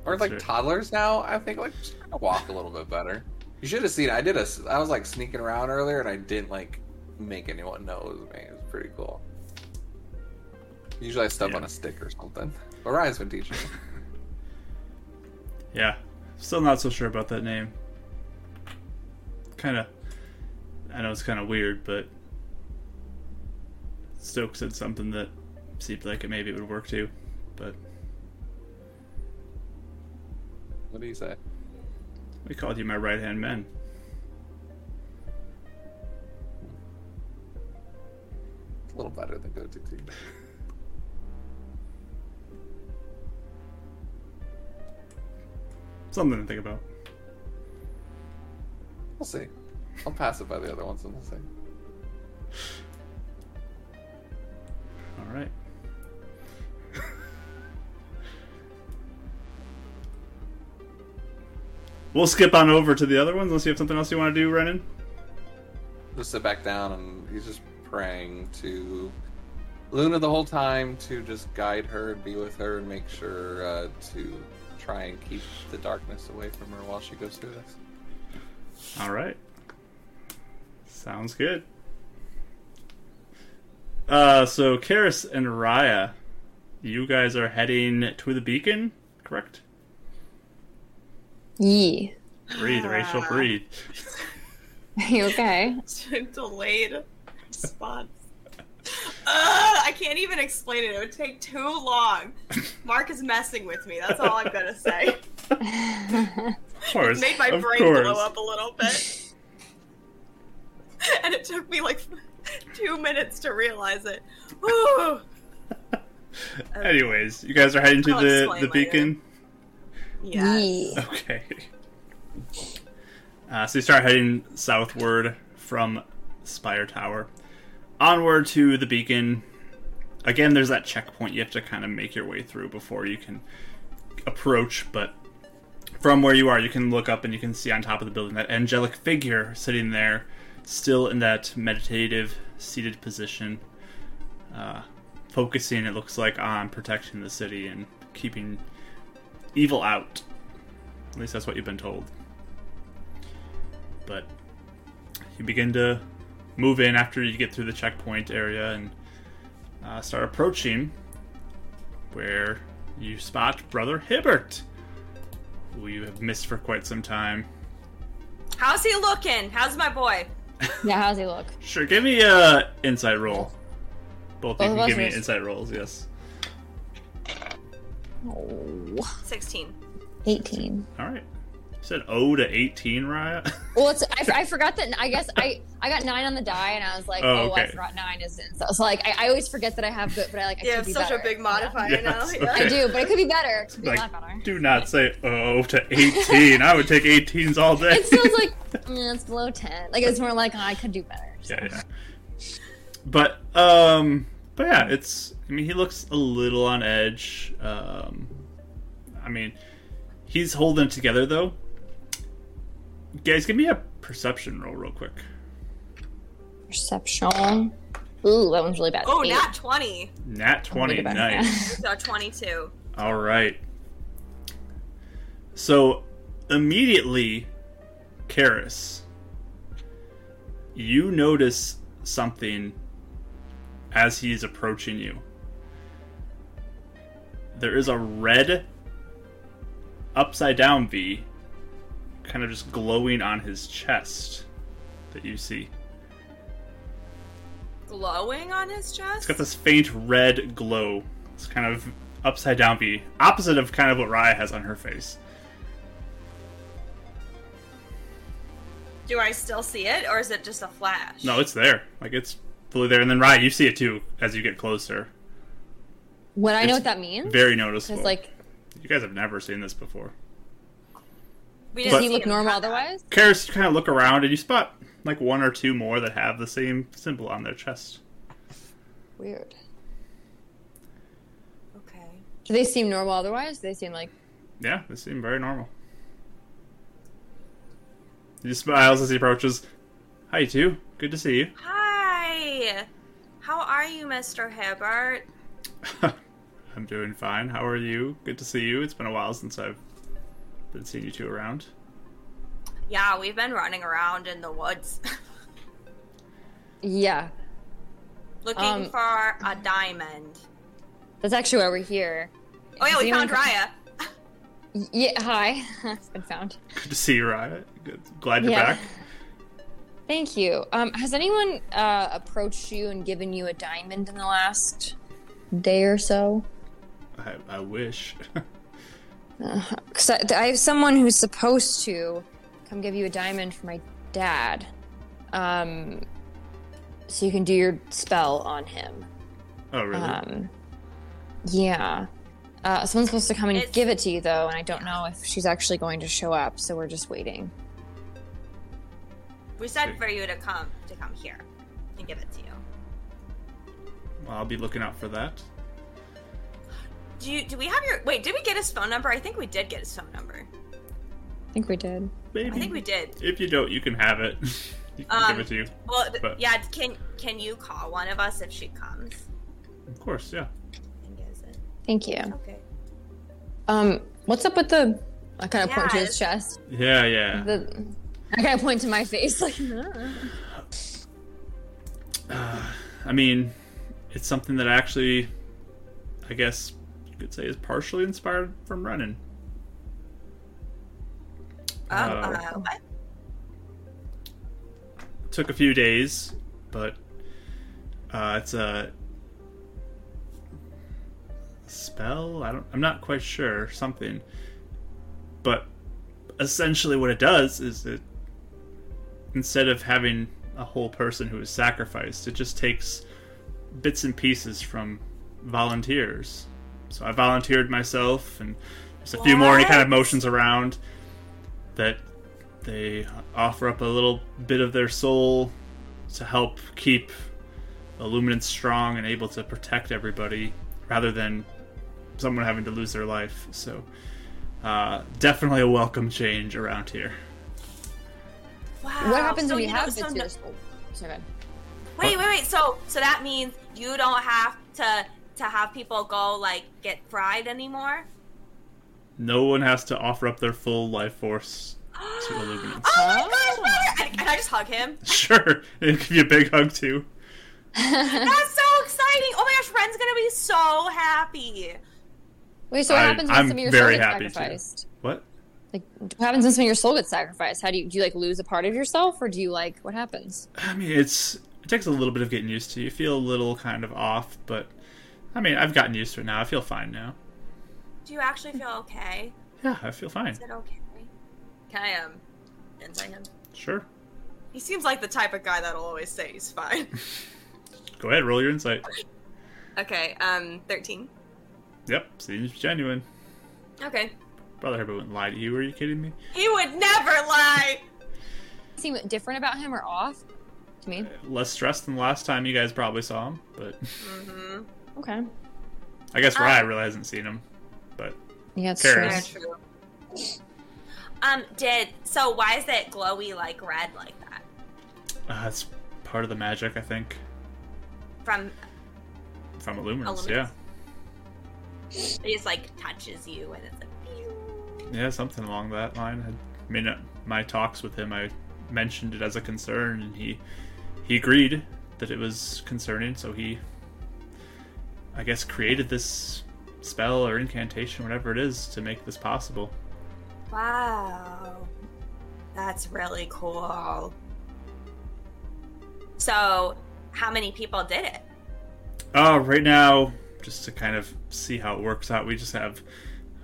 Speaker 4: Or
Speaker 2: That's
Speaker 4: like
Speaker 2: right.
Speaker 4: toddlers now, I think like just kinda walk a little bit better. You should have seen. I did a. s- I was like sneaking around earlier, and I didn't like make anyone know it was me. It was pretty cool. Usually, I step
Speaker 2: Yeah.
Speaker 4: on a stick or something. But Ryan's been teaching. me.
Speaker 2: Yeah, still not so sure about that name. Kind of, I know it's kind of weird, but Stoke said something that seemed like it maybe would work too. But
Speaker 4: what do you say?
Speaker 2: we called you my right hand men.
Speaker 4: A little better than go to team.
Speaker 2: Something to think about.
Speaker 4: We'll see. I'll pass it by the other ones, and we'll see.
Speaker 2: All right. we'll skip on over to the other ones unless you have something else you want to do, Renan.
Speaker 4: just sit back down and he's just praying to Luna the whole time to just guide her and be with her and make sure uh, to try and keep the darkness away from her while she goes through this.
Speaker 2: All right. Sounds good. Uh, so Karis and Raya, you guys are heading to the beacon, correct?
Speaker 3: Yee.
Speaker 2: Breathe, Rachel, breathe.
Speaker 3: You okay?
Speaker 5: Delayed response. Ugh, I can't even explain it. It would take too long. Mark is messing with me. That's all I'm gonna say.
Speaker 2: Of course,
Speaker 5: Made my
Speaker 2: of
Speaker 5: brain
Speaker 2: course.
Speaker 5: blow up a little bit. and it took me like two minutes to realize it. Whew.
Speaker 2: Anyways, you guys are heading to
Speaker 5: I'll
Speaker 2: the
Speaker 5: explain
Speaker 2: the
Speaker 5: later.
Speaker 2: beacon.
Speaker 5: Yeah.
Speaker 3: Yee.
Speaker 2: Okay. Uh, so you start heading southward from Spire Tower, onward to the beacon. Again, there's that checkpoint you have to kind of make your way through before you can approach, but from where you are, you can look up and you can see on top of the building that angelic figure sitting there, still in that meditative seated position, uh, focusing, it looks like, on protecting the city and keeping evil out. At least that's what you've been told. But you begin to move in after you get through the checkpoint area and uh, start approaching where you spot Brother Hibbert, who you have missed for quite some time.
Speaker 5: How's he looking? How's my boy?
Speaker 3: Yeah, how's he look?
Speaker 2: Sure, give me a insight roll. Both of
Speaker 3: Both
Speaker 2: you
Speaker 3: of
Speaker 2: can
Speaker 3: us
Speaker 2: give me
Speaker 3: is-
Speaker 2: insight rolls, yes.
Speaker 3: Oh,
Speaker 5: 16.
Speaker 3: 18.
Speaker 2: All right. You said 0 to 18, Raya?
Speaker 3: Well, it's, I, I forgot that. I guess I I got nine on the die, and I was like,
Speaker 2: Oh,
Speaker 3: oh, I
Speaker 2: okay.
Speaker 3: forgot nine is in. So, so like, I, I always forget that I have good, but I like. I could be better.
Speaker 2: Yes, okay.
Speaker 3: Yeah. I do, but it could be better. It could be a
Speaker 2: like,
Speaker 3: lot better.
Speaker 2: do not say 0 to 18. I would take 18s all day.
Speaker 3: It sounds like mm, it's below ten. Like it's more like oh, I could do better.
Speaker 2: yeah, yeah. But um but yeah, it's I mean he looks a little on edge. Um I mean he's holding it together though. Guys, give me a perception roll real quick.
Speaker 3: Perception. Ooh, that one's really bad.
Speaker 5: Oh,
Speaker 3: Eight.
Speaker 5: not 20.
Speaker 2: Nat twenty,
Speaker 3: Think about it.
Speaker 2: nice.
Speaker 5: So 22.
Speaker 2: All right. So immediately, Karis, you notice something as he is approaching you. There is a red upside down V kind of just glowing on his chest that you see.
Speaker 5: Glowing on his chest?
Speaker 2: It's got this faint red glow. It's kind of upside down V, opposite of kind of what Raya has on her face.
Speaker 5: Do I still see it, or is it just a flash?
Speaker 2: No, it's there. Like it's fully there. And then Raya, you see it too as you get closer.
Speaker 3: Would I know
Speaker 2: It's
Speaker 3: what that means?
Speaker 2: Very noticeable.
Speaker 3: Because like,
Speaker 2: you guys have never seen this before.
Speaker 5: We
Speaker 3: does
Speaker 2: But-
Speaker 5: see
Speaker 3: he look
Speaker 5: it
Speaker 3: normal
Speaker 5: pop up.
Speaker 3: otherwise?
Speaker 2: Karis, you kind of look around and you spot like one or two more that have the same symbol on their chest.
Speaker 3: Weird.
Speaker 5: Okay.
Speaker 3: Do they seem normal otherwise? Do they seem like
Speaker 2: Yeah, they seem very normal. He smiles as he approaches. Hi, two. Good to see you.
Speaker 5: Hi. How are you, Mr. Hibbert?
Speaker 2: I'm doing fine. How are you? Good to see you. It's been a while since I've been seeing you two around.
Speaker 5: Yeah, we've been running around in the woods
Speaker 3: yeah?
Speaker 5: looking
Speaker 3: Um,
Speaker 5: for a diamond.
Speaker 3: That's actually why we're here.
Speaker 5: Oh yeah,
Speaker 3: Does
Speaker 5: we
Speaker 3: anyone
Speaker 5: found
Speaker 3: co-
Speaker 5: Raya.
Speaker 3: Y- Yeah. Hi. it's been found.
Speaker 2: Good to see you, Riot. Good. Glad you're
Speaker 3: Yeah.
Speaker 2: back.
Speaker 3: Thank you. Um, has anyone uh, approached you and given you a diamond in the last day or so?
Speaker 2: I, I wish.
Speaker 3: Because I, I have someone who's supposed to come give you a diamond for my dad. Um, so you can do your spell on him.
Speaker 2: oh, really?
Speaker 3: Um, yeah. Uh, someone's supposed to come and
Speaker 5: It's-
Speaker 3: give it to you, though, and I don't know if she's actually going to show up, so we're just waiting.
Speaker 5: We said for you to come to come here and give it to you.
Speaker 2: well, I'll be looking out for that.
Speaker 5: Do you do we have your wait, did we get his phone number? I think we did get his phone number.
Speaker 3: I think we did.
Speaker 2: Maybe.
Speaker 5: I think we did.
Speaker 2: If you don't, you can have it. you can
Speaker 5: Um,
Speaker 2: give it to you.
Speaker 5: Well th-
Speaker 2: But-
Speaker 5: yeah, can can you call one of us if she comes
Speaker 2: Of course, yeah.
Speaker 5: and gives it?
Speaker 3: Thank you.
Speaker 5: Okay.
Speaker 3: Um, what's up with the? I kind of point to
Speaker 5: Yes.
Speaker 3: his chest.
Speaker 2: Yeah, yeah.
Speaker 3: The, I kind of point to my face, like. "Huh?"
Speaker 5: Uh,
Speaker 2: I mean, it's something that actually, I guess you could say, is partially inspired from running.
Speaker 5: Oh, uh, what?
Speaker 2: took a few days, but uh, it's a spell. I don't. I'm not quite sure. Something, but essentially, what it does is it instead of having a whole person who is sacrificed, it just takes bits and pieces from volunteers. So I volunteered myself, and there's a few more. And he kind of
Speaker 5: What?
Speaker 2: motions around that they offer up a little bit of their soul to help keep Illuminance strong and able to protect everybody rather than someone having to lose their life. So, uh, definitely a welcome change around here.
Speaker 5: Wow.
Speaker 3: What happens
Speaker 5: so
Speaker 3: if you
Speaker 5: you know-
Speaker 3: have
Speaker 5: so
Speaker 3: bits?
Speaker 5: no-
Speaker 3: years? Oh, sorry, go ahead.
Speaker 5: Wait, wait, wait. So, so that means you don't have to to have people go like get fried anymore.
Speaker 2: No one has to offer up their full life force to Illuminance.
Speaker 5: Oh my gosh! Ryder! And, and I just hug him.
Speaker 2: sure, it'll give you a big hug too.
Speaker 5: That's so exciting! Oh my gosh, Ren's gonna be so happy.
Speaker 3: Wait, so what
Speaker 2: I-
Speaker 3: happens when
Speaker 2: I'm
Speaker 3: some of your
Speaker 2: very
Speaker 3: soul gets
Speaker 2: happy to.
Speaker 3: sacrificed?
Speaker 2: What?
Speaker 3: Like, what happens when some of your soul gets sacrificed? How do you do? You like lose a part of yourself, or do you like what happens?
Speaker 2: I mean, it's it takes a little bit of getting used to. You feel a little kind of off, but I mean, I've gotten used to it now. I feel fine now.
Speaker 5: Do you actually feel okay?
Speaker 2: Yeah, I feel fine.
Speaker 5: Is it okay? Can I um inside him?
Speaker 2: Sure.
Speaker 5: He seems like the type of guy that'll always say he's fine.
Speaker 2: Go ahead, roll your insight.
Speaker 5: okay, um, thirteen.
Speaker 2: Yep, seems genuine.
Speaker 5: Okay.
Speaker 2: Brother Herbert wouldn't lie to you. Are you kidding me?
Speaker 5: He would never lie.
Speaker 3: Seem different about him or off to me?
Speaker 2: Less stressed than last time you guys probably saw him, but
Speaker 5: Mm-hmm.
Speaker 3: Okay,
Speaker 2: I guess
Speaker 5: Um,
Speaker 2: Ryan really hasn't seen him. But
Speaker 3: yeah, it's
Speaker 2: Karen.
Speaker 3: true.
Speaker 5: Yeah, true. Um, did so? Why is it glowy like red like that?
Speaker 2: uh, it's part of the magic, I think,
Speaker 5: From
Speaker 2: from Illuminance.
Speaker 5: Illuminance.
Speaker 2: Yeah,
Speaker 5: it just like touches you and it's like. pew.
Speaker 2: yeah, something along that line. I mean, uh, my talks with him, I mentioned it as a concern, and he he agreed that it was concerning. So he, I guess, created this spell or incantation, whatever it is, to make this possible.
Speaker 5: Wow, that's really cool. So, how many people did it?
Speaker 2: Uh, Oh, right now, just to kind of see how it works out. We just have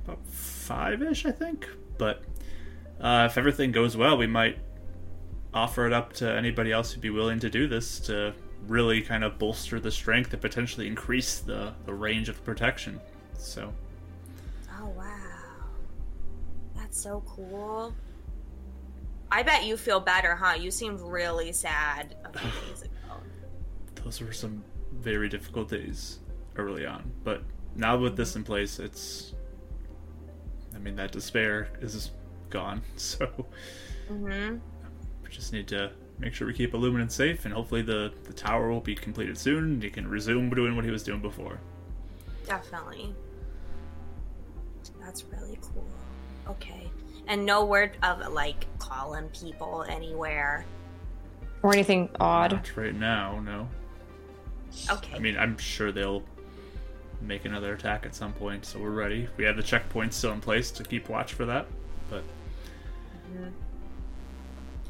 Speaker 2: about five ish, I think. But uh, if everything goes well, we might offer it up to anybody else who'd be willing to do this to really kind of bolster the strength and potentially increase the, the range of protection. So,
Speaker 5: Oh wow, that's so cool. I bet you feel better, huh? You seemed really sad a few days ago.
Speaker 2: those were some very difficult days early on. But now with this in place, it's. I mean, that despair is gone. So.
Speaker 5: Mm-hmm.
Speaker 2: We just need to make sure we keep Illuminant safe, and hopefully the, the tower will be completed soon. and He can resume doing what he was doing before.
Speaker 5: Definitely. That's really cool. Okay, and no word of like calling people anywhere.
Speaker 3: or anything odd.
Speaker 2: Not right now, no.
Speaker 5: Okay.
Speaker 2: I mean, I'm sure they'll make another attack at some point, so we're ready. We have the checkpoints still in place to keep watch for that, but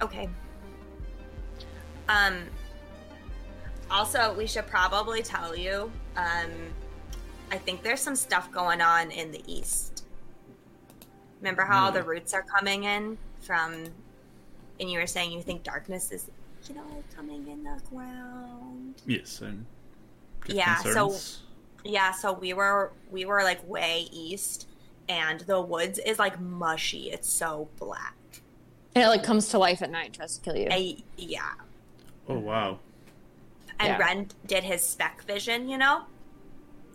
Speaker 5: Okay. Um. Also, we should probably tell you. Um, I think there's some stuff going on in the east. Remember how all the roots are coming in from, and you were saying you think darkness is, you know, coming in the ground.
Speaker 2: yes, and good
Speaker 5: Yeah, so-
Speaker 2: concerns.
Speaker 5: Yeah, so we were we were like way east, and the woods is like mushy. It's so black.
Speaker 3: And it like comes to life at night, and tries to kill you.
Speaker 5: I, yeah,
Speaker 2: Oh wow,
Speaker 5: and
Speaker 3: Yeah.
Speaker 5: Ren did his spec vision, you know,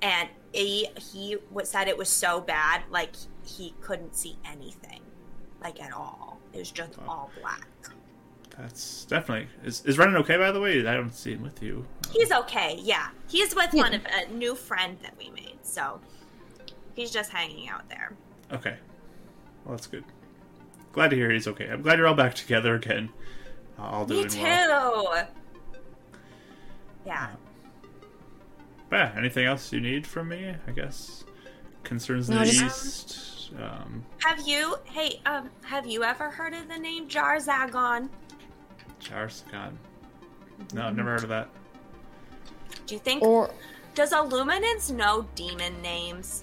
Speaker 5: and he he wa- said it was so bad, like he couldn't see anything, like at all. It was just all black.
Speaker 2: that's definitely is is Renan okay? By the way, I don't see him with you.
Speaker 5: He's okay, yeah. He's with
Speaker 3: Yeah.
Speaker 5: one of a new friend that we made, so he's just hanging out there.
Speaker 2: Okay, well that's good. Glad to hear he's okay. I'm glad you're all back together again. Uh, all doing
Speaker 5: Me too.
Speaker 2: well.
Speaker 5: Yeah.
Speaker 2: But yeah, anything else you need from me? I guess concerns in
Speaker 3: No,
Speaker 2: the
Speaker 3: just-
Speaker 2: east. Um,
Speaker 5: Have you? Hey, um, have you ever heard of the name Jarzagon?
Speaker 2: Charsakan. No, I've
Speaker 5: Mm-hmm.
Speaker 2: never heard of that.
Speaker 5: Do you think
Speaker 3: or
Speaker 5: does Illuminance know demon names?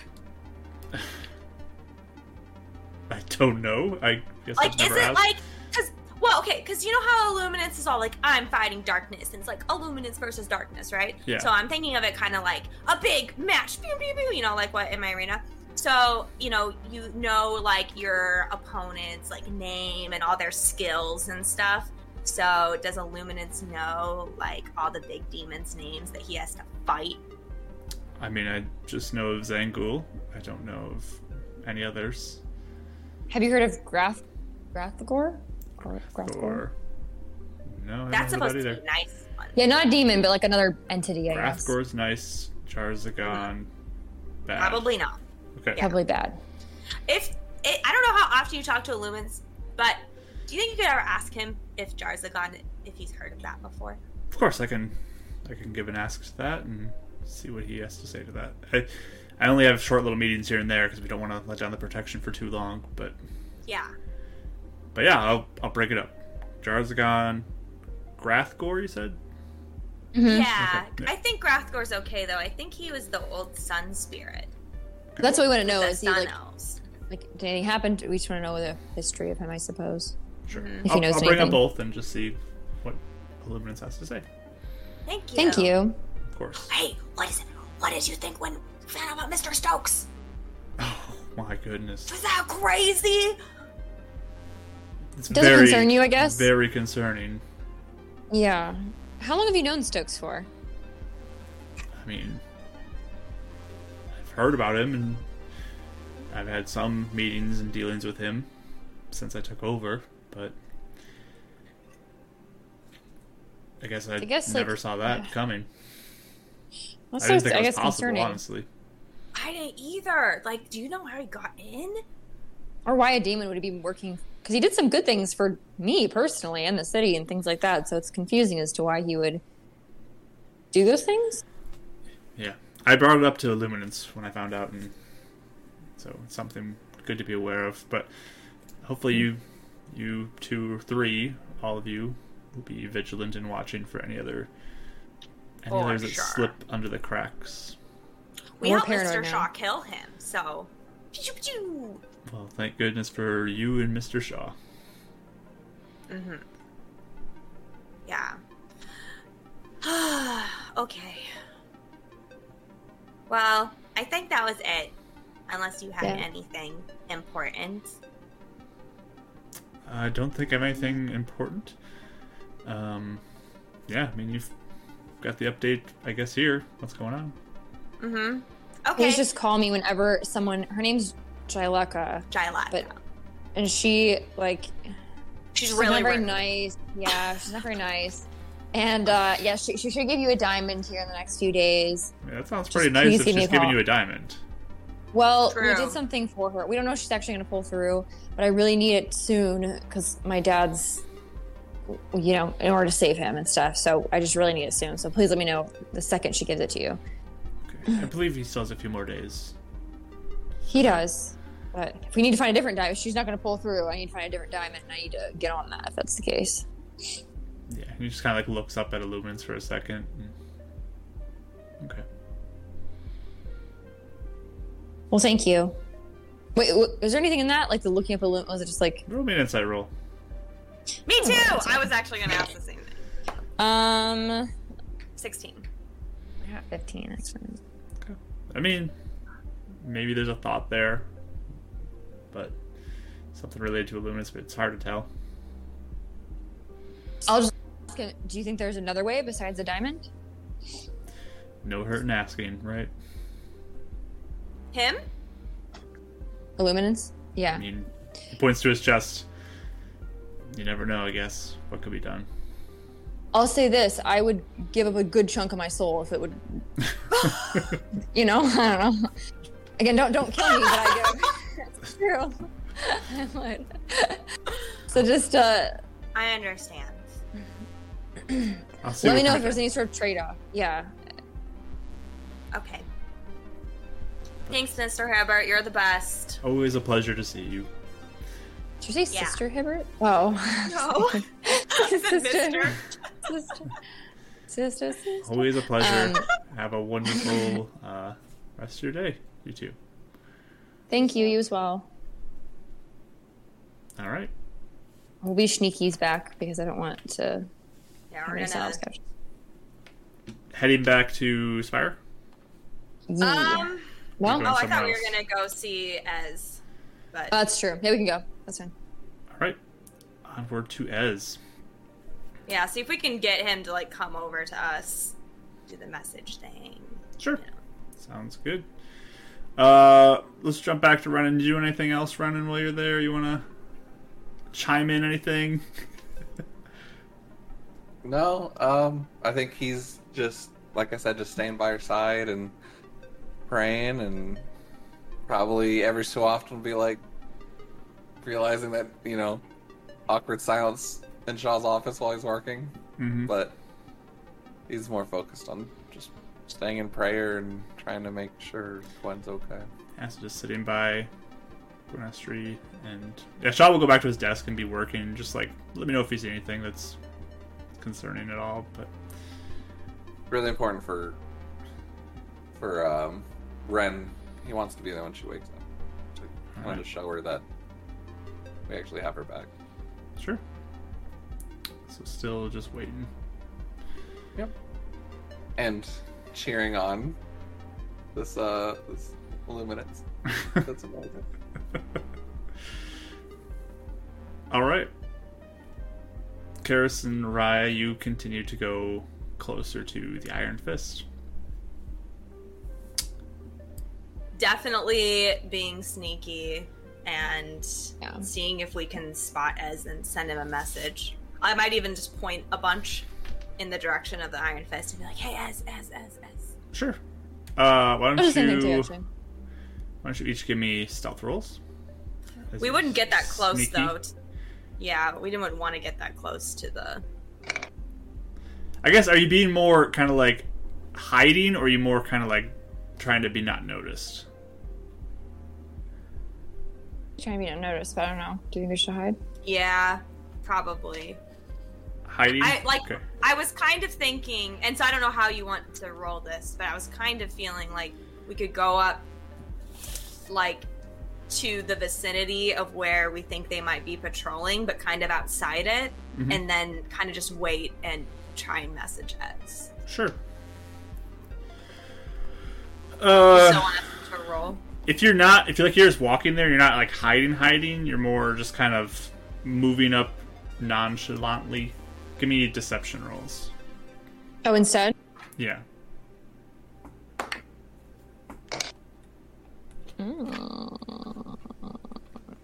Speaker 2: I don't know. I guess
Speaker 5: like
Speaker 2: I've
Speaker 5: is
Speaker 2: never
Speaker 5: it
Speaker 2: asked.
Speaker 5: like because well okay because you know how illuminance is all like i'm fighting darkness and it's like illuminance versus darkness right
Speaker 2: Yeah.
Speaker 5: so i'm thinking of it kind of like a big match pew, pew, pew, you know like what in my arena so you know you know like your opponent's like name and all their skills and stuff so does illuminance know like all the big demons names that he has to fight
Speaker 2: I mean, I just know of Zangul. I don't know of any others.
Speaker 3: have you heard of Graf Grathgor? Or Grathgor?
Speaker 2: Or no, I
Speaker 5: that's
Speaker 2: don't know
Speaker 5: supposed
Speaker 2: that
Speaker 5: to be
Speaker 2: either.
Speaker 5: a nice one
Speaker 3: Yeah, not a demon, but like another entity. I guess
Speaker 2: Grathgor's nice. Charzagon, bad.
Speaker 5: Uh-huh. probably not
Speaker 2: Okay.
Speaker 3: probably bad.
Speaker 5: If it, I don't know how often you talk to Illumins, but do you think you could ever ask him if Jarzagon if he's heard of that before?
Speaker 2: of course i can i can give an ask to that and see what he has to say to that i, I only have short little meetings here and there because we don't want to let down the protection for too long but
Speaker 5: Yeah.
Speaker 2: but yeah i'll i'll break it up jarzagon grathgor you said
Speaker 3: Hmm. Mm-hmm.
Speaker 5: Yeah.
Speaker 2: Okay, yeah.
Speaker 5: I think Grathgor's okay though. I think he was the old sun spirit.
Speaker 3: That's what we want to know.
Speaker 5: the
Speaker 3: Is he
Speaker 5: sun
Speaker 3: like,
Speaker 5: elves.
Speaker 3: like did anything happen? We just want to know the history of him, I suppose.
Speaker 2: sure
Speaker 3: he
Speaker 2: i'll,
Speaker 3: knows
Speaker 2: I'll bring up
Speaker 3: anything.
Speaker 2: both and just see what illuminance has to say
Speaker 5: Thank you.
Speaker 3: Thank you.
Speaker 2: of course
Speaker 5: Hey, what is it? What did you think when you found out about Mr. Stokes?
Speaker 2: oh my goodness
Speaker 5: Was that crazy?
Speaker 2: it's
Speaker 3: Doesn't
Speaker 2: very
Speaker 3: concern you, I guess?
Speaker 2: very concerning
Speaker 3: Yeah. How long have you known Stokes for?
Speaker 2: I mean, I've heard about him and I've had some meetings and dealings with him since I took over, but I guess I,
Speaker 3: guess, like,
Speaker 2: never saw that
Speaker 3: yeah.
Speaker 2: coming.
Speaker 3: That's
Speaker 2: I didn't
Speaker 3: so-
Speaker 2: think it
Speaker 3: I
Speaker 2: was
Speaker 3: guess
Speaker 2: possible,
Speaker 3: concerning.
Speaker 2: honestly.
Speaker 5: I didn't either. Like, do you know how he got in?
Speaker 3: Or why a demon would have been working? Because he did some good things for me personally and the city and things like that. So it's confusing as to why he would do those things.
Speaker 2: Yeah, I brought it up to Illuminance when I found out, and so it's something good to be aware of. But hopefully, you, you two or three, all of you, will be vigilant and watching for any other any
Speaker 5: For
Speaker 2: others that
Speaker 5: sure.
Speaker 2: slip under the cracks.
Speaker 5: We
Speaker 3: More
Speaker 5: helped Mr.
Speaker 3: paranoid now.
Speaker 5: Shaw kill him, so. Pew, pew.
Speaker 2: Well, thank goodness for you and Mr. Shaw.
Speaker 5: Mm-hmm. Yeah. okay. Well, I think that was it. Unless you had
Speaker 3: Yeah.
Speaker 5: anything important.
Speaker 2: I don't think I have anything important. Um, yeah, I mean, you've got the update, I guess, here. What's going on?
Speaker 5: Mm-hmm. Okay.
Speaker 3: Please just call me whenever someone. Her name's Jileka,
Speaker 5: Jylata.
Speaker 3: but and she like
Speaker 5: she's,
Speaker 3: she's
Speaker 5: really
Speaker 3: not very
Speaker 5: rude.
Speaker 3: nice. Yeah, she's not very nice. And uh, yeah, she, she should give you a diamond here in the next few days.
Speaker 2: Yeah, that sounds
Speaker 3: Just
Speaker 2: pretty
Speaker 3: please
Speaker 2: nice if
Speaker 3: give me
Speaker 2: she's
Speaker 3: a
Speaker 2: giving
Speaker 3: call.
Speaker 2: you a diamond.
Speaker 3: Well, we
Speaker 5: True.
Speaker 3: did something for her. We don't know if she's actually going to pull through, but I really need it soon because my dad's, you know, in order to save him and stuff. So I just really need it soon. So please let me know the second she gives it to you.
Speaker 2: Okay. I believe he still has a few more days.
Speaker 3: He does. But if we need to find a different diamond, she's not going to pull through. I need to find a different diamond and I need to get on that if that's the case.
Speaker 2: Yeah, and he just kind of like looks up at Illuminance for a second. and- Okay.
Speaker 3: Well, thank you. Wait, wa- was there anything in that? Like the looking up a loom? Was it just like,
Speaker 2: Roll me an insight roll.
Speaker 5: Me too! I was actually gonna ask the same thing.
Speaker 3: um,
Speaker 5: 16.
Speaker 3: 15? That's fine.
Speaker 2: I mean, maybe there's a thought there, but something related to Illuminance, but it's hard to tell.
Speaker 3: I'll just ask him, do you think there's another way besides a diamond?
Speaker 2: No hurt in asking, right?
Speaker 5: Him?
Speaker 3: Illuminance? Yeah.
Speaker 2: I mean, he points to his chest. You never know, I guess, what could be done.
Speaker 3: I'll say this: I would give up a good chunk of my soul if it would. you know, I don't know. Again, don't don't kill me, but I do. That's true. I would. so just uh,
Speaker 5: I understand.
Speaker 2: I'll see
Speaker 3: let
Speaker 2: what
Speaker 3: me
Speaker 2: kind
Speaker 3: know if
Speaker 2: of-
Speaker 3: there's any sort of trade-off. Yeah.
Speaker 5: Okay. Thanks, Mr. Herbert. You're the best.
Speaker 2: Always a pleasure to see you.
Speaker 3: Did you say
Speaker 5: Yeah.
Speaker 3: Sister Hibbert? Oh.
Speaker 5: No. I said
Speaker 3: sister,
Speaker 5: Mr.
Speaker 3: sister, sister, sister.
Speaker 2: Always a pleasure.
Speaker 3: Um.
Speaker 2: Have a wonderful uh, rest of your day, you two.
Speaker 3: Thank you. You as well.
Speaker 2: All right.
Speaker 3: We'll be sneakies back because I don't want to.
Speaker 5: Yeah,
Speaker 3: have
Speaker 5: we're
Speaker 3: any
Speaker 5: gonna.
Speaker 3: silos catch.
Speaker 2: Heading back to Spire.
Speaker 3: Yeah.
Speaker 5: Um.
Speaker 3: well,
Speaker 2: We're
Speaker 5: Oh, I
Speaker 2: Someone
Speaker 5: thought we were
Speaker 2: else.
Speaker 5: gonna go see Ez, but
Speaker 3: that's true. Yeah, we can go. That's fine.
Speaker 2: All right. Onward to Ez.
Speaker 5: yeah, see if we can get him to like come over to us, do the message thing.
Speaker 2: Sure. Sounds good. Uh, let's jump back to Renan. Did you do anything else, Renan, while you're there? You want to chime in anything?
Speaker 4: No, um, I think he's just like I said, just staying by her side and praying, and probably every so often be like realizing that you know awkward silence in Shaw's office while he's working,
Speaker 2: Mm-hmm.
Speaker 4: but he's more focused on just staying in prayer and trying to make sure Gwen's okay.
Speaker 2: Acid is sitting by Gwenestri, and yeah, Shaw will go back to his desk and be working. Just like let me know if he sees anything that's concerning at all. But
Speaker 4: Really important for for um, Ren. He wants to be there when she wakes up. I wanted
Speaker 2: Alright.
Speaker 4: to show her that we actually have her back.
Speaker 2: sure. So still just waiting.
Speaker 4: and cheering on this uh this luminance. That's amazing.
Speaker 2: all right. Karis and Raya, you continue to go closer to the Iron Fist.
Speaker 5: Definitely being sneaky and
Speaker 3: Yeah.
Speaker 5: seeing if we can spot Ez and send him a message. I might even just point a bunch in the direction of the Iron Fist and be like, "Hey, Ez, Ez, Ez, Ez."
Speaker 2: Sure. Uh, why
Speaker 3: I
Speaker 2: don't
Speaker 3: was just thinking too,
Speaker 2: you?
Speaker 3: actually.
Speaker 2: Why don't you each give me stealth rolls? As
Speaker 5: We wouldn't get that close
Speaker 2: sneaky.
Speaker 5: though. t- Yeah, we didn't want to get that close to the.
Speaker 2: I guess are you being more kind of like hiding, or are you more kind of like trying to be not noticed?
Speaker 3: Trying to be unnoticed, but I don't know. Do you think we should hide?
Speaker 5: Yeah, probably.
Speaker 2: Hiding.
Speaker 5: I like
Speaker 2: Okay.
Speaker 5: I was kind of thinking, and so I don't know how you want to roll this, but I was kind of feeling like we could go up like to the vicinity of where we think they might be patrolling, but kind of outside it,
Speaker 2: Mhm.
Speaker 5: and then kind of just wait and try and message us.
Speaker 2: Sure. Uh,
Speaker 5: so on a to roll.
Speaker 2: if you're not, if you're like you're just walking there, you're not like hiding, hiding. You're more just kind of moving up nonchalantly. Give me deception rolls.
Speaker 3: Oh, instead?
Speaker 2: Yeah.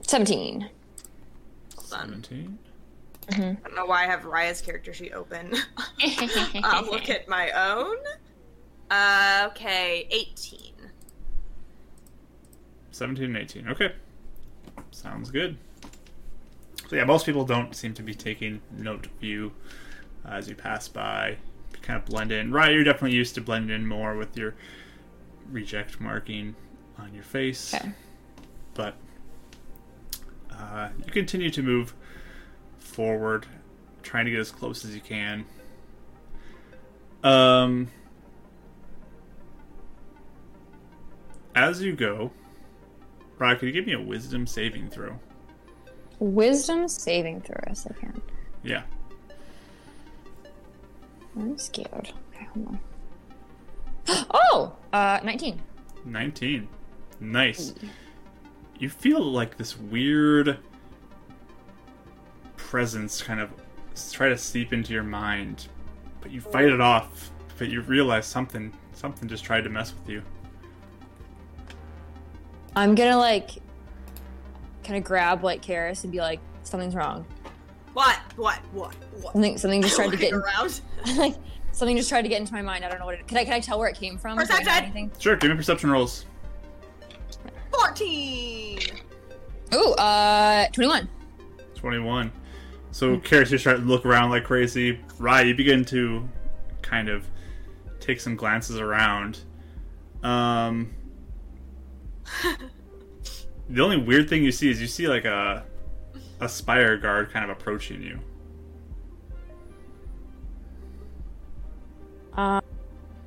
Speaker 3: Seventeen.
Speaker 5: Hold on.
Speaker 2: 17.
Speaker 5: I don't know why I have Raya's character sheet open. um, look at my own. Uh, okay, 18.
Speaker 2: 17 and 18. Okay. Sounds good. So, yeah, most people don't seem to be taking note of you uh, as you pass by. You kind of blend in. Right, you're definitely used to blending in more with your reject marking on your face.
Speaker 3: Okay.
Speaker 2: But uh, you continue to move forward, trying to get as close as you can. Um, as you go, Rod, could you give me a wisdom saving throw?
Speaker 3: Wisdom saving throw. Yes, I can.
Speaker 2: Yeah.
Speaker 3: I'm scared. Okay, hold on. Oh, uh, nineteen.
Speaker 2: 19. Nice. You feel like this weird presence kind of s- try to seep into your mind, but you fight it off, but you realize something something just tried to mess with you.
Speaker 3: I'm gonna like, kind of grab like Karis and be like, something's wrong.
Speaker 5: What? What? What? What?
Speaker 3: Something, something just tried to get
Speaker 5: Looking around.
Speaker 3: in, like, something just tried to get into my mind. I don't know what it. Can I, can I tell where it came from? Do I know
Speaker 5: Perception!
Speaker 3: anything?
Speaker 2: Sure, give me perception rolls.
Speaker 5: 14!
Speaker 3: Ooh, uh, twenty-one.
Speaker 2: 21. So Karis, you start to look around like crazy. Rye, you begin to kind of take some glances around. Um, the only weird thing you see is you see like a a spire guard kind of approaching you.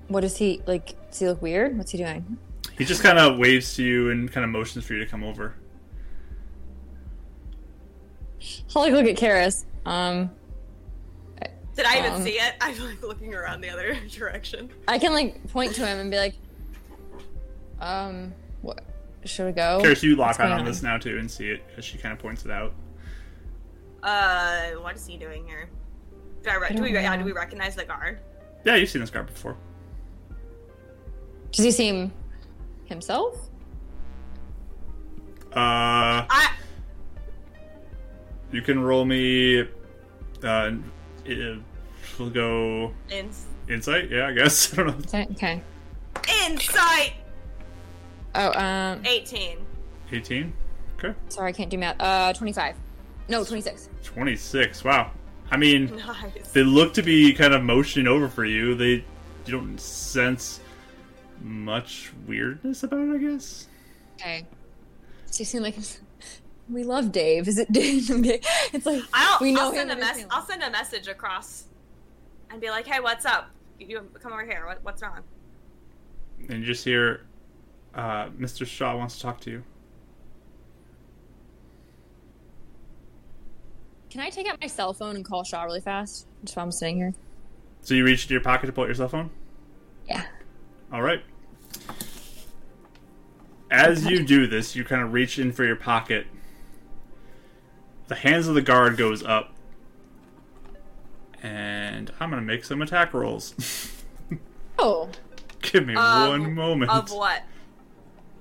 Speaker 3: What is he like? Does he look weird? What's he doing?
Speaker 2: He just kind of waves to you and kind of motions for you to come over.
Speaker 3: I'll like look at Karis. Um,
Speaker 5: Did I even
Speaker 3: Um.
Speaker 5: see it? I'm like looking around the other direction.
Speaker 3: I can like point to him and be like, um, what should we go?
Speaker 2: Karis, you
Speaker 3: What's
Speaker 2: lock on
Speaker 3: going
Speaker 2: on this now too and see it as she kind of points it out.
Speaker 5: Uh, what is he doing here? Do, I re- do
Speaker 3: don't
Speaker 5: we? Yeah,
Speaker 3: know.
Speaker 5: do we recognize the guard?
Speaker 2: Yeah, you've seen this guard before.
Speaker 3: Does he seem himself?
Speaker 2: Uh,
Speaker 5: I
Speaker 2: you can roll me. Uh, it, we'll go
Speaker 5: in,
Speaker 2: Insight? Yeah, I guess. I don't know.
Speaker 3: Is that- Okay.
Speaker 5: insight
Speaker 3: Oh, um,
Speaker 5: 18.
Speaker 2: 18? Okay.
Speaker 3: sorry, I can't do math. Uh, twenty-five. No, twenty-six.
Speaker 2: 26. Wow. I mean,
Speaker 5: Nice.
Speaker 2: they look to be kind of motioning over for you. They you don't sense much weirdness about it, I guess.
Speaker 3: Okay. So you seem like we love Dave. Is it Dave? it's like
Speaker 5: I'll,
Speaker 3: we know
Speaker 5: I'll send a
Speaker 3: him.
Speaker 5: mess. I'll send a message across, and be like, "Hey, what's up? You- You come over here. What, what's wrong?"
Speaker 2: And you just hear uh, Mr. Shaw wants to talk to you.
Speaker 3: Can I take out my cell phone and call Shaw really fast? Just while I'm sitting here.
Speaker 2: So you reach into your pocket to pull out your cell phone?
Speaker 3: Yeah.
Speaker 2: All right. As you do this, you kind of reach in for your pocket. The hands of the guard goes up, and I'm gonna make some attack rolls.
Speaker 3: Oh,
Speaker 2: Give me
Speaker 5: Of-
Speaker 2: one moment.
Speaker 5: Of what?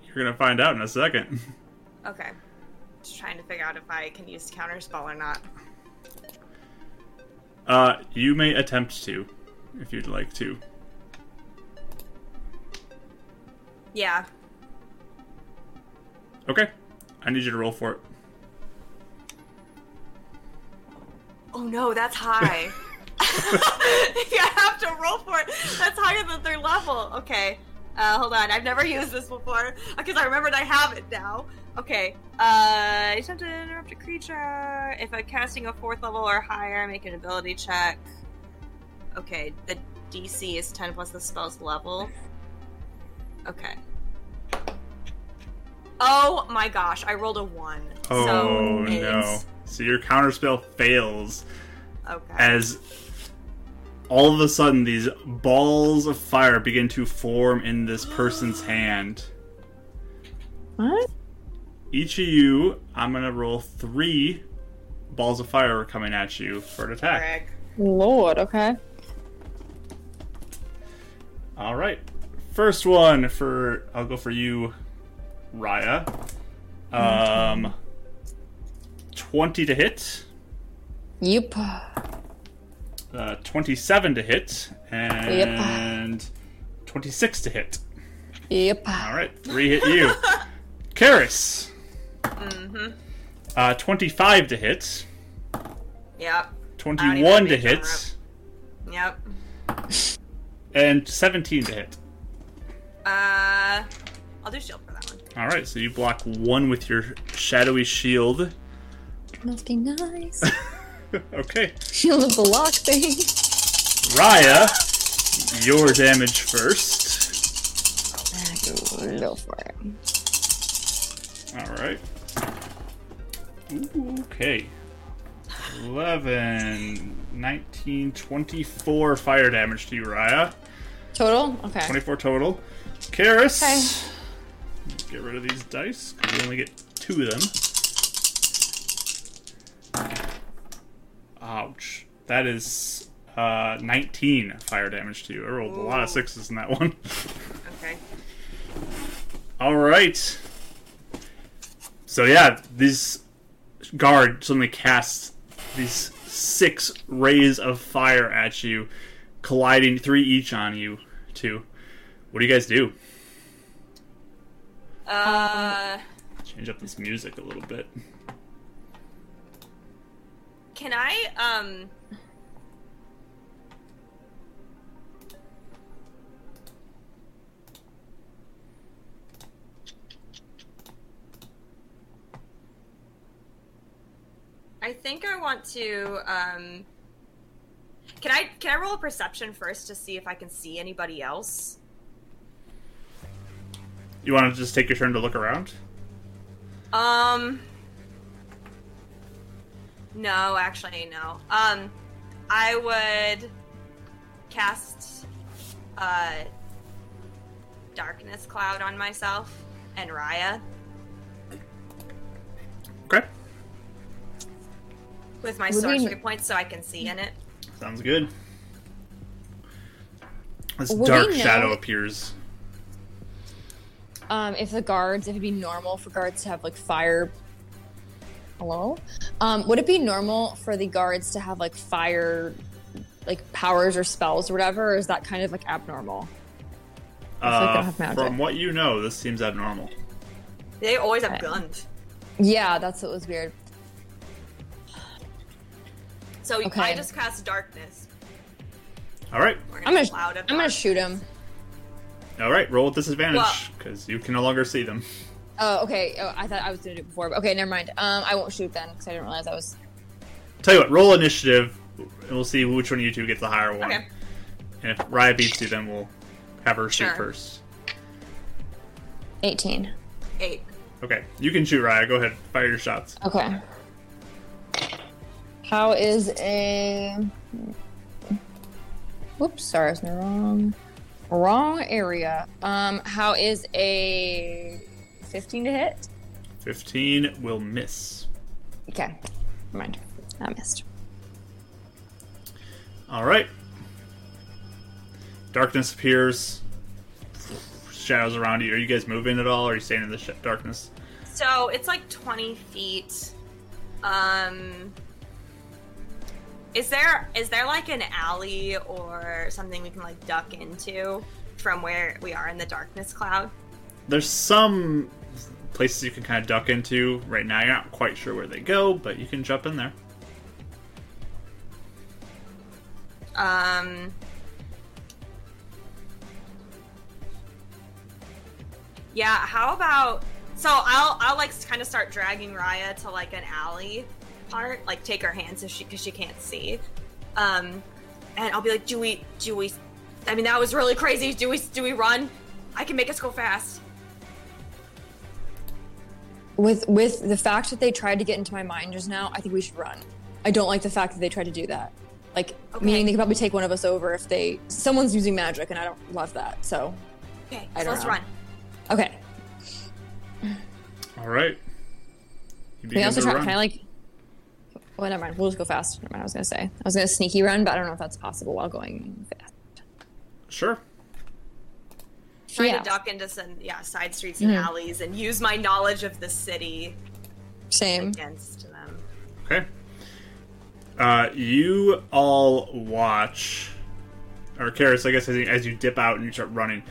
Speaker 2: You're gonna find out in a second.
Speaker 5: Okay. Just trying to figure out if I can use counterspell or not.
Speaker 2: Uh, you may attempt to, if you'd like to.
Speaker 5: Yeah.
Speaker 2: Okay, I need you to roll for it.
Speaker 5: Oh no, that's high. you have to roll for it. That's higher than their level. Okay. Uh, hold on. I've never used this before because I remembered I have it now. Okay. Uh, you have to interrupt a creature. If I'm casting a fourth level or higher, make an ability check. Okay. The DC is 10 plus the spell's level. Okay. Oh my gosh, I rolled a one.
Speaker 2: Oh
Speaker 5: so
Speaker 2: no.
Speaker 5: it's-
Speaker 2: So your counterspell fails
Speaker 5: Okay.
Speaker 2: as all of a sudden these balls of fire begin to form in this person's hand.
Speaker 3: What?
Speaker 2: Each of you, I'm gonna roll three balls of fire coming at you for an attack.
Speaker 5: Frick.
Speaker 3: Lord, okay.
Speaker 2: All right, first one for I'll go for you, Raya. Um, twenty to hit,
Speaker 3: Yep.
Speaker 2: uh, twenty-seven to hit, and twenty-six to hit.
Speaker 3: Yep.
Speaker 2: All right, three hit you, Karis. Uh, twenty-five to hit,
Speaker 5: Yep. even
Speaker 2: twenty-one to
Speaker 5: reach on
Speaker 2: hit,
Speaker 5: Yep.
Speaker 2: and seventeen to hit.
Speaker 5: Uh, I'll do shield for that one.
Speaker 2: All right, so you block one with your shadowy shield.
Speaker 3: Must be nice.
Speaker 2: okay,
Speaker 3: Shield of the lock thing.
Speaker 2: Raya, your damage first.
Speaker 3: Go for it.
Speaker 2: All right. Ooh, okay. 11, 19, 24 fire damage to you, Raya.
Speaker 3: Total? Okay.
Speaker 2: 24 total. Karis.
Speaker 3: Okay.
Speaker 2: Let's Get rid of these dice, because we only get two of them. Ouch. That is uh, 19 fire damage to you. I rolled a lot of
Speaker 5: Ooh.
Speaker 2: sixes in that one.
Speaker 5: Okay.
Speaker 2: All right. So yeah, this guard suddenly casts these six rays of fire at you, colliding three each on you two. What do you guys do?
Speaker 5: Uh,
Speaker 2: Change up this music a little bit.
Speaker 5: can I um? I think I want to um. Can I can I roll a perception first to see if I can see anybody else?
Speaker 2: You want to just take your turn to look around?
Speaker 5: Um. No, actually, no. Um, I would cast uh darkness cloud on myself and Raya
Speaker 2: Okay.
Speaker 5: with my
Speaker 3: What do you
Speaker 5: sorcery
Speaker 3: mean?
Speaker 5: points so I can see in it.
Speaker 2: Sounds good. This
Speaker 3: Would
Speaker 2: dark
Speaker 3: we know-
Speaker 2: shadow appears.
Speaker 3: Um, if the guards, if it'd be normal for guards to have like fire. Hello? Um, would it be normal for the guards to have like fire, like powers or spells or whatever? Or is that kind of like abnormal? like they
Speaker 2: Uh,
Speaker 3: have magic.
Speaker 2: from what you know, this seems abnormal.
Speaker 5: They always have
Speaker 3: Okay.
Speaker 5: guns.
Speaker 3: Yeah, that's what was weird.
Speaker 5: So I
Speaker 3: Okay.
Speaker 5: just cast darkness.
Speaker 2: All right.
Speaker 5: We're
Speaker 3: I'm gonna,
Speaker 5: cloud of
Speaker 3: I'm gonna
Speaker 5: dark-
Speaker 3: shoot him.
Speaker 2: All right. Roll with
Speaker 5: Well-
Speaker 2: disadvantage because you can no longer see them.
Speaker 3: Oh, okay. Oh, I thought I was gonna do it before, but okay, never mind. Um, I won't shoot then because I didn't realize I was.
Speaker 2: Tell you what, roll initiative, and we'll see which one of you two gets the higher one.
Speaker 5: Okay.
Speaker 2: And if Raya beats you, then we'll have her shoot
Speaker 5: Sure.
Speaker 2: first.
Speaker 3: 18.
Speaker 5: Eight.
Speaker 2: Okay, you can shoot Raya. Go ahead, fire your shots.
Speaker 3: Okay. How is a. Whoops, sorry, it's in the wrong. Wrong area. Um, how is a 15 to hit?
Speaker 2: Fifteen will miss.
Speaker 3: Okay, never mind. I missed.
Speaker 2: All right. Darkness appears. Shadows around you. Are you guys moving at all? Or are you staying in the sh- darkness?
Speaker 5: So it's like 20 feet. Um, is there is there like an alley or something we can like duck into from where we are in the darkness cloud?
Speaker 2: There's some places you can kind of duck into. Right now, you're not quite sure where they go, but you can jump in there.
Speaker 5: Um, yeah. How about so I'll I'll like kind of start dragging Raya to like an alley part, like take her hand so she because she can't see. Um, and I'll be like, do we do we? I mean, that was really crazy. Do we do we run? I can make us go fast.
Speaker 3: with with the fact that they tried to get into my mind just now, I think we should run. I don't like the fact that they tried to do that. Like
Speaker 5: Okay.
Speaker 3: meaning they could probably take one of us over if they someone's using magic and I don't love that. So
Speaker 5: Okay,
Speaker 3: I
Speaker 5: so
Speaker 3: don't
Speaker 5: let's
Speaker 3: know.
Speaker 5: run.
Speaker 3: okay.
Speaker 2: All right. You
Speaker 3: Can we
Speaker 2: begin
Speaker 3: also
Speaker 2: to
Speaker 3: try
Speaker 2: run.
Speaker 3: can I like well never mind, we'll just go fast. Never mind, I was gonna say. I was gonna sneaky run, but I don't know if that's possible while going fast.
Speaker 2: Sure.
Speaker 5: Trying
Speaker 3: Yeah.
Speaker 5: to duck into some yeah side streets and
Speaker 3: Mm-hmm.
Speaker 5: alleys and use my knowledge of the city
Speaker 3: Same.
Speaker 5: against them.
Speaker 2: Okay. Uh, you all watch, or Karis, I guess, as you, as you dip out and you start running,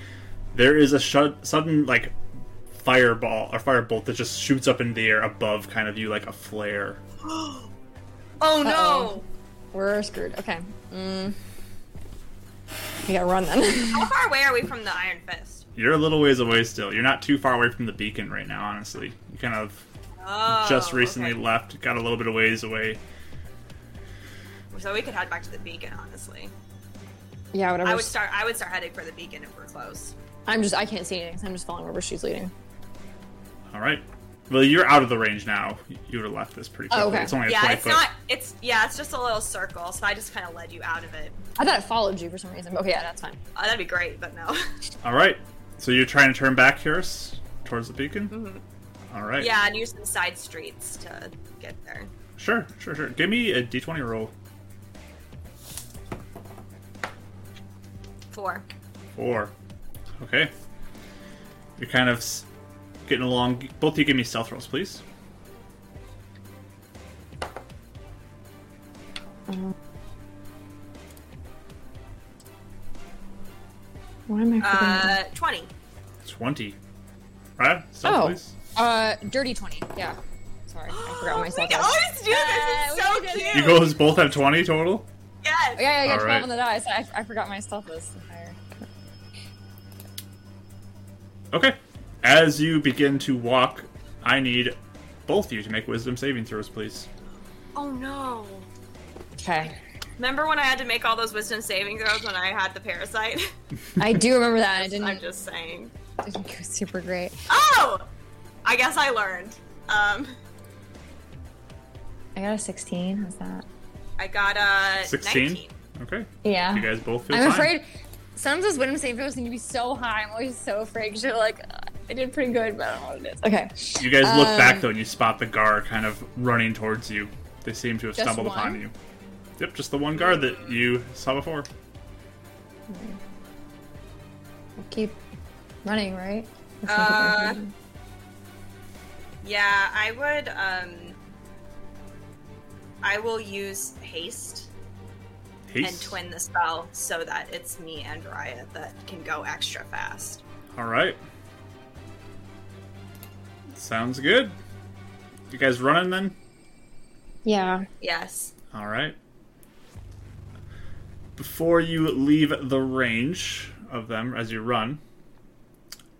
Speaker 2: there is a shud sudden like fireball or firebolt that just shoots up in the air above, kind of you, like a flare.
Speaker 5: Oh no!
Speaker 3: Uh-oh. We're screwed. Okay. Mm. We gotta run then.
Speaker 5: How far away are we from the Iron Fist?
Speaker 2: You're a little ways away still. You're not too far away from the beacon right now, honestly. You kind of
Speaker 5: Oh,
Speaker 2: just recently
Speaker 5: okay.
Speaker 2: left, got a little bit of ways away.
Speaker 5: So we could head back to the beacon, honestly.
Speaker 3: yeah, whatever.
Speaker 5: I would start. I would start heading for the beacon if we're close.
Speaker 3: I'm just I can't see anything, so I'm just following wherever she's leading.
Speaker 2: All right. Well, you're out of the range now. You would have left this pretty quickly.
Speaker 3: Oh, okay.
Speaker 2: It's only a
Speaker 5: yeah,
Speaker 2: 20
Speaker 5: it's
Speaker 2: foot.
Speaker 5: not. It's yeah, it's just a little circle. So I just kind of led you out of it.
Speaker 3: I thought it followed you for some reason. but Okay, yeah, that's fine.
Speaker 5: Oh, that'd be great, but no.
Speaker 2: All right. So you're trying to turn back, Harris, towards the beacon. All right.
Speaker 5: yeah, and use some side streets to get there.
Speaker 2: Sure. Sure. Sure. Give me a d20 roll.
Speaker 5: Four.
Speaker 2: Four. Okay. You're kind of s- getting along. Both of you, give me stealth rolls, please.
Speaker 3: Why am I freaking-
Speaker 5: Uh, twenty.
Speaker 2: Twenty. Right. Stealth,
Speaker 3: Oh.
Speaker 2: please.
Speaker 3: Uh dirty twenty, yeah. Sorry, I forgot
Speaker 5: Oh, we
Speaker 3: myself.
Speaker 5: can always do this. It's
Speaker 3: Yeah,
Speaker 5: so
Speaker 3: we can do
Speaker 5: cute.
Speaker 3: this.
Speaker 2: You guys both have twenty total.
Speaker 5: Yes.
Speaker 3: Oh, Yeah, yeah, I got
Speaker 2: All
Speaker 3: 12
Speaker 2: right.
Speaker 3: on the die, so I, I forgot my stealth was higher.
Speaker 2: Okay. As you begin to walk, I need both of you to make wisdom saving throws, please.
Speaker 5: Oh no.
Speaker 3: Okay.
Speaker 5: Remember when I had to make all those wisdom saving throws when I had the parasite?
Speaker 3: I do remember that. I didn't,
Speaker 5: I'm just saying.
Speaker 3: didn't go super great.
Speaker 5: Oh! I guess I learned. Um,
Speaker 3: I got a 16. How's that?
Speaker 5: I got uh, a
Speaker 2: Sixteen.
Speaker 5: 19.
Speaker 2: Okay.
Speaker 3: Yeah.
Speaker 2: You guys both feel
Speaker 3: I'm
Speaker 2: fine.
Speaker 3: afraid sometimes those wisdom saving throws need to be so high. I'm always so afraid because you're like, "Uh, I did pretty good, but I don't know what it is. Okay.
Speaker 2: You guys look
Speaker 3: Um,
Speaker 2: back though, and you spot the guard kind of running towards you. They seem to have
Speaker 3: Just
Speaker 2: stumbled upon
Speaker 3: one?
Speaker 2: you. Yep, just the one guard that you saw before.
Speaker 3: We'll keep running, right?
Speaker 5: Uh, yeah, I would. Um, I will use haste and
Speaker 2: Haste.
Speaker 5: twin the spell so that it's me and Raya that can go extra fast.
Speaker 2: All right. Sounds good. You guys running then?
Speaker 3: yeah.
Speaker 5: Yes.
Speaker 2: All right. Before you leave the range of them as you run,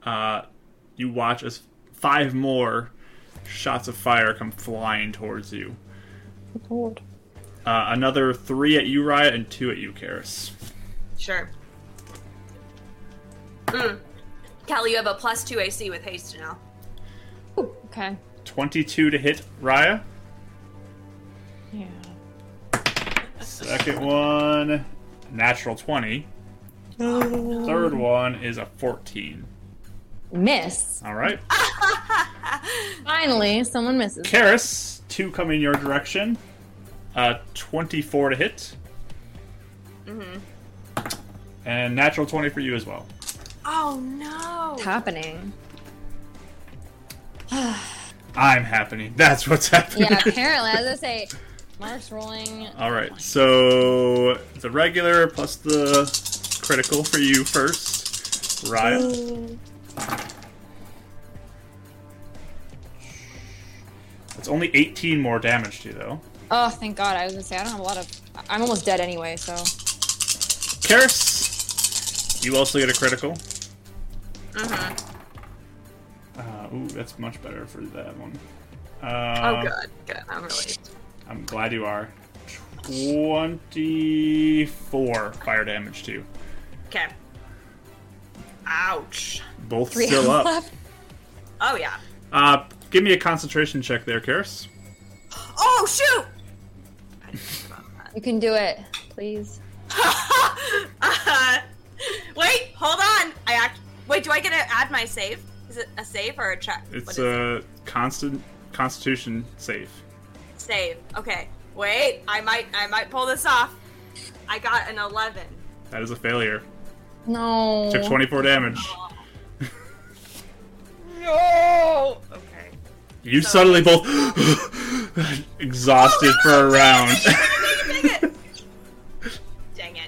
Speaker 2: uh, you watch as five more shots of fire come flying towards you.
Speaker 3: Lord.
Speaker 2: Uh, another three at you, Riot, and two at you, Karis.
Speaker 5: Sure. Mm. Kelly, you have a plus two AC with haste now.
Speaker 3: Ooh, okay.
Speaker 2: 22 to hit Raya.
Speaker 3: Yeah.
Speaker 2: Second one, natural 20. Third one is a 14.
Speaker 3: Miss.
Speaker 2: All right.
Speaker 3: Finally, someone misses.
Speaker 2: Karis, two coming your direction. Uh, 24 to hit. Mm-hmm. And natural 20 for you as well.
Speaker 5: Oh no!
Speaker 3: What's happening?
Speaker 2: I'm happening. That's what's happening.
Speaker 3: Yeah, apparently. As I say, Mark's rolling.
Speaker 2: All right, so the regular plus the critical for you first, Riot. That's only 18 more damage to you, though.
Speaker 3: Oh, thank God. I was gonna say I don't have a lot of. I- I'm almost dead anyway, so
Speaker 2: Karis, you also get a critical.
Speaker 5: Mm-hmm.
Speaker 2: Uh, ooh, that's much better for that one.
Speaker 5: Oh,
Speaker 2: Uh,
Speaker 5: good, good. I'm really.
Speaker 2: I'm glad you are. 24 fire damage to you.
Speaker 5: Okay. Ouch.
Speaker 2: Both
Speaker 3: three
Speaker 2: still
Speaker 3: health
Speaker 2: up.
Speaker 3: left.
Speaker 5: Oh, yeah.
Speaker 2: Uh, Give me a concentration check there, Karis.
Speaker 5: Oh shoot! I didn't think about
Speaker 3: You can do it, please.
Speaker 5: that. Uh, wait, hold on. I act. Wait, do I get to add my save? Is it a save or a check? What
Speaker 2: It's uh,
Speaker 5: is it?
Speaker 2: a constant Constitution save.
Speaker 5: save. Okay. Wait, I might. I might pull this off. I got an eleven.
Speaker 2: That is a failure.
Speaker 3: No.
Speaker 5: Oh.
Speaker 2: Took 24 damage.
Speaker 5: No. Okay.
Speaker 2: You suddenly both exhausted
Speaker 5: Oh,
Speaker 2: for a round.
Speaker 5: Dang it.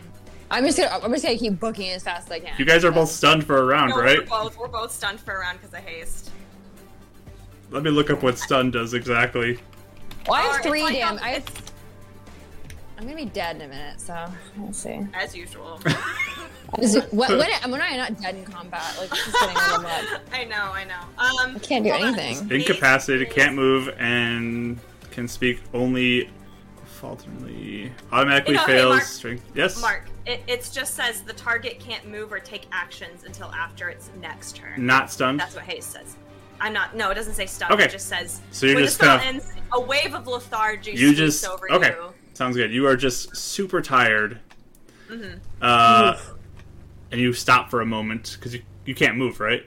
Speaker 3: I'm just gonna. I'm just gonna keep booking as fast as I can.
Speaker 2: you guys are both stunned for a round,
Speaker 5: No, We're
Speaker 2: right?
Speaker 5: both, we're both stunned for a round because of haste.
Speaker 2: Let me look up what stun does exactly.
Speaker 3: Well, I have
Speaker 5: Or it's
Speaker 3: three
Speaker 5: like
Speaker 3: damn.
Speaker 5: on-
Speaker 3: I have,
Speaker 5: it's
Speaker 3: um, I'm gonna be dead in a minute, so let's see.
Speaker 5: as usual.
Speaker 3: Is it- when, when, I- when I'm not dead in combat, like this is getting a little much.
Speaker 5: I know, I know. Um,
Speaker 3: I can't do
Speaker 5: hold on.
Speaker 3: anything.
Speaker 2: Incapacitated, can't move, and can speak only falteringly. Automatically
Speaker 5: You know, hey,
Speaker 2: fails
Speaker 5: Mark.
Speaker 2: strength. Yes.
Speaker 5: Mark, it, it just says the target can't move or take actions until after its next turn.
Speaker 2: Not stunned.
Speaker 5: That's what haste says. I'm not. No, it doesn't say stun.
Speaker 2: Okay.
Speaker 5: It just says
Speaker 2: So you're
Speaker 5: when
Speaker 2: just
Speaker 5: the spell
Speaker 2: kinda-
Speaker 5: ends, a wave of lethargy
Speaker 2: you
Speaker 5: sweeps
Speaker 2: just
Speaker 5: over
Speaker 2: okay.
Speaker 5: you.
Speaker 2: Sounds good. You are just super tired.
Speaker 5: Mm-hmm.
Speaker 2: Uh, and you stop for a moment because you you can't move, right?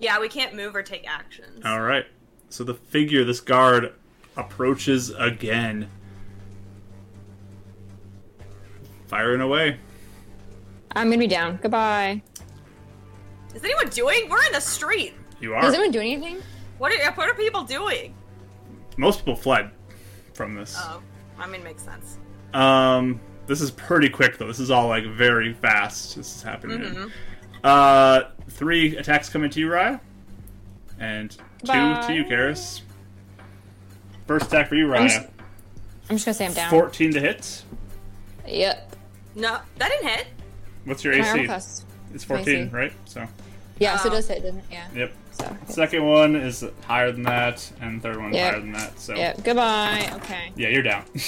Speaker 5: Yeah, we can't move or take actions.
Speaker 2: All right. So the figure, this guard, approaches again, firing away.
Speaker 3: I'm gonna be down. Goodbye.
Speaker 5: Is anyone doing? We're in the street.
Speaker 2: You
Speaker 3: Does
Speaker 2: are.
Speaker 3: anyone do anything?
Speaker 5: What are what are people doing?
Speaker 2: Most people fled from this.
Speaker 5: Oh, I mean, makes sense.
Speaker 2: Um, this is pretty quick though. This is all like very fast. This is happening.
Speaker 3: Mm-hmm.
Speaker 2: Uh, three attacks coming to you, Raya, and
Speaker 3: Bye.
Speaker 2: two to you, Karis. First attack for you, Raya.
Speaker 3: just I'm just gonna say I'm down.
Speaker 2: Fourteen to hit.
Speaker 3: Yep.
Speaker 5: No, that didn't hit.
Speaker 2: What's your
Speaker 3: My armor
Speaker 2: AC?
Speaker 3: class.
Speaker 2: It's
Speaker 3: my
Speaker 2: fourteen,
Speaker 3: AC.
Speaker 2: right? So,
Speaker 3: Yeah, so
Speaker 5: Oh.
Speaker 3: it does hit, doesn't it? Yeah.
Speaker 2: yep.
Speaker 3: So.
Speaker 2: Second one is higher than that, and third one is
Speaker 3: Yep.
Speaker 2: higher than that. So,
Speaker 3: Yep. Goodbye. Okay.
Speaker 2: yeah, you're down.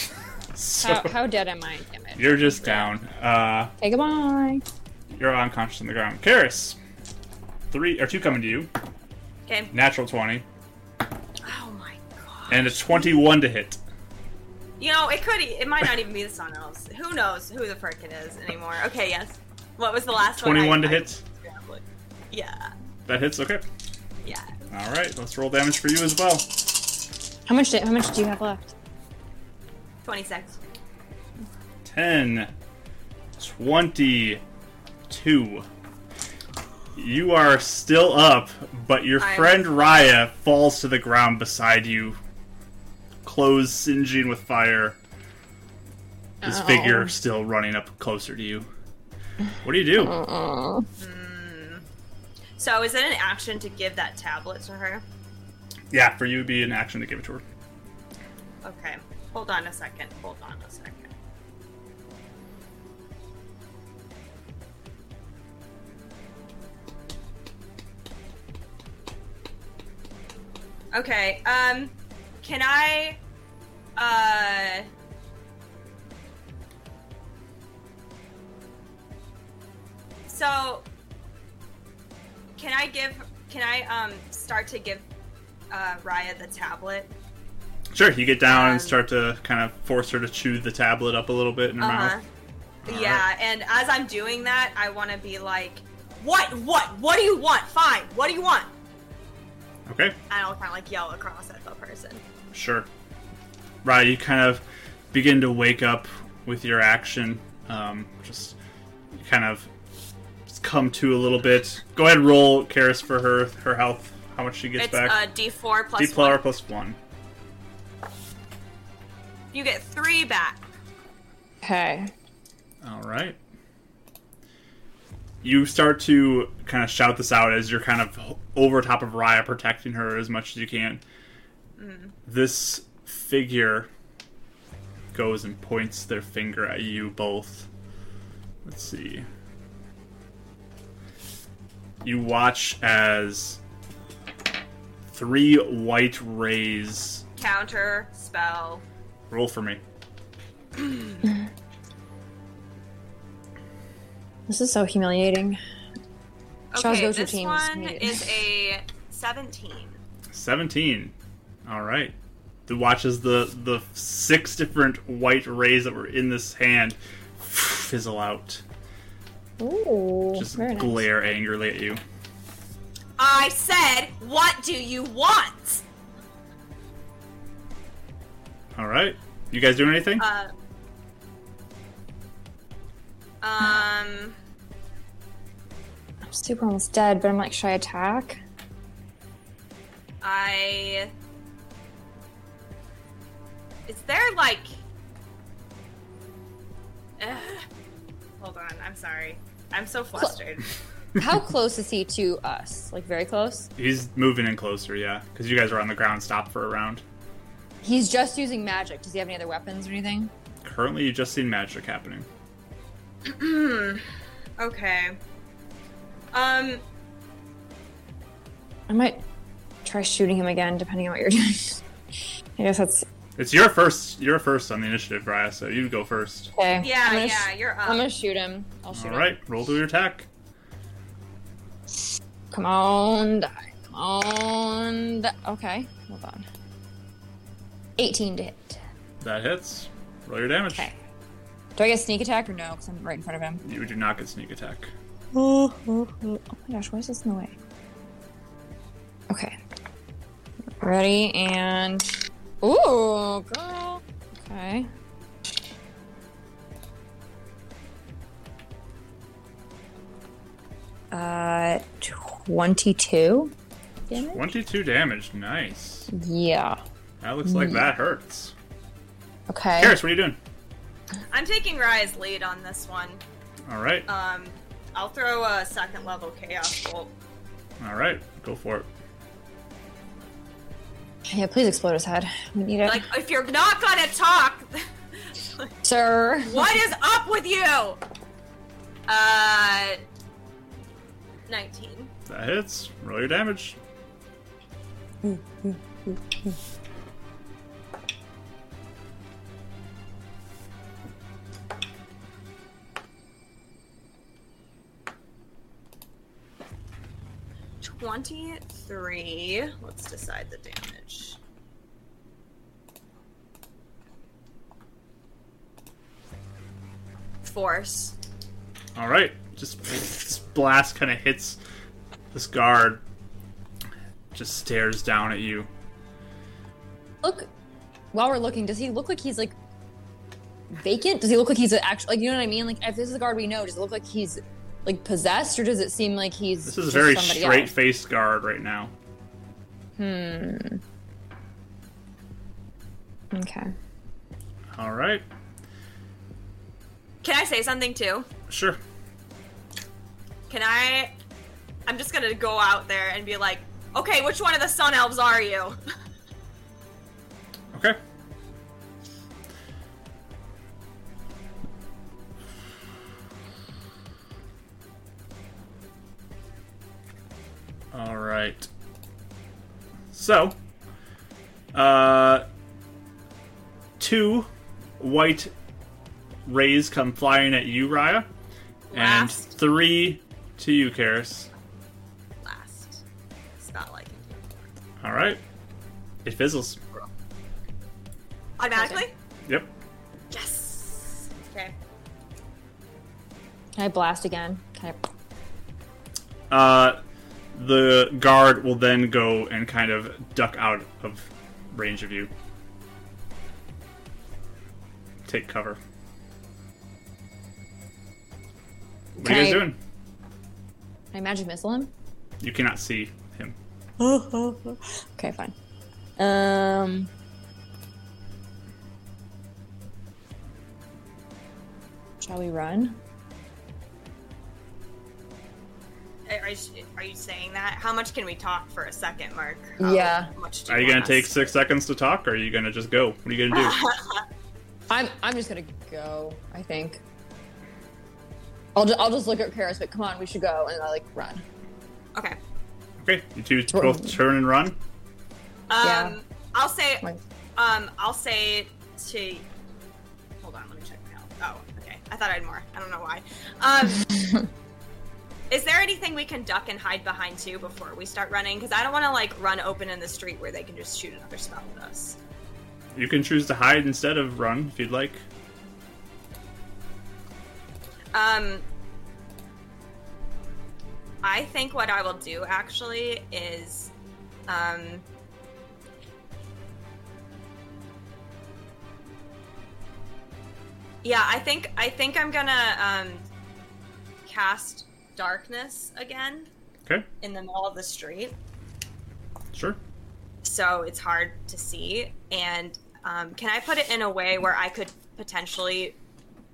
Speaker 2: so
Speaker 3: How, how dead am I? Damn it.
Speaker 2: you're just down. Uh,
Speaker 3: Okay. Goodbye.
Speaker 2: you're unconscious on the ground. Karis, three or two coming to you.
Speaker 5: Okay.
Speaker 2: Natural twenty.
Speaker 5: Oh my god.
Speaker 2: and a 21 to hit.
Speaker 5: You know, it could. It might not even be someone else. Who knows who the frick it is anymore? Okay, yes. What was the last
Speaker 2: 21
Speaker 5: one?
Speaker 2: to
Speaker 5: I- I-
Speaker 2: hit.
Speaker 5: Yeah,
Speaker 2: That hits, okay.
Speaker 5: yeah.
Speaker 2: All right, let's roll damage for you as well.
Speaker 3: How much? Did, how much do you have left?
Speaker 5: Twenty-six.
Speaker 2: 10, 22. You are still up, but your
Speaker 5: I'm-
Speaker 2: friend Raya falls to the ground beside you, clothes singeing with fire. This
Speaker 3: Uh-oh.
Speaker 2: figure still running up closer to you. What do you do?
Speaker 3: Oh.
Speaker 5: So is it an action to give that tablet to her?
Speaker 2: Yeah, for you would be an action to give it to her.
Speaker 5: Okay. Hold on a second. Hold on a second. Okay. Um can I uh So can I give can I um start to give uh Raya the tablet?
Speaker 2: Sure, you get down
Speaker 5: Um,
Speaker 2: and start to kind of force her to chew the tablet up a little bit in her
Speaker 5: Uh-huh.
Speaker 2: mouth.
Speaker 5: Yeah, and as I'm doing that, I want to be like, "What? What? What do you want? Fine. What do you want?"
Speaker 2: Okay,
Speaker 5: And I'll kind of like yell across at the person.
Speaker 2: sure. Right, you kind of begin to wake up with your action. Um, just you kind of come to a little bit. Go ahead and roll Karis for her her health. How much she gets
Speaker 5: It's
Speaker 2: back.
Speaker 5: a D4 plus
Speaker 2: D
Speaker 5: one.
Speaker 2: plus plus one.
Speaker 5: You get three back.
Speaker 3: Okay.
Speaker 2: All right. You start to kind of shout this out as you're kind of over top of Raya, protecting her as much as you can. This figure goes and points their finger at you both. Let's see. You watch as three white rays
Speaker 5: Counter spell.
Speaker 2: roll for me.
Speaker 3: This is so humiliating. Charles
Speaker 5: Okay,
Speaker 3: goes to
Speaker 5: this
Speaker 3: teams.
Speaker 5: one
Speaker 3: Hate it.
Speaker 5: is a 17.
Speaker 2: Seventeen. All right. The watch as the the six different white rays that were in this hand fizzle out,
Speaker 3: Ooh,
Speaker 2: just
Speaker 3: Oh, very nice.
Speaker 2: glare angrily at you.
Speaker 5: I said, what do you want?
Speaker 2: All right. You guys doing anything?
Speaker 5: Uh, um,
Speaker 3: I'm super almost dead, but I'm like, should I attack?
Speaker 5: I. Is there like. Ugh. Hold on, I'm sorry. I'm so flustered.
Speaker 3: How close is he to us? Like very close.
Speaker 2: He's moving in closer, yeah, because you guys are on the ground. Stop for a round.
Speaker 3: He's just using magic. Does he have any other weapons or anything?
Speaker 2: Currently, you just seen magic happening.
Speaker 5: okay. Um,
Speaker 3: I might try shooting him again, depending on what you're doing. I guess that's
Speaker 2: It's your first. You're first on the initiative, Briar, so you go first.
Speaker 3: okay. I'm
Speaker 5: yeah,
Speaker 3: gonna sh-
Speaker 5: yeah, you're up.
Speaker 3: I'm gonna shoot him. I'll shoot
Speaker 2: All
Speaker 3: him.
Speaker 2: right, roll to your attack.
Speaker 3: Come on, die. Come on. die. Okay, hold on. 18 to hit.
Speaker 2: That hits. Roll your damage.
Speaker 3: Okay. Do I get sneak attack or no? Because I'm right in front of him.
Speaker 2: You do not get sneak attack.
Speaker 3: Oh, oh, oh. oh my gosh, why is this in the way? Okay. Ready and. Ooh, girl. Okay. Uh, 22 damage?
Speaker 2: Twenty-two damage. Nice.
Speaker 3: Yeah.
Speaker 2: That looks
Speaker 3: Mm.
Speaker 2: like that hurts.
Speaker 3: Okay.
Speaker 2: Karis, what are you doing?
Speaker 5: I'm taking Raya's lead on this one.
Speaker 2: All right.
Speaker 5: Um, I'll throw a second level chaos bolt.
Speaker 2: All right. Go for it.
Speaker 3: Yeah, please explode his head. We need it.
Speaker 5: Like, if you're not gonna talk,
Speaker 3: Sir.
Speaker 5: what is up with you? Uh, 19.
Speaker 2: That hits. Roll your damage.
Speaker 5: Twenty-three. Let's decide the damage. Force.
Speaker 2: All right, just this blast kind of hits this guard. Just stares down at you.
Speaker 3: Look, while we're looking, does he look like he's like vacant? Does he look like he's actually, like, you know what I mean? Like, if this is a guard we know, does it look like he's like possessed or does it seem like he's.
Speaker 2: This is a
Speaker 3: just
Speaker 2: very
Speaker 3: somebody else?
Speaker 2: straight-faced guard right now.
Speaker 3: Okay.
Speaker 2: All right,
Speaker 5: Can I say something too?
Speaker 2: sure.
Speaker 5: Can I? I'm just gonna go out there and be like, okay, which one of the sun elves are you?
Speaker 2: Okay. All right. So, uh, two white rays come flying at you, Raya, and
Speaker 5: Last.
Speaker 2: three to you, Karis.
Speaker 5: Last. It's not like it.
Speaker 2: All right. It fizzles.
Speaker 5: automatically.
Speaker 2: Yep.
Speaker 5: Yes. Okay.
Speaker 3: Can I blast again? Can I.
Speaker 2: Uh, the guard will then go and kind of duck out of range of you. Take cover. What are you guys
Speaker 3: Okay.
Speaker 2: doing?
Speaker 3: Can I magic missile him?
Speaker 2: You cannot see him.
Speaker 3: Okay, fine. Um. Shall we run?
Speaker 5: Are you, are you saying that? How much can we talk for a second, Mark?
Speaker 3: Yeah.
Speaker 5: How much do
Speaker 2: Are you
Speaker 5: want
Speaker 2: gonna take
Speaker 5: us?
Speaker 2: six seconds to talk, or are you gonna just go? What are you gonna do?
Speaker 3: I'm I'm just gonna go. I think. I'll ju- I'll just look at Karis, but come on, we should go, and I like run.
Speaker 5: Okay.
Speaker 2: okay, you two both turn and run.
Speaker 5: Um,
Speaker 3: Yeah.
Speaker 5: I'll say.
Speaker 3: Like,
Speaker 5: Um, I'll say to. Hold on, let me check my health. Oh, okay. I thought I had more. I don't know why. Um, Is there anything we can duck and hide behind too before we start running? Because I don't want to like run open in the street where they can just shoot another spell at us.
Speaker 2: You can choose to hide instead of run if you'd like.
Speaker 5: Um, I think what I will do actually is, um, yeah, I think I think I'm gonna um, cast darkness again
Speaker 2: Okay,
Speaker 5: in the middle of the street,
Speaker 2: sure.
Speaker 5: so it's hard to see. And um, can I put it in a way where I could potentially,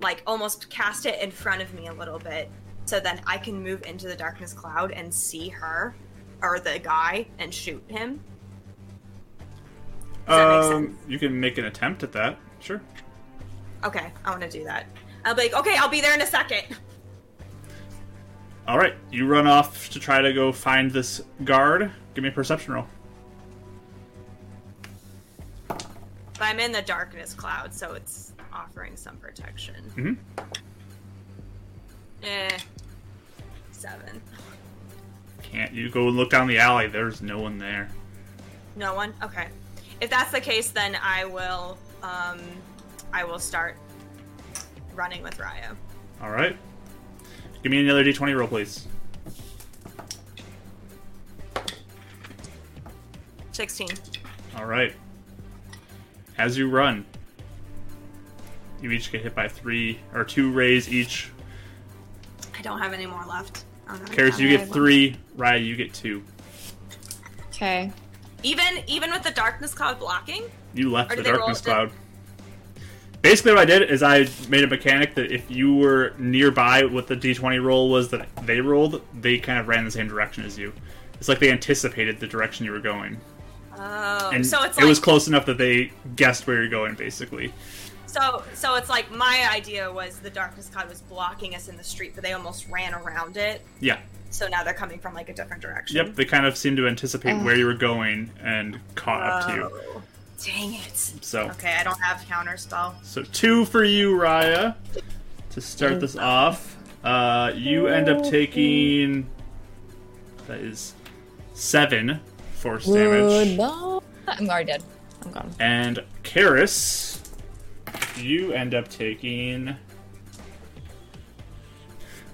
Speaker 5: like, almost cast it in front of me a little bit, so then I can move into the darkness cloud and see her or the guy and shoot him? Does that make sense?
Speaker 2: Um, You can make an attempt at that. Sure.
Speaker 5: Okay, I want to do that. I'll be like, okay, I'll be there in a second.
Speaker 2: All right, you run off to try to go find this guard. Give me a perception roll.
Speaker 5: But I'm in the darkness cloud, so it's offering some protection.
Speaker 2: Mhm.
Speaker 5: Eh, seven.
Speaker 2: Can't you go and look down the alley? There's no one there.
Speaker 5: No one. Okay. If that's the case, then I will. Um, I will start running with Raya.
Speaker 2: All right. Give me another d20 roll, please.
Speaker 5: Sixteen.
Speaker 2: All right. As you run, you each get hit by three or two rays each.
Speaker 5: I don't have any more left. I don't know.
Speaker 2: Karis, you
Speaker 3: Okay.
Speaker 2: get three. Raya, you get two.
Speaker 3: Okay.
Speaker 5: Even even with the darkness cloud blocking.
Speaker 2: You left
Speaker 5: Or
Speaker 2: the
Speaker 5: did they roll-
Speaker 2: darkness
Speaker 5: did-
Speaker 2: cloud. Basically, what I did is I made a mechanic that if you were nearby what the d20 roll was that they rolled, they kind of ran the same direction as you. It's like they anticipated the direction you were going,
Speaker 5: Oh.
Speaker 2: and
Speaker 5: so it's
Speaker 2: it
Speaker 5: like
Speaker 2: was close enough that they guessed where you're going. Basically,
Speaker 5: so so it's like my idea was the darkness cloud was blocking us in the street, but they almost ran around it.
Speaker 2: yeah,
Speaker 5: So now they're coming from like a different direction.
Speaker 2: yep. They kind of seemed to anticipate
Speaker 3: Ugh.
Speaker 2: where you were going and caught up to you.
Speaker 5: Oh, Dang it.
Speaker 2: So,
Speaker 5: Okay, I don't have counter spell.
Speaker 2: so two for you, Raya, to start this off. Uh, you end up taking that is seven force damage.
Speaker 3: Goodbye. I'm already dead. I'm gone.
Speaker 2: And Karis, you end up taking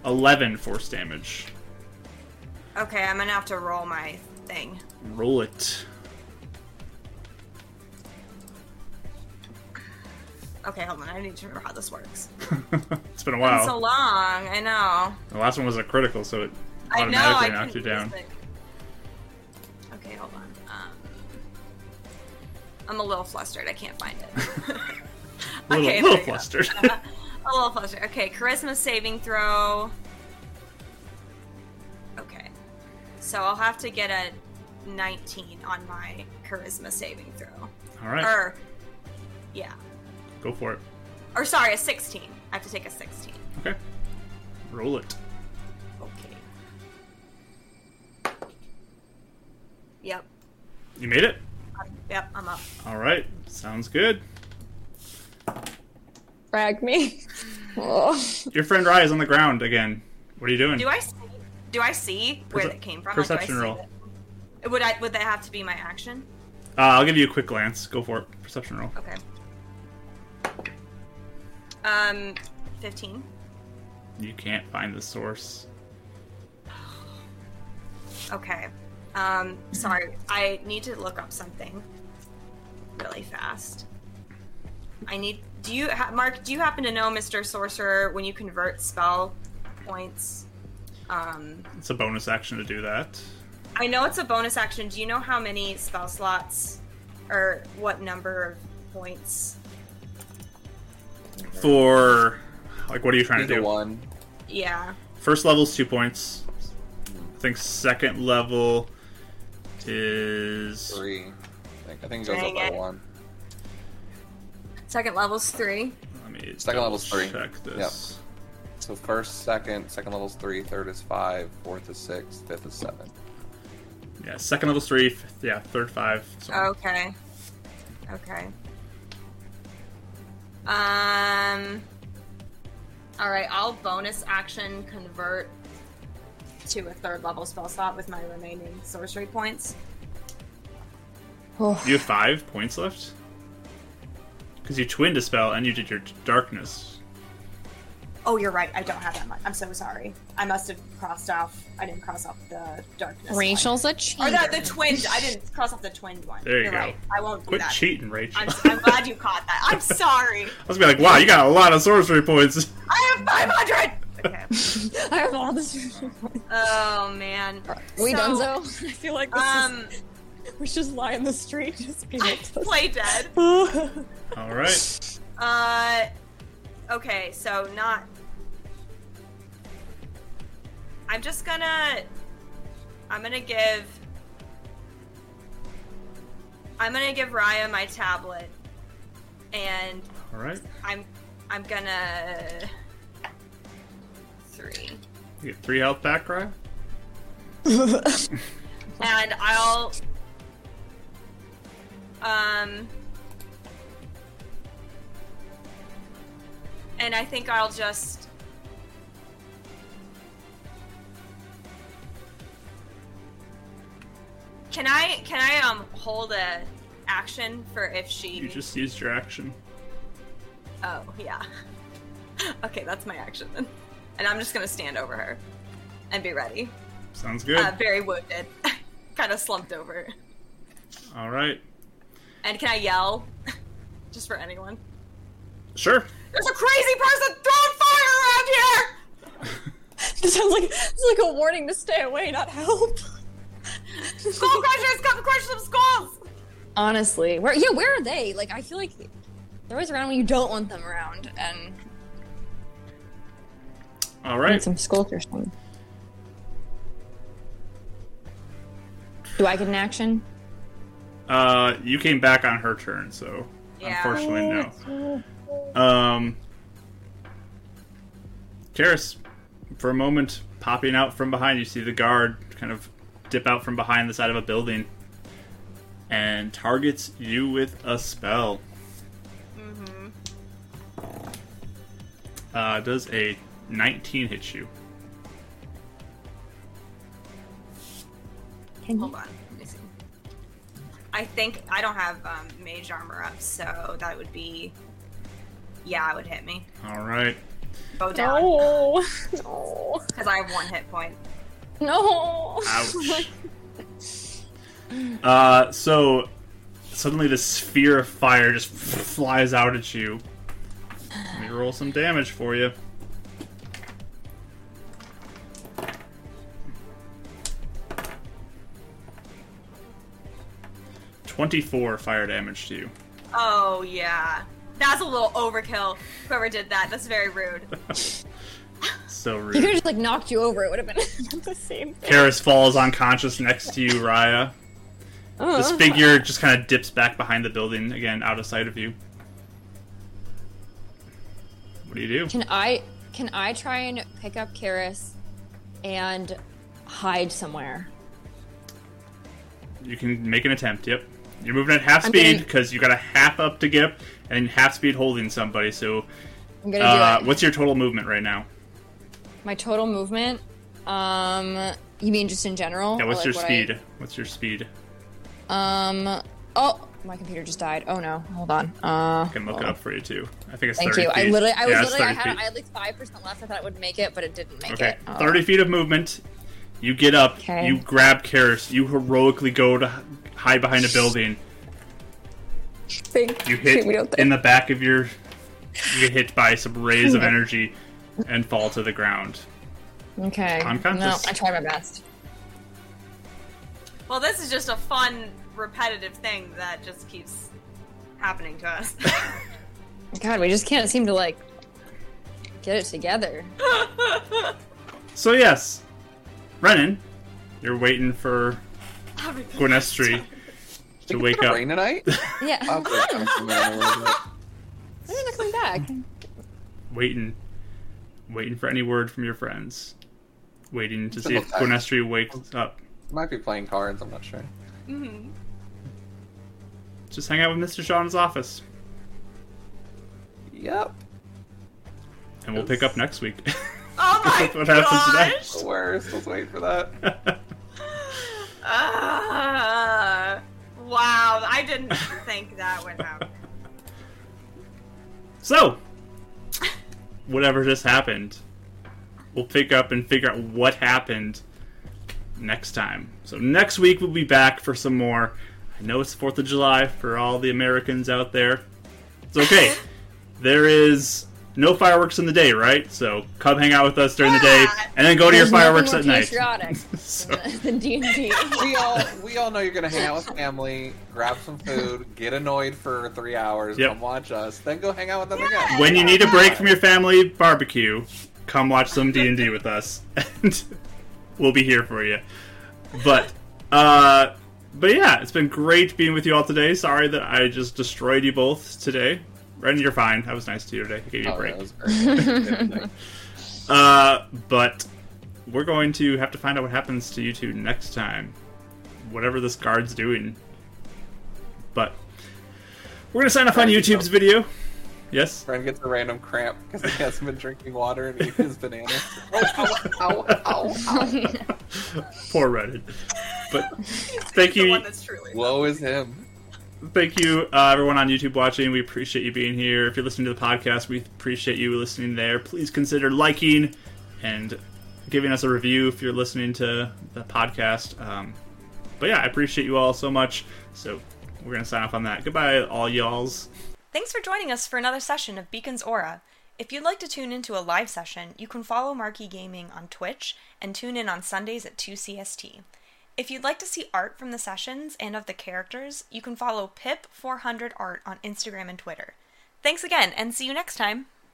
Speaker 2: 11 force damage.
Speaker 5: Okay, I'm gonna have to roll my thing.
Speaker 2: Roll it.
Speaker 5: Okay, hold on. I need to remember how this works.
Speaker 2: it's been a
Speaker 5: It's so
Speaker 2: while.
Speaker 5: long. I know.
Speaker 2: The last one was a critical, so it
Speaker 5: I know. I
Speaker 2: automatically knocked you
Speaker 5: couldn't
Speaker 2: down.
Speaker 5: use it. Okay, hold on. Um, I'm a little flustered. I can't find it.
Speaker 2: A little,
Speaker 5: Okay, there
Speaker 2: little
Speaker 5: you go.
Speaker 2: flustered.
Speaker 5: a little flustered. Okay, charisma saving throw. Okay, so I'll have to get a 19 on my charisma saving throw.
Speaker 2: All right,
Speaker 5: Or, yeah.
Speaker 2: go for it.
Speaker 5: Or sorry, a 16. I have to take a 16.
Speaker 2: Okay. Roll it.
Speaker 5: Okay. Yep.
Speaker 2: You made it?
Speaker 5: I'm, yep, I'm up.
Speaker 2: All right. Sounds good.
Speaker 3: Frag me. Oh.
Speaker 2: Your friend Raya is on the ground again. What are you doing?
Speaker 5: Do I see? Do I see where
Speaker 2: Perce-
Speaker 5: that came from?
Speaker 2: perception
Speaker 5: do I see
Speaker 2: roll.
Speaker 5: that- Would I? Would that have to be my action?
Speaker 2: Uh, I'll give you a quick glance. Go for it. Perception roll.
Speaker 5: Okay. Um, fifteen.
Speaker 2: You can't find the source.
Speaker 5: Okay. Um, sorry. I need to look up something really fast. I need. Do you, ha- Mark? Do you happen to know, Mister Sorcerer, when you convert spell points? Um,
Speaker 2: It's a bonus action to do that.
Speaker 5: I know it's a bonus action. Do you know how many spell slots or what number of points?
Speaker 2: For like, what are you trying to
Speaker 4: Either
Speaker 2: do?
Speaker 4: one.
Speaker 5: Yeah.
Speaker 2: First level's two points. I think second level is
Speaker 4: Three. I think, I think it goes
Speaker 5: Dang
Speaker 4: up by
Speaker 5: it.
Speaker 4: one.
Speaker 5: Second level's three.
Speaker 2: let me
Speaker 4: Second level's
Speaker 2: double
Speaker 4: three.
Speaker 2: Check this.
Speaker 4: So first, second, second level's three, third is five, fourth is six, fifth is seven.
Speaker 2: Yeah, second level's three. Fifth, yeah, third five. So on.
Speaker 5: Okay. Okay. Um. All right. I'll bonus action convert to a third level spell slot with my remaining sorcery points.
Speaker 3: Oh,
Speaker 2: You have five points left? Because you twinned a spell and you did your darkness.
Speaker 5: Oh, you're right. I don't have that much. I'm so sorry. I must have crossed off. I didn't cross off the darkness. One.
Speaker 6: Rachel's a cheater.
Speaker 5: Or no, the twinned. I didn't cross off the twinned one.
Speaker 2: There you
Speaker 5: are
Speaker 2: go.
Speaker 5: Right. I won't do
Speaker 2: Quit
Speaker 5: that.
Speaker 2: cheating, Rachel.
Speaker 5: I'm, I'm glad you caught that. I'm sorry.
Speaker 2: I was gonna be like, wow, you got a lot of sorcery points.
Speaker 5: I have 500. Okay.
Speaker 3: I have all this.
Speaker 5: Oh man.
Speaker 3: we
Speaker 5: So,
Speaker 3: done so? I feel like this
Speaker 5: Um,
Speaker 3: is, we should just lie in the street, just be
Speaker 5: play dead.
Speaker 2: All right.
Speaker 5: Uh, okay, so not. I'm just gonna. I'm gonna give. I'm gonna give Raya my tablet, and
Speaker 2: All right.
Speaker 5: I'm I'm gonna three,
Speaker 2: You get three health back, Ryan.
Speaker 5: and I'll um, and I think I'll just Can I can I um hold a action for if she
Speaker 2: You just used your action.
Speaker 5: Oh, yeah. okay, that's my action then. And I'm just gonna stand over her and be ready.
Speaker 2: Sounds good.
Speaker 5: Uh, very wounded. kind of slumped over.
Speaker 2: All right.
Speaker 5: And can I yell? just for anyone.
Speaker 2: Sure.
Speaker 5: There's a crazy person throwing fire around here!
Speaker 3: This sounds like it's like a warning to stay away, not help.
Speaker 5: Skull crushers, come crush some skulls!
Speaker 3: Honestly, where yeah, where are they? Like, I feel like they're always around when you don't want them around, and
Speaker 2: All right.
Speaker 3: some skulk or something. Do I get an action?
Speaker 2: Uh, you came back on her turn, so
Speaker 5: Yeah.
Speaker 2: unfortunately no. Um, Karis, for a moment, popping out from behind, you see the guard kind of dip out from behind the side of a building, and targets you with a spell. Mm-hmm. Uh, does a 19 hit you?
Speaker 3: Can
Speaker 5: Hold on. Let me see. I think I don't have um, mage armor up, so that would be. Yeah, it would hit me.
Speaker 2: All right.
Speaker 5: Bow down.
Speaker 3: No, no,
Speaker 5: Because I have one hit point.
Speaker 3: no.
Speaker 2: Ouch. uh, so suddenly the sphere of fire just flies out at you. Let me roll some damage for you. Twenty-four fire damage to you.
Speaker 5: Oh yeah, that's a little overkill. Whoever did that, that's very rude.
Speaker 2: So
Speaker 3: He could
Speaker 2: rude.
Speaker 3: have just like knocked you over. It would have been the same. Thing.
Speaker 2: Karis falls unconscious next to you, Raya. This
Speaker 3: Uh,
Speaker 2: figure just kind of dips back behind the building again, out of sight of you. What do you do?
Speaker 3: Can I can I try and pick up Karis and hide somewhere?
Speaker 2: You can make an attempt. Yep. You're moving at half
Speaker 3: I'm
Speaker 2: speed
Speaker 3: gonna-
Speaker 2: because you got a half up to get, and half speed holding somebody. So,
Speaker 3: I'm gonna
Speaker 2: uh,
Speaker 3: do it.
Speaker 2: what's your total movement right now?
Speaker 3: My total movement. Um, you mean just in general?
Speaker 2: Yeah.
Speaker 3: Or,
Speaker 2: What's
Speaker 3: Oh,
Speaker 2: your
Speaker 3: like, what I-
Speaker 2: speed? What's your speed?
Speaker 3: um. Oh, my computer just died. Oh no. Hold on. Uh.
Speaker 2: I can look
Speaker 3: hold
Speaker 2: it
Speaker 3: on.
Speaker 2: up for you too. I think it's
Speaker 3: Thank
Speaker 2: 30
Speaker 3: you. I
Speaker 2: feet.
Speaker 3: literally, I was
Speaker 2: Yeah, it's
Speaker 3: literally, I
Speaker 2: 30
Speaker 3: had,
Speaker 2: feet.
Speaker 3: I had like five percent left. I thought it would make it, but it didn't make
Speaker 2: Okay,
Speaker 3: it. Uh,
Speaker 2: 30 feet of movement. You get up,
Speaker 3: Okay.
Speaker 2: you grab Karis, you heroically go to h- hide behind a building. You hit in the back of your. You get hit by some rays of energy and fall to the ground.
Speaker 3: Okay.
Speaker 2: Unconscious.
Speaker 3: No, I tried my best.
Speaker 5: Well, this is just a fun, repetitive thing that just keeps happening to us.
Speaker 3: God, we just can't seem to like get it together.
Speaker 2: So, yes, Renan, you're waiting for Gwinestry to
Speaker 4: It's
Speaker 2: wake
Speaker 4: gonna
Speaker 2: up.
Speaker 4: Rain tonight.
Speaker 3: Yeah.
Speaker 4: I'll wake up in a little bit.
Speaker 3: They're not coming back.
Speaker 2: Waiting. Waiting for any word from your friends. Waiting to see if
Speaker 4: Double time.
Speaker 2: Gwinestry wakes up.
Speaker 4: Might be playing cards. I'm not sure.
Speaker 2: Just hang out with Mr. Shaw in his office.
Speaker 4: Yep.
Speaker 2: And we'll pick up next week.
Speaker 5: oh my
Speaker 2: what happens next.
Speaker 4: The worst. Let's wait for that.
Speaker 5: Ah, wow, I didn't think that would happen.
Speaker 2: So, whatever just happened, we'll pick up and figure out what happened next time. So, next week we'll be back for some more. I know it's 4th of July for all the Americans out there. It's okay. there is no fireworks in the day, right? So, come hang out with us during the day
Speaker 5: Yeah.
Speaker 2: and then go to your
Speaker 3: There's nothing
Speaker 2: fireworks
Speaker 3: more
Speaker 2: at night.
Speaker 3: patriotic
Speaker 2: so,
Speaker 3: than D&D.
Speaker 4: We all we all know you're gonna hang out with family, grab some food, get annoyed for three hours,
Speaker 2: Yep.
Speaker 4: come watch us, then go hang out with them again.
Speaker 2: when you need a break from your family barbecue, come watch some D and D with us, and we'll be here for you. But, uh, but yeah, it's been great being with you all today. Sorry that I just destroyed you both today. Ren, you're fine. I was nice to you today. I gave you a
Speaker 4: Oh,
Speaker 2: break.
Speaker 4: that was great.
Speaker 2: Uh, but we're going to have to find out what happens to you two next time. Whatever this guard's doing. But we're gonna sign off on YouTube's video. Yes.
Speaker 4: Friend gets a random cramp because he hasn't been drinking water and eating his banana. Oh, Ow, ow, ow, ow, ow.
Speaker 2: Poor Reddit. But thank
Speaker 5: The
Speaker 2: you,
Speaker 5: one that's truly.
Speaker 4: Woe is him.
Speaker 2: thank you, uh, everyone on YouTube watching. We appreciate you being here. If you're listening to the podcast, we appreciate you listening there. Please consider liking and giving us a review if you're listening to the podcast. Um, but yeah, I appreciate you all so much. So we're gonna sign off on that. Goodbye, all y'alls.
Speaker 1: Thanks for joining us for another session of Beacon's Aura. If you'd like to tune into a live session, you can follow Marquee Gaming on Twitch and tune in on Sundays at 2 CST. If you'd like to see art from the sessions and of the characters, you can follow Pip400Art on Instagram and Twitter. Thanks again, and see you next time!